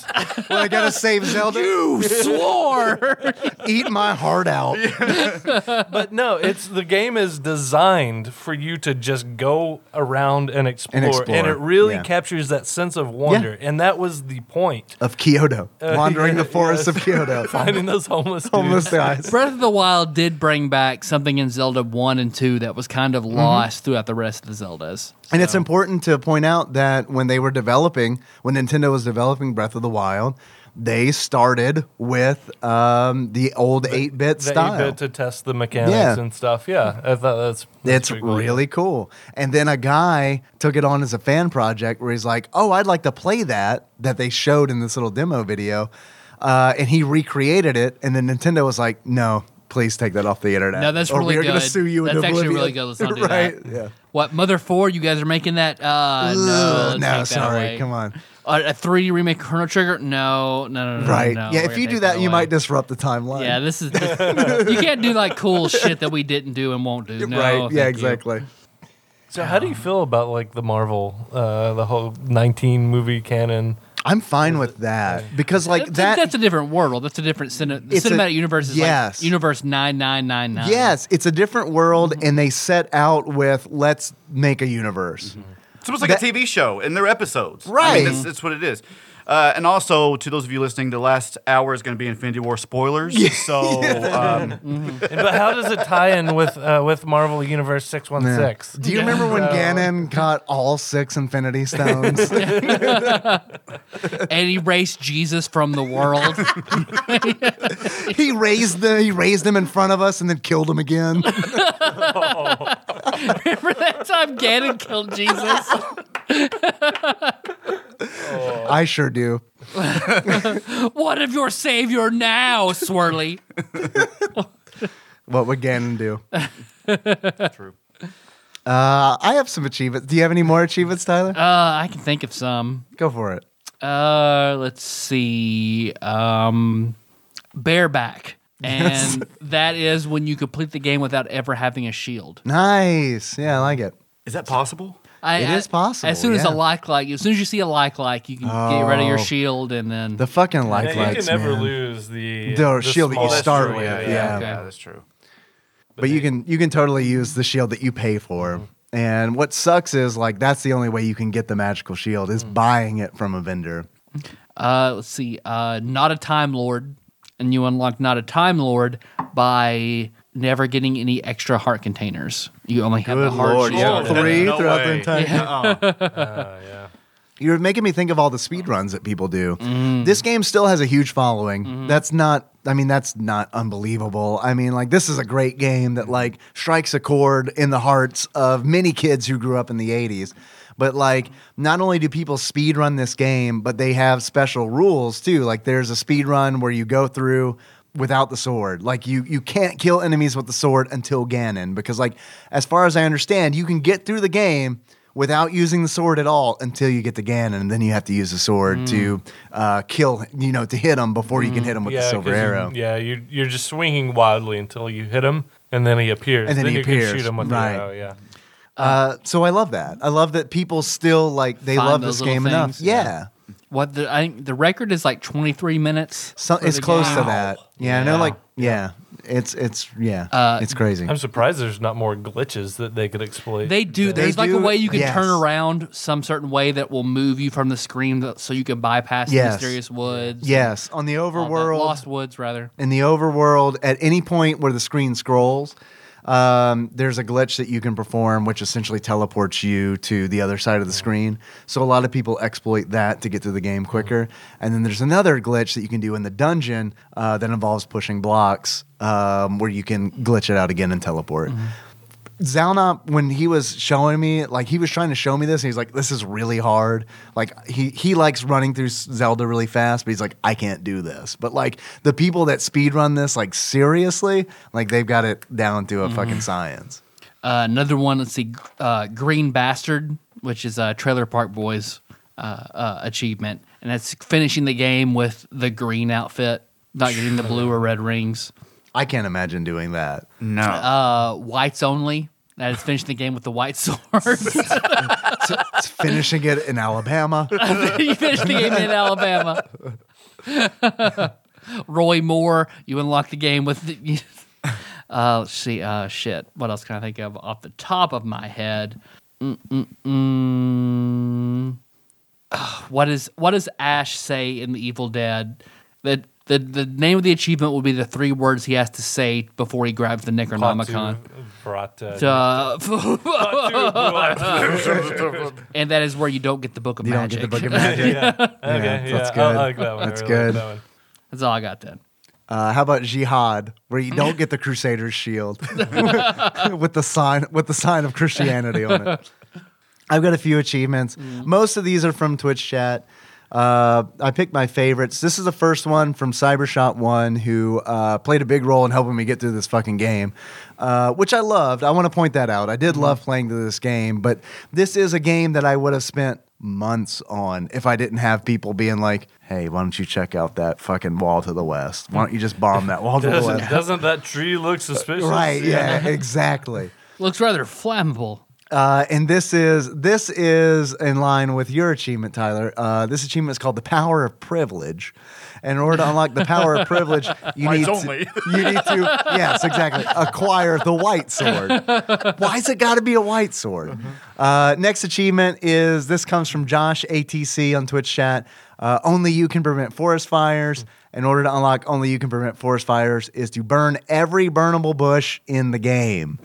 B: Well, I gotta save Zelda.
A: You swore.
B: Eat my heart out.
C: But no, it's the game is designed for you to just go around and explore, and,
B: explore,
C: it really
B: yeah.
C: captures that sense of wonder, and that was the
B: <laughs>
C: point.
B: Of Kyoto, wandering the forests of Kyoto,
C: <laughs> Finding those homeless, dudes.
B: homeless guys.
A: Breath of the Wild did bring back something in Zelda 1 and 2 that was kind
B: Mm-hmm.
A: of lost throughout the rest of the Zeldas.
B: And it's important to point out that when they were developing, when Nintendo was developing Breath of the Wild, they started with um, the old eight bit
C: The
B: style.
C: 8-bit to test the mechanics
B: Yeah.
C: and stuff. Yeah, I thought that's, that's
B: It's
C: pretty cool.
B: really cool. And then a guy took it on as a fan project where he's like, "Oh, I'd like to play that that they showed in this little demo video," uh, and he recreated it. And then Nintendo was like, "No, please take that off the internet.
A: No, that's
B: or
A: really
B: we're
A: good.
B: gonna sue you."
A: That's
B: into
A: actually
B: oblivion."
A: really good. Let's not do
B: <laughs> right?
A: that.
B: Yeah.
A: What Mother Four? You guys are making that? Uh, no, let's
B: Ugh,
A: take
B: no,
A: that
B: sorry.
A: away.
B: Come on.
A: A, a three D remake Chrono Trigger? No, no, no, no.
B: Right.
A: no,
B: yeah.
A: we're
B: If
A: gonna
B: you do
A: take
B: that, you
A: away.
B: might disrupt the timeline.
A: Yeah, this is this- you can't do like cool shit that we didn't do and won't do. No,
B: <laughs> right.
A: thank
B: Yeah.
A: you.
B: Exactly.
C: So how do you feel about like the Marvel, uh, the whole 19 movie canon?
B: I'm fine with that because like
A: That's,
B: that.
A: that's a different world. That's a different cine, the
B: It's a-
A: cinematic universe. Is
B: yes.
A: like universe nine nine nine nine.
B: Yes, it's a different world,
A: Mm-hmm.
B: and they set out with let's make a universe.
A: Mm-hmm.
D: It's almost like
B: That-
D: a TV show in their episodes. I
B: Right.
D: mean, that's, that's what it is. Uh, and also, to those of you listening, the last hour is going to be Infinity War spoilers.
B: <laughs>
D: So, um,
C: but how does it tie in with uh, with Marvel Universe 616?
B: Do you remember when Ganon caught all
A: <laughs>
B: six Infinity Stones?
A: and erase Jesus from the
B: <laughs>
A: world.
B: he raised the he raised him in front of us and then killed him
A: <laughs>
B: again.
A: Remember that time Ganon killed Jesus?
B: I sure do.
A: What of your savior now, Swirly?
B: What would
A: <laughs>
B: Ganon do? Uh,
D: true.
B: I have some achievements. Do you have any more achievements, Tyler?
A: Uh, I can think of some.
B: Go for it.
A: Uh, let's see. Um, bareback, and that is when you complete the game without ever having a shield.
B: Nice. Yeah, I like it.
D: Is that possible?
A: I,
B: It
A: I-
B: is possible,
A: As soon as a
B: yeah.
A: like like, as soon as you see a like like, you can get rid of your
B: Oh.
A: shield, and then
B: The fucking like
C: Yeah, you
B: lights,
C: can never
B: man.
C: lose the,
B: The shield that you
C: small-
B: start with,
D: Yeah, yeah,
B: yeah.
A: Okay.
D: yeah, that's true.
B: But you can you can totally use the shield that you pay for.
C: Mm-hmm.
B: And what sucks is like that's the only way you can get the magical shield is
C: Mm.
B: buying it from a vendor.
A: uh, let's see. Uh, not a time lord, and you unlock not a time lord by never getting any extra heart containers. You only have the heart shield.
B: yeah.
D: Oh,
B: Three
D: no
B: throughout the
D: way.
B: entire-
D: Yeah. Uh-uh.
B: You're making me think of all the speed runs that people do. This game still has a huge following. That's not I mean that's not unbelievable. I mean like this is a great game that like strikes a chord in the hearts of many kids who grew up in the 80s. But like not only do people speed run this game, but they have special rules too. Like there's a speed run where you go through without the sword. Like you you can't kill enemies with the sword until Ganon because like as far as I understand, you can get through the game without using the sword at all until you get to Ganon, and then you have to use the sword to uh, kill, you know, to hit him before you can hit him with the
C: Mm. Yeah,
B: silver
C: 'cause you-
B: arrow.
C: yeah, you you're just swinging wildly until you hit him, and then he appears.
B: And then he
C: you
B: appears,
C: can shoot him with
B: right.
C: the arrow. Yeah.
B: Uh, so I love that. I love that people still like they
A: Find
B: love
A: those
B: this
A: little
B: game enough.
A: things,
B: Yeah,
A: yeah. What the I think the record is like twenty three minutes.
B: So,
A: for
B: it's
A: the
B: close
A: game.
B: to that. Yeah, I know.
A: Yeah. Uh,
B: Like, yeah, it's it's yeah, it's crazy.
C: I'm surprised there's not more glitches that they could exploit.
A: They do. There's like a
B: do,
A: way you can
B: yes.
A: turn around some certain way that will move you from the screen, that, so you can bypass
B: Yes.
A: the mysterious woods.
B: yes, on the
A: all that-
B: overworld,
A: lost woods rather.
B: in the overworld at any point where the screen scrolls um, there's a glitch that you can perform which essentially teleports you to the other side of the screen so a lot of people exploit that to get through the game quicker and then there's another glitch that you can do in the dungeon uh, that involves pushing blocks um, where you can glitch it out again and teleport Zalna, when he was showing me, like he was trying to show me this, and he's like, "This is really hard." Like he he likes running through Zelda really fast, but he's like, "I can't do this." But like the people that speed run this, like seriously, like they've got it down to a fucking science.
A: Uh, another one. Let's see, uh, Green Bastard, which is a Trailer Park Boys uh, uh, achievement, and that's finishing the game with the green outfit, not getting the blue or red rings.
B: I can't imagine doing that.
D: No.
A: Uh, whites only. That is finishing the game with the white <laughs> sword.
B: It's finishing it in Alabama.
A: <laughs> you finish the game in Alabama. <laughs> Roy Moore, you unlock the game with. The, <laughs> uh, let's see. Uh, shit. What else can I think of off the top of my head? Mm-mm-mm. What is what does Ash say in the Evil Dead? That The, the name of the achievement will be the three words he has to say before he grabs the Necronomicon.
C: Brata. <laughs>
A: Uh,
C: Patu Brata.
A: <laughs> and that is where you don't get the Book of
B: You don't
A: Magic.
B: get the book of magic.
C: Yeah. Okay.
B: Yeah,
C: yeah.
B: that's
C: I
B: good.
C: like that one.
B: That's
C: I really like
B: good.
C: that one.
A: That's all I got then.
B: Uh, how about jihad, where you don't get the Crusader's shield <laughs> with the sign with the sign of Christianity on it? I've got a few achievements. Most of these are from Twitch chat. Uh, I picked my favorites. This is the first one from Cybershot One, who uh, played a big role in helping me get through this fucking game, uh, which I loved. I want to point that out. I did love playing through this game, but this is a game that I would have spent months on if I didn't have people being like, "Hey, why don't you check out that fucking wall to the west? Why don't you just bomb that wall to
C: <laughs>
B: the
C: Doesn't,
B: west?"
C: doesn't that tree look suspicious?
B: Right? Yeah, exactly.
A: Looks rather flammable.
B: Uh, and this is this is in line with your achievement, Tyler. Uh, this achievement is called the power of privilege. And in order to unlock the power of privilege, you
D: Mine's
B: need
D: only.
B: To, you need to yes, exactly acquire the white sword. Why's it got to be a white sword? Uh, next achievement is this comes from Josh ATC on Twitch chat. Uh, only you can prevent forest fires. In order to unlock only you can prevent forest fires is to burn every burnable bush in the game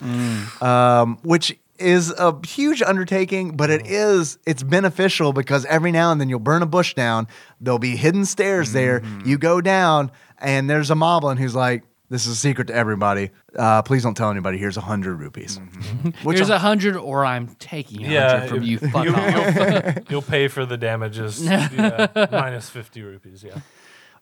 B: um, which is a huge undertaking, but it
D: Mm.
B: is it's beneficial because every now and then you'll burn a bush down. There'll be hidden stairs there.
D: Mm.
B: You go down, and there's a moblin who's like, "This is a secret to everybody. Uh, please don't tell anybody. Here's a hundred rupees."
D: Mm-hmm.
B: <laughs> Which
A: Here's a hundred, or I'm taking a hundred
C: Yeah,
A: from
C: it-
A: you. Fuck
C: <laughs> You'll,
A: off. <laughs>
C: you'll, <laughs> you'll pay for the <laughs> damages. yeah, minus 50 rupees, yeah.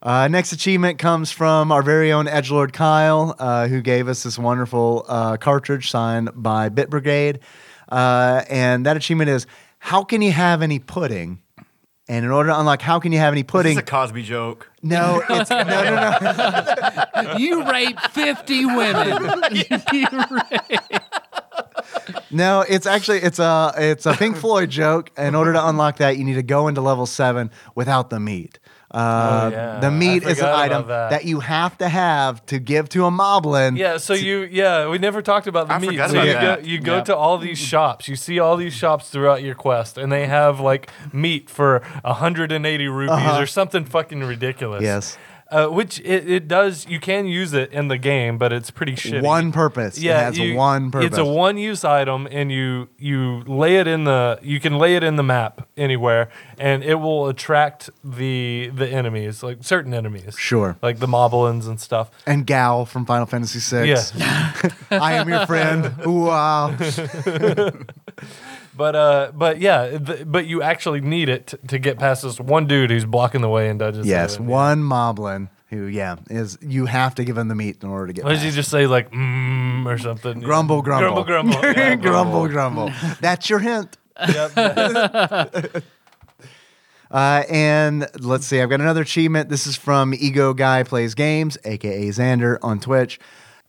B: Uh, next achievement comes from our very own Edgelord Kyle, uh, who gave us this wonderful uh, cartridge signed by Bit Brigade. Uh, and that achievement is How Can You Have Any Pudding? And in order to unlock How Can You Have Any
D: This
B: Pudding,
D: is a Cosby joke.
B: no,
C: <laughs>
B: it's, no, no, no.
A: you raped fifty <laughs> women. You raped-
B: No, it's actually it's a it's a Pink Floyd joke. In order to unlock that, you need to go into level seven without the meat. Uh,
C: Oh, yeah.
B: The meat
C: I
B: is an
C: forgot
B: item
C: about that.
B: that. you have to have to give to a moblin.
C: Yeah, so you yeah, we never talked about the
D: I
C: meat.
D: forgot
C: so
D: about
C: you
D: that.
C: go you go
A: Yep.
C: to all these shops. You see all these shops throughout your quest and they have like meat for 180 rupees or something fucking ridiculous.
B: Yes.
C: Uh, which it, it does you can use it in the game, but it's pretty shitty.
B: One purpose. it has
C: you-
B: one purpose.
C: It's a one-use item, and you you lay it in the you can lay it in the map anywhere, and it will attract the the enemies, like certain enemies,
B: Sure.
C: like the moblins and stuff.
B: and Gal from Final Fantasy VI.
C: Yeah,
B: <laughs> I am your friend.
C: <laughs>
B: Wow.
C: but uh, but yeah, th- but you actually need it t- to get past this one dude who's blocking the way in Dungeons.
B: Yes,
C: and Dragons.
B: one moblin who, yeah, is you have to give him the meat in order to get.
C: What did you
B: past.
C: just say, like mm, or something?
B: Grumble, grumble,
C: grumble, grumble, <laughs> yeah,
B: <laughs> grumble, grumble. That's your hint.
C: Yep.
B: Uh, and let's see, I've got another achievement. This is from Ego Guy Plays Games, aka Xander, on Twitch.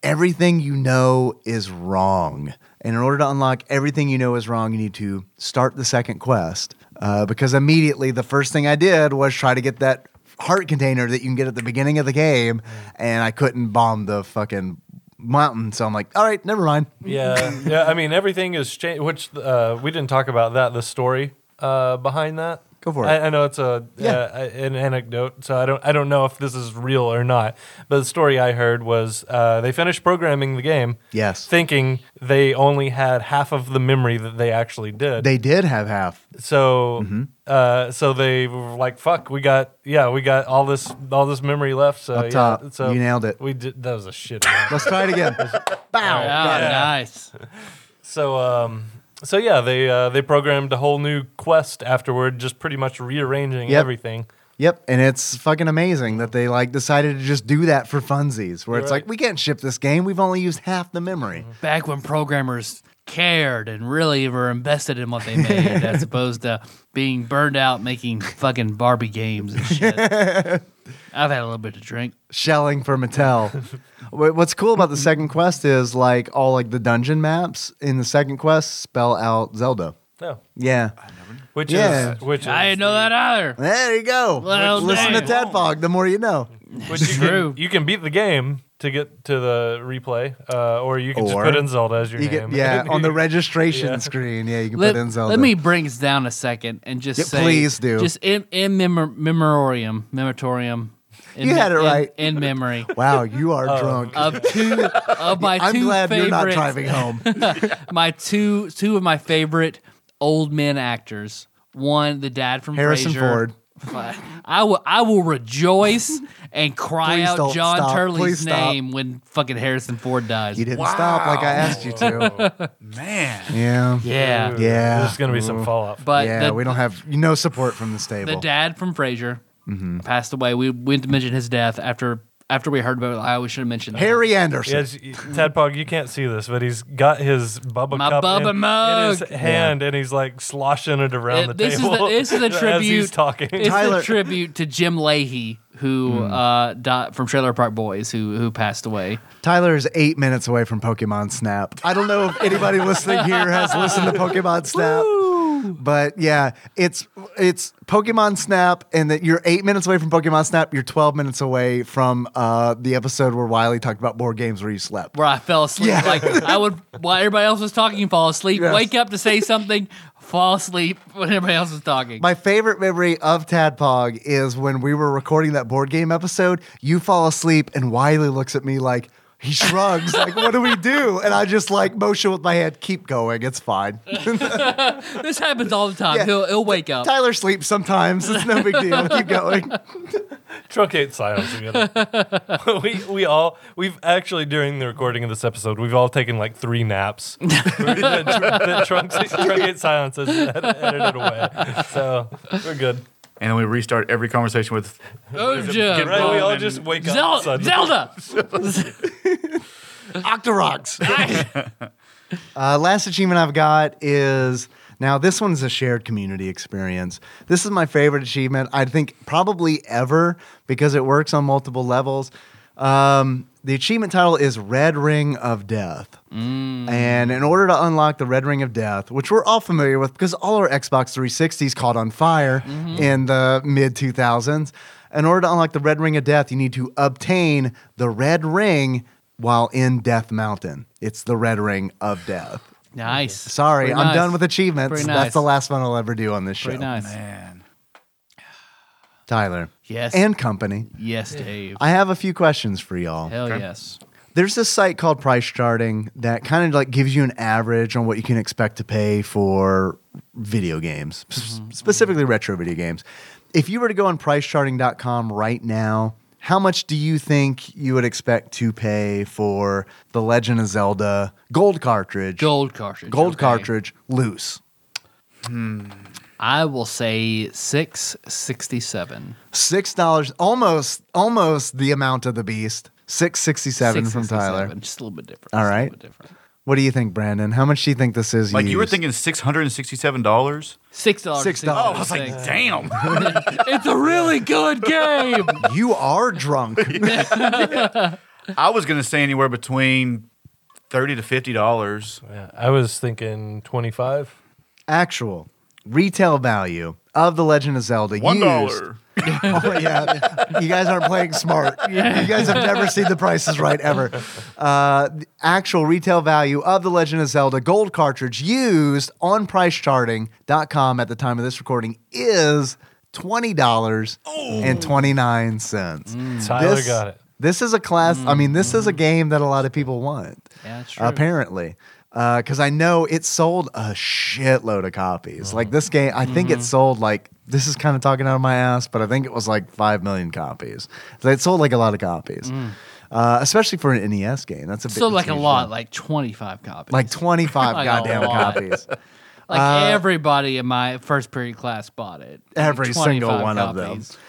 B: Everything you know is wrong. And in order to unlock everything you know is wrong, you need to start the second quest. Uh, because immediately, the first thing I did was try to get that heart container that you can get at the beginning of the game, and I couldn't bomb the fucking mountain. So I'm like, all right, never mind. <laughs>
C: Yeah, yeah. I mean, everything is changed. Which uh, we didn't talk about that. The story uh, behind that.
B: Go for it.
C: I, I know it's a
B: Yeah.
C: uh, an anecdote, so I don't I don't know if this is real or not. But the story I heard was uh, they finished programming the game.
B: Yes.
C: Thinking they only had half of the memory that they actually did.
B: They Mm-hmm. did have half.
C: so uh, so they were like, "Fuck, we got yeah, we got all this all this memory left." So
B: Up
C: yeah,
B: top.
C: so
B: You nailed it.
C: We did. That was a shit.
B: Let's try it again.
A: Oh,
B: Bow.
A: nice.
C: So um so yeah, they uh, they programmed a whole new quest afterward, just pretty much rearranging
B: Yep.
C: everything.
B: Yep, and it's fucking amazing that they like decided to just do that for funsies. Where it's
C: Right.
B: like we can't ship this game; we've only used half the memory.
A: Back when programmers cared and really were invested in what they made, as opposed to being burned out making fucking Barbie games and shit. I've had a little bit to drink.
B: Shelling for Mattel. Wh- What's cool about the second quest is like all like the dungeon maps in the second quest spell out Zelda.
C: No.
B: Yeah,
C: Which
B: Yeah.
C: is which is
A: I didn't know that either.
B: there you go.
A: Well,
B: Listen to
A: dang.
B: Ted Fogg. The more you know.
C: which you
A: True.
C: Can, you can beat the game to get to the replay, uh, or you can just
B: Or
C: put in Zelda as your
B: You
C: name.
B: get,
C: <laughs>
B: yeah, on the registration
C: Yeah.
B: screen. Yeah, you can
A: Let,
B: put in Zelda.
A: let me bring us down a second and just
B: Yeah,
A: say,
B: please do.
A: just in, in memor- memoriam, mematorium, In
B: You had it
A: in-
B: right.
A: in,
B: <laughs>
A: memory
B: Wow, you are drunk.
A: of two of my
B: I'm
A: two
B: glad
A: favorite,
B: you're not driving home.
A: <laughs> my two two of my favorite old men actors. One, the dad from
B: Harrison
A: Frasier.
B: Ford.
A: <laughs> I will I will rejoice and cry
B: Please
A: out
B: don't
A: John
B: stop.
A: Turley's
B: Please stop.
A: name when fucking Harrison Ford dies.
B: You didn't stop like I asked you to.
D: Man.
B: Yeah.
A: yeah.
B: Yeah. Mm.
C: There's gonna be some fallout.
A: But
B: yeah,
A: the,
B: we don't have no support from this
A: <sighs>
B: table.
A: the dad from Frasier
B: Mm-hmm.
A: passed away. We went to mention his death after after we heard about it. I always should have mentioned that.
B: Harry Anderson.
C: Yes, y- Tadpog, you can't see this, but he's got his bubba
A: My
C: cup
A: Bubba
C: in, in
A: mug.
C: his hand, and he's like sloshing it around
A: Uh,
C: the
A: this is
C: table.
A: the- this is the
C: <laughs> as
A: tribute.
C: he's talking.
A: It's a
B: Tyler- Hmm.
A: tribute to Jim Leahy, who uh, died from Trailer Park Boys, who who passed away.
B: Tyler is eight minutes away from Pokemon Snap. I don't know if anybody listening here has listened to Pokemon Snap. But yeah, it's it's Pokemon Snap, and that you're eight minutes away from Pokemon Snap. You're 12 minutes away from uh, the episode where Wiley talked about board games where you slept.
A: where I fell asleep.
B: Yeah.
A: Like I would while everybody else was talking, fall asleep.
B: Yes.
A: Wake up to say something, fall asleep when everybody else is talking.
B: My favorite memory of Tadpog is when we were recording that board game episode. You fall asleep, and Wiley looks at me like he shrugs, like "What do we do?" And I just like motion with my head, "Keep going, it's fine." <laughs>
A: this happens all the time.
B: Yeah.
A: He'll he'll wake up.
B: Tyler sleeps sometimes; it's no big deal. Keep going.
C: truncate silence
A: <laughs>
C: together. we we all we've actually during the recording of this episode we've all taken like
A: <laughs>
C: three naps. <laughs> We did tr- the trunc- truncate silence is ed- edited away, so we're good.
D: And then we restart every conversation with
A: Oh, Jim.
D: Get
C: Right, we all
D: and-
C: just wake up.
A: Zelda,
C: suddenly.
A: Zelda.
B: <laughs> Octorox. uh, last achievement I've got is now this one's a shared community experience. This is my favorite achievement, I think, probably ever because it works on multiple levels. Um, the achievement title is Red Ring of Death. And in order to unlock the Red Ring of Death, which we're all familiar with because all our Xbox 360s caught on fire
A: Mm-hmm.
B: in the mid 2000s, in order to unlock the Red Ring of Death, you need to obtain the Red Ring while in Death Mountain. It's the Red Ring of Death.
A: Nice.
B: Sorry,
A: Pretty
B: I'm
A: nice.
B: done with achievements.
A: Pretty nice.
B: That's the last one I'll ever do on this show.
A: Very nice.
D: man.
B: Tyler.
A: Yes.
B: And company.
A: yes, Dave.
B: I have a few questions for y'all.
A: Hell yes.
B: There's this site called Price Charting that kind of like gives you an average on what you can expect to pay for video games,
A: Mm-hmm,
B: s- specifically retro video games. If you were to go on pricecharting.com right now, how much do you think you would expect to pay for The Legend of Zelda gold cartridge?
A: Gold cartridge.
B: gold
A: okay.
B: cartridge loose.
A: I will say six sixty-seven.
B: $6 almost almost the amount of the beast. 667
A: Six
B: from Tyler.
A: sixty-seven, Just a little bit different.
B: All
A: just a little
B: right.
A: bit different.
B: What do you think, Brandon? How much do you think this is
D: Like you were
B: used?
D: thinking six hundred and sixty-seven dollars.
A: Six dollars.
B: Six dollars.
D: Oh, I was like, damn.
A: it's a really good game.
B: <laughs> you are drunk.
D: <laughs> I was gonna say anywhere between thirty to fifty dollars.
C: Yeah, I was thinking twenty five.
B: actual retail value of the Legend of Zelda.
D: One
B: used- <laughs>
D: dollar.
B: Oh, yeah, you guys aren't playing smart. You guys have never seen the prices right ever. Uh, the actual retail value of the Legend of Zelda gold cartridge used on PriceCharting.com at the time of this recording is twenty dollars and twenty nine cents.
C: Tyler Mm. got it.
B: This is a class. I mean, this is a game that a lot of people want
A: Yeah, that's true.
B: apparently because i know it sold a shitload of copies like this game i think
A: Mm-hmm.
B: it sold like this is kind of talking out of my ass but i think it was like 5 million copies so it sold like a lot of copies uh, especially for an nes game that's a big-
A: So Mm. like
B: that's
A: a
B: huge
A: lot,
B: one.
A: like twenty five copies.
B: like
A: <laughs>
B: uh, 25
A: Like a
B: goddamn
A: lot.
B: copies
A: Like everybody in my first period class bought it.
B: every
A: Like,
B: single
A: 25
B: one
A: copies.
B: of them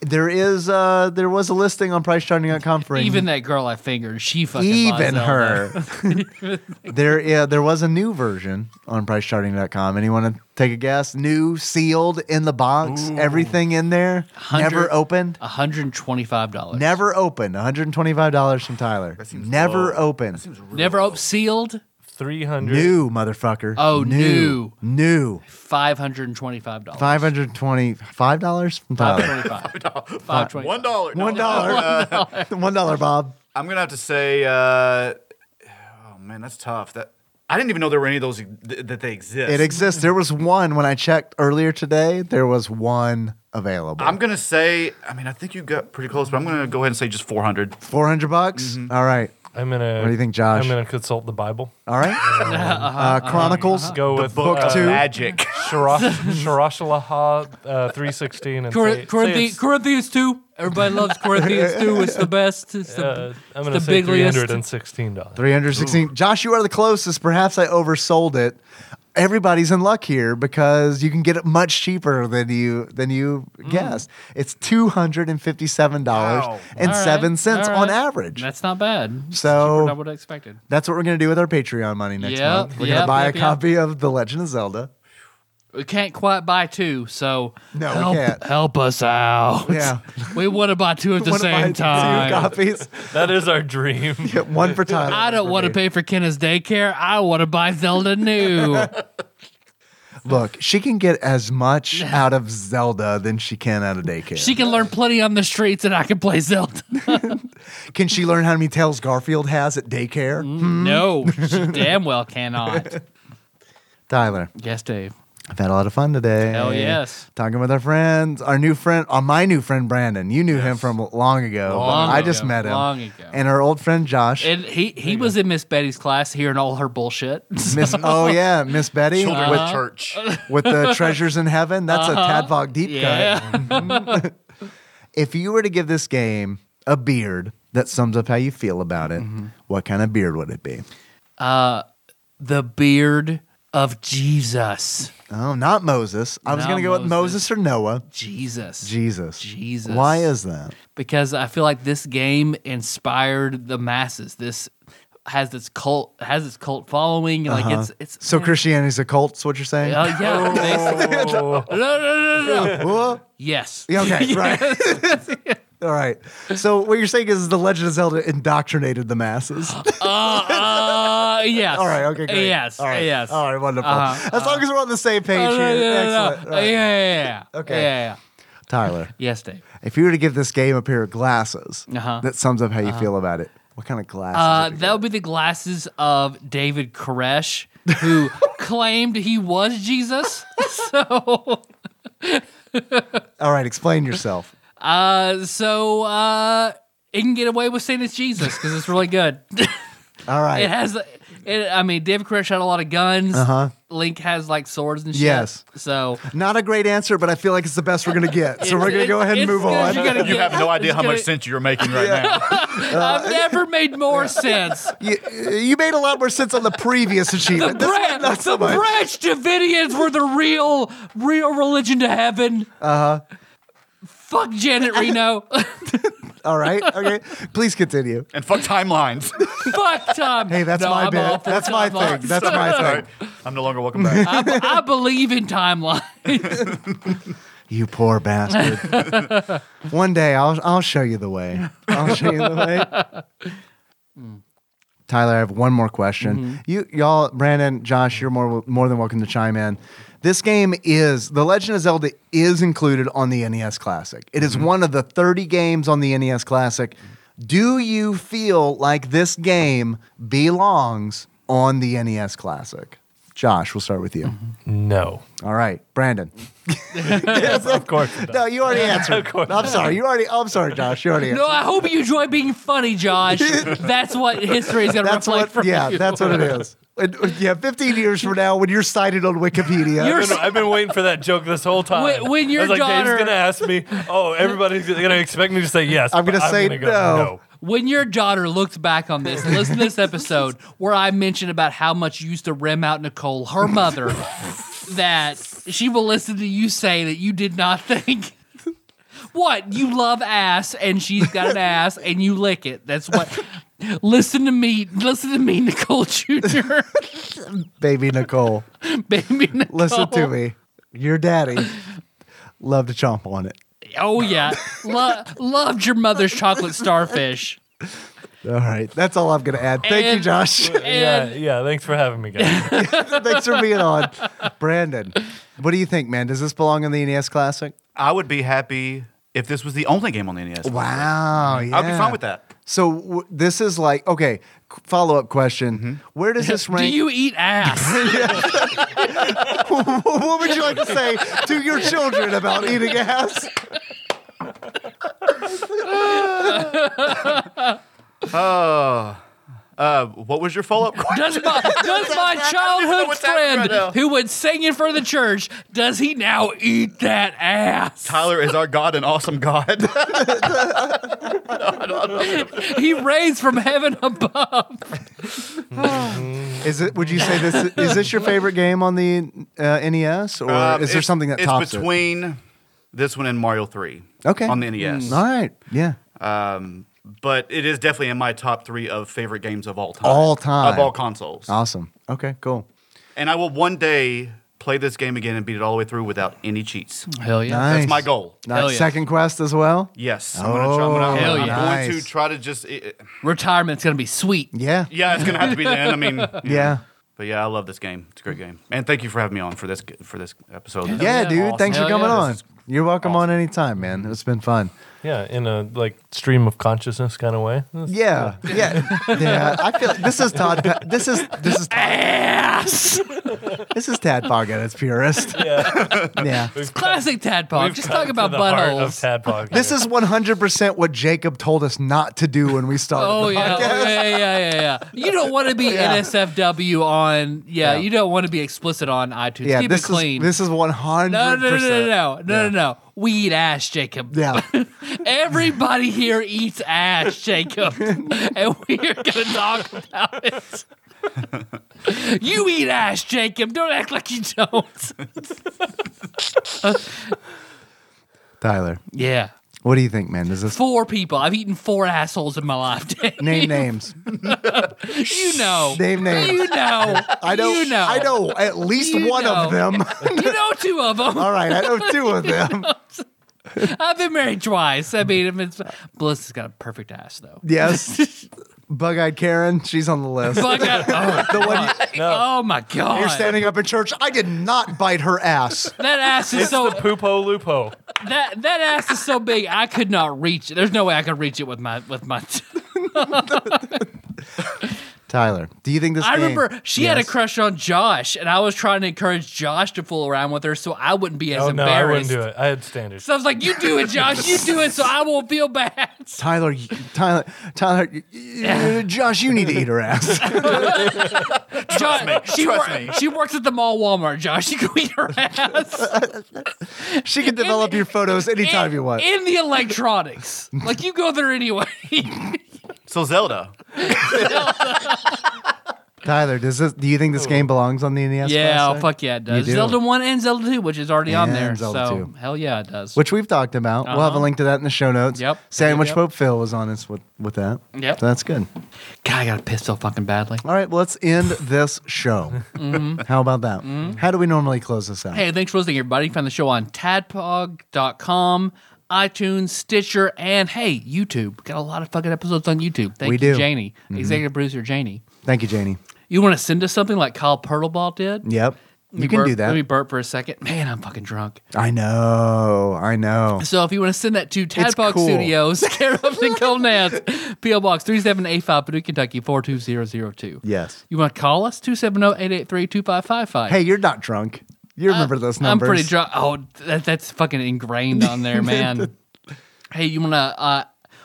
B: there is uh there was a listing on pricecharting.com for a
A: Even that girl I fingered, she fucking bought
B: even
A: Zelda.
B: her. <laughs> there, yeah, there was a new version on PriceCharting.com. Anyone take a guess? New, sealed in the box, everything in there, never
A: Hundred-
B: opened,
A: hundred and twenty five dollars.
B: never opened. One hundred twenty-five dollars from Tyler.
D: seems
B: Never
D: low.
B: opened.
A: never op- sealed.
C: Three hundred.
B: New motherfucker.
A: Oh,
B: new, new.
A: Five hundred and twenty five dollars.
B: Five hundred twenty-five dollars from
A: <laughs>
B: Tyler.
A: twenty
D: <laughs>
A: five. Five twenty.
D: One dollar. No,
B: One dollar. <laughs> One dollar, Bob.
D: I'm gonna have to say. Uh, oh man, that's tough. That I didn't even know there were any of those e, th- that they exist.
B: It exists. There was one when I checked earlier today. There was one available?
D: I'm gonna say. I mean, I think you got pretty close, but I'm gonna go ahead and say just 400.
B: 400 bucks?
D: Mm-hmm.
B: All right.
C: I'm gonna.
B: What do you think, Josh?
C: I'm gonna consult the Bible.
B: All
A: <laughs>
B: right.
A: Uh-huh.
B: uh, Chronicles.
C: Go
D: The
C: with
D: book
C: uh,
D: of
B: two.
D: magic.
B: <laughs>
C: Sharash, Sharash Laha uh, three sixteen and say,
A: Corinth-
C: say
A: Corinthians,
C: it's,
A: Corinthians 2. Everybody loves Corinthians
C: <laughs>
A: 2. It's the best. It's the,
C: uh, I'm
A: it's
C: gonna
A: the
C: say
A: big
C: three
A: list.
C: hundred and sixteen dollars.
B: 316. Josh, you are the closest. Perhaps I oversold it. Everybody's in luck here because you can get it much cheaper than you than you
A: Mm.
B: guessed. It's two hundred and fifty seven dollars and
A: All right,
B: seven cents
A: all
B: on
A: right.
B: average.
A: That's not bad.
B: So-
A: Cheaper than I would have expected.
B: That's what we're gonna do with our Patreon money next
A: Yep,
B: month. We're
A: yep,
B: gonna buy
A: yep,
B: a
A: yep.
B: copy of The Legend of Zelda.
A: We can't quite buy two, so
B: No, we
A: help,
B: can't.
A: help us out.
B: Yeah.
A: <laughs> we want to buy
B: <laughs>
A: two at the
B: Wanna buy
A: same time.
B: Two copies.
C: That is our dream.
B: Get one
A: <laughs>
B: for Tyler.
A: I don't want to
B: to
A: pay for Kenna's daycare. I want to buy Zelda
B: <laughs>
A: new.
B: Look, she can get as
A: <laughs>
B: much out of Zelda than she can out of daycare.
A: she can learn plenty on the streets, and I can play Zelda.
B: can she learn how many tails Garfield has at daycare?
A: Mm-hmm.
B: Hmm.
A: no, she damn well cannot.
B: Tyler.
A: Yes, Dave.
B: I've had a lot of fun today.
A: Hell yes.
B: Talking with our friends, our new friend, uh, my new friend Brandon. You knew him from long ago.
A: Long
B: I just
A: ago.
B: met him.
A: Long ago.
B: And our old friend Josh.
A: And he he was in Miss Betty's class hearing all her bullshit. <laughs>
B: Miss, oh yeah, Miss Betty
D: <laughs> Children
B: with,
D: with church.
B: with the
A: <laughs>
B: treasures in heaven. That's a Tadvog deep cut.
A: Uh-huh. yeah.
B: If you were to give this game a beard that sums up how you feel about it,
A: Mm-hmm.
B: what kind of beard would it be?
A: the beard of Jesus.
B: Oh, not Moses. I was
A: Not
B: going to go with
A: Moses.
B: Moses or Noah.
A: Jesus.
B: Jesus.
A: Jesus.
B: Why is that?
A: because I feel like this game inspired the masses. This has its cult has its cult following. Like it's it's
B: Uh-huh. So Christianity's a cult, is what you're saying?
A: uh,
B: <laughs>
A: yeah. <laughs> basically.
C: Oh,
A: No, no, no, no, no.
B: Whoa.
A: Yes.
B: Yeah,
A: <laughs>
B: Okay, right. All right. So what you're saying is the Legend of Zelda indoctrinated the masses.
A: <gasps> Uh, yes.
B: All right. Okay. Great.
A: Yes.
B: All right.
A: Yes.
B: All right. Wonderful.
A: Uh-huh,
B: as long as we're on the same page
A: No, no,
B: here.
A: no, no, no.
B: Excellent. All right.
A: Yeah, yeah, yeah.
B: Okay.
A: Yeah, yeah.
B: Tyler,
A: Yes, Dave.
B: if you were to give this game a pair of glasses,
A: Uh-huh.
B: that sums up how you feel about it. What kind of glasses?
A: Uh,
B: would you
A: that would be the glasses of David Koresh,
B: <laughs>
A: who claimed he was Jesus. So.
B: give? All right. Explain yourself.
A: Uh, so uh, it can get away with saying it's Jesus because it's really
B: <laughs>
A: good.
B: All
A: it
B: right.
A: has, it, I mean, David Koresh had a lot of guns.
B: Uh-huh.
A: Link has like swords and shit.
B: Yes.
A: So
B: Not a great answer, but I feel like it's the best we're gonna get. So we're gonna
A: It's-
B: go ahead and
A: it's
B: move
A: good.
B: on.
A: You gotta
D: <laughs> You
A: get-
D: have no idea
A: it's
D: how much
A: gonna-
D: sense you're making right now.
A: I've
B: <laughs>
A: never made more sense.
B: You, you made a lot more sense on the
A: <laughs>
B: previous achievement. This one,
A: Bran-
B: not so
A: the
B: much.
A: Branch Davidians were the real, real religion to heaven. Uh huh.
B: Uh-huh.
A: Fuck
B: <laughs>
A: Janet Reno. <laughs>
B: All right. Okay. Please continue.
D: And fuck timelines.
A: Fuck Tom.
B: Hey, that's
A: No,
B: my
A: I'm
B: bit.
A: awful.
B: That's my
A: I'm awful.
B: thing. <laughs> That's my thing.
D: I'm no longer
B: <laughs>
D: welcome back.
A: I, be- I believe in timeline.
B: You poor bastard. One day I'll I'll show you the way. I'll show you the way. Tyler, I have one more question. You y'all, Brandon, Josh, you're more more than welcome to chime in. This game is The Legend of Zelda is included on the NES Classic. It is one of the 30 games on the NES Classic. Do you feel like this game belongs on the NES Classic? Josh, we'll start with you.
C: no,
B: All right, Brandon.
C: of course. It does.
B: <laughs> No, you already answered. I'm sorry. You already. I'm sorry, Josh. You
A: <laughs>
B: already.
A: No,
B: Answered.
A: I hope you enjoy being funny,
B: <laughs>
A: Josh. That's what history is going to reflect
B: that's what.
A: from
B: Yeah,
A: you.
B: that's what it is. And- yeah, 15 years from now, when you're cited on Wikipedia,
A: You're
C: I've been, I've been waiting for that joke this whole time.
A: When- when your
C: I was like,
A: daughter-
C: Dave's gonna ask me. Oh, everybody's gonna expect me to say yes.
B: I'm gonna
C: but
B: say
C: go,
B: no.
A: When your daughter looks back on this, listen to this episode where I mentioned about how much you used to rim out Nicole, her mother,
B: <laughs>
A: that she will listen to you say that you did not think. What? You love ass and she's got an ass and you lick it. That's what. Listen to me. Listen to me, Nicole Jr.
B: <laughs> baby Nicole,
A: <laughs> Baby Nicole.
B: listen to me. Your daddy loved to chomp on it.
A: Oh, yeah. <laughs> Lo- loved your mother's chocolate starfish.
B: All right, that's all I'm gonna add. Thank you,
A: And-
B: Josh.
C: Yeah,
A: And
C: yeah. Thanks for having
A: <laughs>
C: me, guys.
B: <laughs> Thanks for being on, Brandon. What do you think, man? Does this belong in the NES Classic?
D: I would be happy if this was the only game on the NES.
B: Wow. Yeah.
D: I'd be fine with that.
B: So w- this is like okay. Follow up question: Where does this
A: <laughs>
B: rank?
A: Do you eat <laughs> ass?
B: what would you like to say to your children about eating ass?
D: Oh. Uh, what was your
B: <laughs>
D: follow up question?
A: does my,
C: <laughs>
A: does my childhood
D: what's happening
A: friend
D: right now.
A: who would sing in front of the church, does he now eat that ass?
D: Tyler is our God, an awesome God.
A: He raised from heaven above.
B: Is it? Would you say this is this your favorite game on the <laughs> uh, NES, or
D: Um,
B: is there
D: it's-
B: something that
D: it's
B: tops it?
D: between this one and Mario Three?
B: Okay. Mm,
D: on the E NES.
B: All right. Yeah.
D: Um, but it is definitely in my top three of favorite games of all time.
B: All time.
D: of all consoles.
B: Awesome. Okay. Cool.
D: And I will one day play this game again and beat it all the way through without any cheats.
A: Hell yeah.
B: Nice.
D: That's my goal.
B: Nice.
A: Hell yeah.
B: Second quest as well.
D: Yes, I'm, gonna try, I'm, gonna,
A: Hell yeah.
D: I'm going
B: Oh, Nice.
D: to try to just. It,
A: Retirement's going to be sweet.
B: Yeah.
D: yeah, it's gonna have to be the end.
B: <laughs>
D: I mean, yeah.
B: Yeah.
D: But yeah, I love this game. It's a great game, and thank you for having me on for this for this episode.
B: Yeah,
A: yeah.
B: dude.
A: Awesome.
B: Thanks for
A: Hell
B: coming
A: yeah.
B: on.
D: This is
B: You're welcome on
D: awesome.
B: anytime, man. It's been fun.
C: Yeah, in a like stream of consciousness kind of way.
B: Yeah, yeah,
A: <laughs>
B: yeah. I feel this is Todd. Pa- this is this is
A: Ass!
B: this is Tad Pog at its purest.
C: Yeah.
B: <laughs> Yeah,
C: We've
A: Classic tadpog.
C: we've
A: Just
C: cut
A: talk
C: to
A: about
C: the heart
A: buttholes.
C: Of Tadpog.
B: this is 100 percent what Jacob told us not to do when we started.
A: Oh
B: the <laughs>
A: yeah,
B: podcast.
A: yeah, yeah, yeah, yeah. You don't want to be
B: Yeah.
A: NSFW on. Yeah,
B: Yeah.
A: you don't want to be explicit on iTunes.
B: yeah.
A: Keep
B: This
A: it
B: is
A: clean.
B: this is 100.
A: no, no, no, no, no, no, no, no, no. We eat ass, Jacob.
B: Yeah,
A: <laughs> Everybody here eats ass,
B: <laughs>
A: Jacob, and we are gonna talk about it. You eat ass, Jacob. Don't act like you don't.
B: Tyler,
A: Yeah,
B: what do you think, man? Does this
A: four people. I've eaten four assholes in my life. Dave. <laughs>
B: name names?
A: You know.
B: Name names.
A: You know.
B: I know.
A: You know.
B: I know at least
A: You
B: one of
A: know. <laughs>
B: them.
A: You know two of them.
B: All right, I know two
A: <laughs>
B: of them.
A: I've been married twice. I mean, if it's Bliss has got a perfect ass though.
B: Yes, Bug-eyed Karen, she's on the list.
A: Fuck
B: <laughs>
A: that-
B: the one you-
A: oh, oh my god,
B: you're standing up in church. I did not bite her ass.
A: that ass is so
C: <laughs> Poopo Lupo.
A: that that ass is so big. I could not reach it. There's no way I could reach it with my with my.
B: Tyler, do you think this?
A: I
B: game-
A: remember she had a
B: Yes.
A: crush on Josh, and I was trying to encourage Josh to fool around with her so I wouldn't be as
C: Oh no, I
A: embarrassed.
C: wouldn't do it. I had standards.
A: So I was like, "You do it, Josh. You do it, so I won't feel bad."
B: Tyler, y- Tyler, Tyler, y- y- Josh, you need to eat her ass.
A: Josh, she,
D: Trust
A: wor-
D: me.
A: she works at the mall Walmart. Josh, you can eat her ass.
B: she can develop your photos anytime
A: in,
B: you want.
A: in the electronics. like you go there anyway.
D: So Zelda.
B: Tyler, does this? Do you think this game belongs on the E NES?
A: yeah,
B: Classic?
A: oh, fuck yeah, it does.
B: You do.
A: Zelda one and Zelda two, which is already on
B: And
A: there.
B: Zelda
A: so
B: 2.
A: hell yeah, it does.
B: Which we've talked about. We'll have a
A: Uh-huh.
B: link to that in the show notes.
A: Yep.
B: Sandwich
A: Yep.
B: Pope Phil was on us with, with that.
A: Yep.
B: So that's good.
A: God, I got pissed so fucking badly.
B: All right, well, let's end this show. How about that? How do we normally close this out?
A: Mm-hmm. Hey, thanks for listening, everybody. You can find the show on tadpog.com, iTunes, Stitcher, and hey, YouTube. Got a lot of fucking episodes on YouTube. Thank
B: We
A: you,
B: do. Mm-hmm.
A: Janie, executive producer Janie.
B: Thank you, Janie.
A: You want to send us something like Kyle Pertleball did?
B: Yep.
A: Let
B: You
A: me
B: can
A: burp-
B: do
A: Let me
B: that.
A: burp for a second. Man, I'm fucking drunk.
B: I know. I know.
A: So if you want to send that to Tadpog
B: cool.
A: Studios,
B: <laughs>
A: care of Nicole Nance, P.O. Box 3785, Paducah, Kentucky 42002.
B: Yes.
A: You want to call us? oh, 270-883-2555.
B: Hey, you're not drunk. You remember those numbers.
A: Uh, I'm pretty drunk. Oh, that, that's fucking ingrained on
B: <laughs>
A: there, man. hey, you want to... Uh,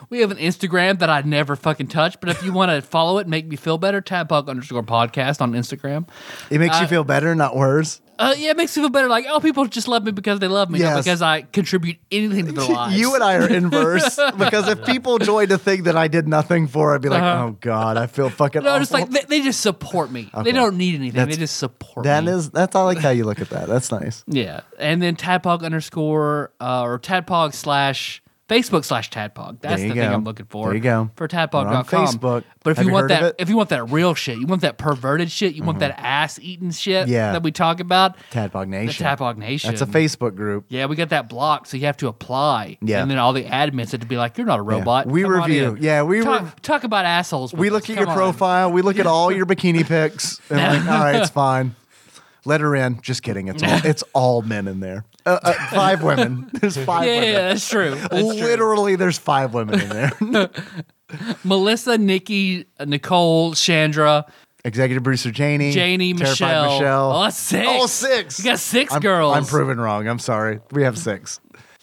A: we have an Instagram that I never fucking touch, but if you want to follow it, and make me feel better, Tadpog underscore podcast on Instagram.
B: It makes you feel better, not worse.
A: Uh, yeah, it makes me feel better. Like, oh, people just love me because they love me, not
B: Yes.
A: because I contribute anything
B: <laughs>
A: to their lives.
B: You and I are
A: <laughs>
B: inverse because if people joined a thing that I did nothing for, I'd be like, oh God, I feel fucking.
A: Uh-huh. <laughs> No, just
B: awful."
A: like they, they just support me. They don't need anything. they just support
B: <laughs> that
A: me.
B: is that's I like how you look at that. That's nice.
A: yeah. And then tadpog underscore uh, or tadpog slash Facebook slash tadpog. That's
B: There
A: the
B: you
A: thing
B: go.
A: I'm looking for.
B: There you go.
A: For
B: We're on
A: tadpog.com.
B: Facebook.
A: But if
B: Have
A: you
B: you
A: want
B: heard of
A: that,
B: it? Mm-hmm.
A: if you want that real shit, you want that perverted shit, you want that ass eating shit
B: Yeah.
A: that we talk about.
B: Tadpog Nation.
A: Tadpog Nation.
B: That's a Facebook group.
A: Yeah, we got that blocked, so you have to apply.
B: Yeah.
A: And then all the admins had to be like, "You're not a robot."
B: We
A: Come on
B: review.
A: in."
B: Yeah, we
A: talk,
B: re-
A: talk about assholes. with
B: We
A: us.
B: look at
A: Come
B: your
A: on.
B: profile. We look at all
A: <laughs>
B: your bikini pics, and we're like, all right, it's fine. Let her in. Just kidding. It's all it's all men in there. Uh, uh, five women. There's
A: <laughs>
B: five
A: Yeah, yeah,
B: women. <laughs>
A: yeah, that's true. That's true.
B: Literally, there's five women in there.
A: Melissa, Nikki, Nicole, Chandra,
B: Executive producer Janie,
A: Janie,
B: Terrified
A: Michelle.
B: Michelle.
A: Oh, that's six.
B: All six.
A: You got 6
B: I'm,
A: girls.
B: I'm proven wrong. I'm sorry. We have six.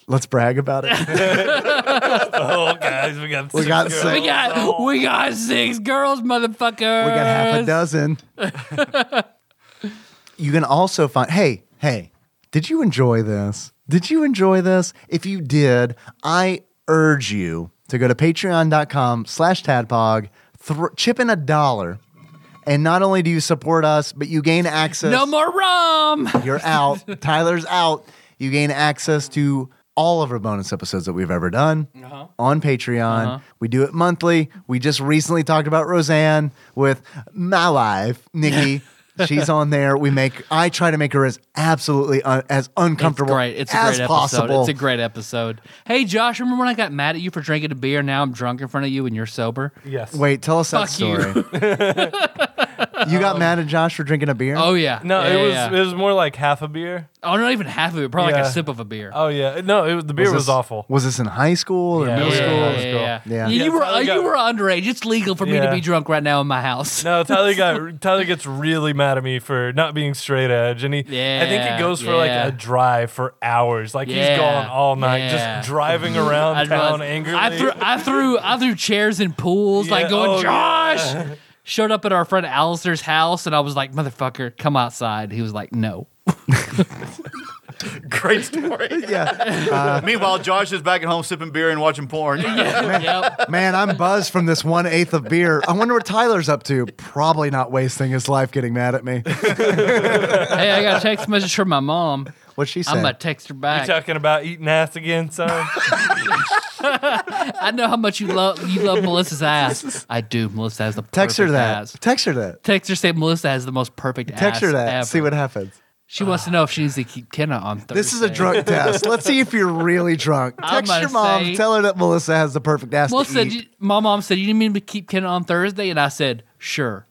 B: Let's brag about
A: <laughs>
B: it.
C: Oh, guys, we
B: <laughs>
C: got
B: We
C: six
B: got
C: girls.
B: six.
A: We got we got six girls, motherfuckers.
B: We got half a
A: <laughs>
B: dozen. you can also find. Hey, hey, did you enjoy this? Did you enjoy this? If you did, I urge you to go to patreon.com slash tadpog, thr chip in a dollar, and not only do you support us, but you gain access.
A: No more rum.
B: You're
A: <laughs>
B: out. Tyler's out. You gain access to all of our bonus episodes that we've ever done
A: Uh-huh.
B: on Patreon. We do it monthly. We just recently talked about Roseanne with my wife, Nikki. <laughs> She's on there. We make. I try to make her as absolutely un, as uncomfortable
A: It's great. It's a
B: as
A: great
B: possible.
A: episode. It's a great episode. Hey, Josh, remember when I got mad at you for drinking a beer? Now I'm drunk in front of you and you're sober.
C: <laughs> Yes.
B: Wait, tell us that
A: Fuck you. Um,
B: story.
A: <laughs>
B: You, got mad at Josh for drinking a beer.
A: Oh yeah.
C: No,
A: Yeah,
C: it was
A: yeah, yeah.
C: it was more like half a beer.
A: oh, not even half of it. Probably like
C: Yeah.
A: a sip of a beer.
C: Oh yeah, no, it, was- the beer was,
B: this-
C: awful.
B: Was this in high school or
C: Yeah.
B: middle
C: Yeah.
B: school?
C: Yeah.
B: Yeah.
A: You,
C: Yeah,
A: were
C: Tyler
A: you
C: got-
A: were underage. It's legal for me to
C: Yeah.
A: be drunk right now in my house. <laughs>
C: No, Tyler got Tyler gets really mad at me for not being straight edge, and he I think
A: Yeah,
C: he goes for like
A: yeah.
C: a drive for hours, like
A: Yeah,
C: he's gone all night,
A: yeah. Mm-hmm.
C: just driving around
A: I
C: town
A: realized-
C: angrily.
A: I threw I threw I threw chairs in pools, like
C: Yeah,
A: going,
C: oh,
A: Josh.
C: <laughs>
A: Showed up at our friend Alistair's house, and I was like, "Motherfucker, come outside." He was like,
C: <laughs>
A: "No."
B: <laughs>
D: Great story.
B: yeah.
D: <laughs>
B: Uh,
D: Meanwhile, Josh is back at home sipping beer and watching porn.
A: yep.
B: Man, I'm buzzed from this one eighth of beer. I wonder what Tyler's up to. Probably not wasting his life getting mad at me.
A: Hey, I got a text message from my mom.
B: What'd she say?
A: I'm gonna text her back.
C: talking about eating ass
A: <laughs>
C: again, son.
A: I know how much you love you love Melissa's ass.
B: <laughs>
A: I do. Melissa has the
B: Text her
A: perfect
B: that.
A: ass.
B: Text her that.
A: Text her say Melissa has the most perfect ass
B: Text her that.
A: ever.
B: See what happens.
A: she wants to know if she needs to keep Kenna on Thursday.
B: This is a drug test. Let's see if you're really drunk.
A: <laughs> I'm
B: Text your
A: gonna
B: mom.
A: say-
B: tell her that Melissa has the perfect ass.
A: Melissa,
B: to
A: said,
B: eat.
A: you- my mom said you didn't mean to keep Kenna on Thursday, and I said sure.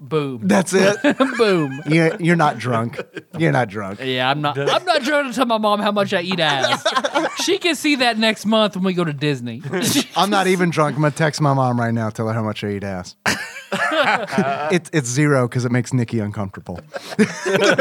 A: Boom.
B: That's it.
A: <laughs> Boom.
B: You- You're not drunk. You're not drunk.
A: Yeah, I'm not. I'm not trying to tell my mom how much I eat
B: <laughs>
A: ass. she can see that next month when we go to Disney.
B: I'm not even drunk. I'm gonna text my mom right now. Tell her how much I eat ass. <laughs> it's it's zero because it makes Nikki uncomfortable. <laughs>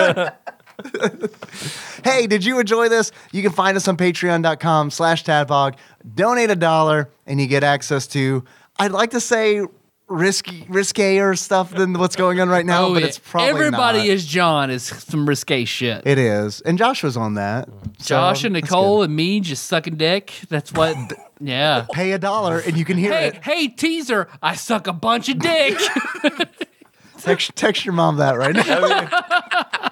B: hey, did you enjoy this? You can find us on patreon.com slash tadpog. Donate a dollar and you get access to, I'd like to say risky riskier stuff than what's going on right now,
A: Oh,
B: but
A: yeah.
B: it's probably
A: everybody
B: not.
A: is John is some risque shit.
B: it is. And Josh was on that. So
A: Josh and
B: that's
A: Nicole
B: good.
A: and me just sucking dick. That's
B: <laughs>
A: what. yeah.
B: Pay a dollar and you can hear
A: Hey,
B: it.
A: hey, teaser! I suck a bunch of
B: <laughs>
A: dick.
B: Text, text your mom
A: <laughs>
B: that right now.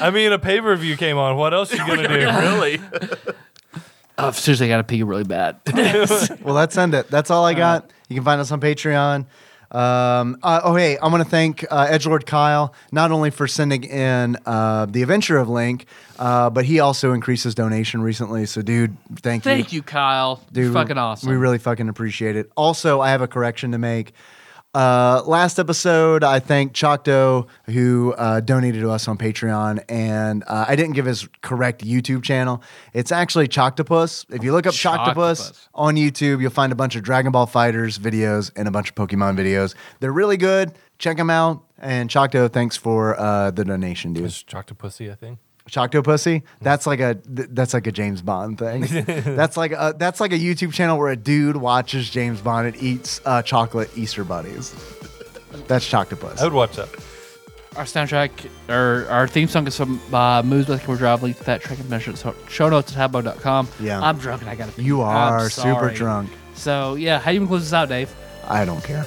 C: I mean, a pay per view came on.
A: <laughs>
C: What else you gonna do?
D: <laughs> really?
A: oh, seriously, I gotta pee really bad.
B: Well, let's end it. That's all I got. You can find us on Patreon. Um, uh, oh, hey, I want to thank uh, Edgelord Kyle not only for sending in uh, the Adventure of Link, uh, but he also increased his donation recently. So, dude, thank,
A: Thank you, Kyle.
B: Dude,
A: You're fucking awesome.
B: We really fucking appreciate it. Also, I have a correction to make. Uh, last episode, I thanked Chocto who uh, donated to us on Patreon, and uh, I didn't give his correct YouTube channel. It's actually Choctopus. If you look up Choctopus
A: Choctopus.
B: on YouTube, you'll find a bunch of Dragon Ball Fighters videos and a bunch of Pokemon videos. They're really good. Check them out. And Chocto, thanks for uh, the donation, dude.
C: Talk to pussy, I think.
B: Chocto Pussy. That's like a th- that's like a James Bond thing. that's like a that's like a YouTube channel where a dude watches James Bond and eats uh, chocolate Easter bunnies. That's
C: I
B: Choctopus.
C: would watch that.
A: Our soundtrack, or our theme song is from uh, Moves by Kimber Drive. Link to that track and measure so show notes at tabbo.com.
B: Yeah.
A: I'm drunk and I gotta pee.
B: You
A: I'm
B: are super
A: sorry.
B: drunk.
A: So, yeah, how you gonna close this out, Dave?
B: I don't care.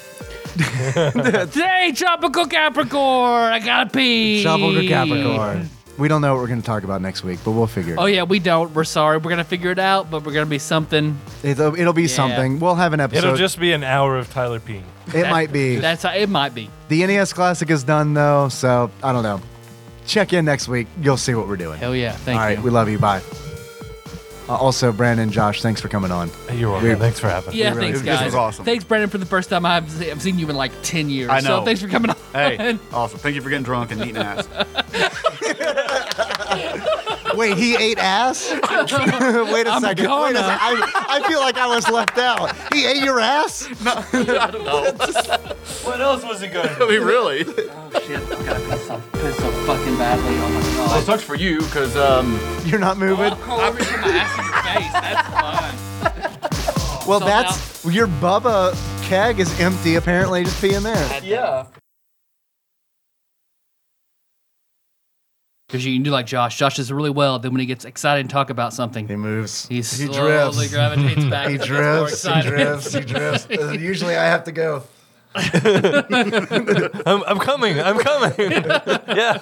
A: Today, Tropical Capricorn, I gotta pee.
B: Shovel or Capricorn. We don't know what we're going to talk about next week, but we'll figure it.
A: Oh,
B: out.
A: yeah, we don't. We're sorry. We're gonna figure it out, but we're gonna be something.
B: It'll, it'll be
A: Oh. Yeah.
B: something. We'll have an episode.
C: It'll just be an hour of Tyler peeing.
B: it might be.
A: That's how it might be.
B: The NES Classic is done though, so I don't know. Check in next week. You'll see what we're doing.
A: Hell yeah. Thank
B: All right,
A: you.
B: we love you. Bye. Uh, also, Brandon, Josh, thanks for coming on.
C: You're welcome. Thanks for having. me.
A: yeah,
B: we really
A: thanks,
B: do.
A: guys.
D: This was awesome.
A: Thanks, Brandon, for the first time I've, se- I've seen you in like 10 years.
D: I know.
A: So, thanks for coming on.
B: <laughs>
D: Hey, awesome. Thank you for getting drunk and eating ass.
B: Wait, he
A: <laughs>
B: ate ass? Wait a second. Wait a second.
A: gonna.
B: I, I feel like I was left out. He ate your ass?
C: What else was he going to
D: <laughs> I mean, really.
A: Oh shit! I gotta piss so, piss so fucking badly. Oh my god.
D: Well, it sucks for you because um,
B: You're not moving?
A: I reach my ass in your face. That's fun.
B: Well,
A: So
B: that's your Bubba keg is empty. Apparently, just pee in there.
C: Yeah.
A: Because you can do like Josh. Josh does it really well. Then when he gets excited and talk about something,
B: He moves.
A: he
B: he
A: slowly
B: drifts.
A: gravitates back.
B: He
A: and gets more
B: drifts. He
A: excited.
B: drifts. He drifts. Uh, Usually, I have to go.
C: I'm, I'm coming. I'm
A: <laughs>
C: coming. <laughs> yeah.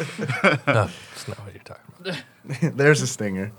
C: no, that's not what you're talking about.
B: There's a stinger.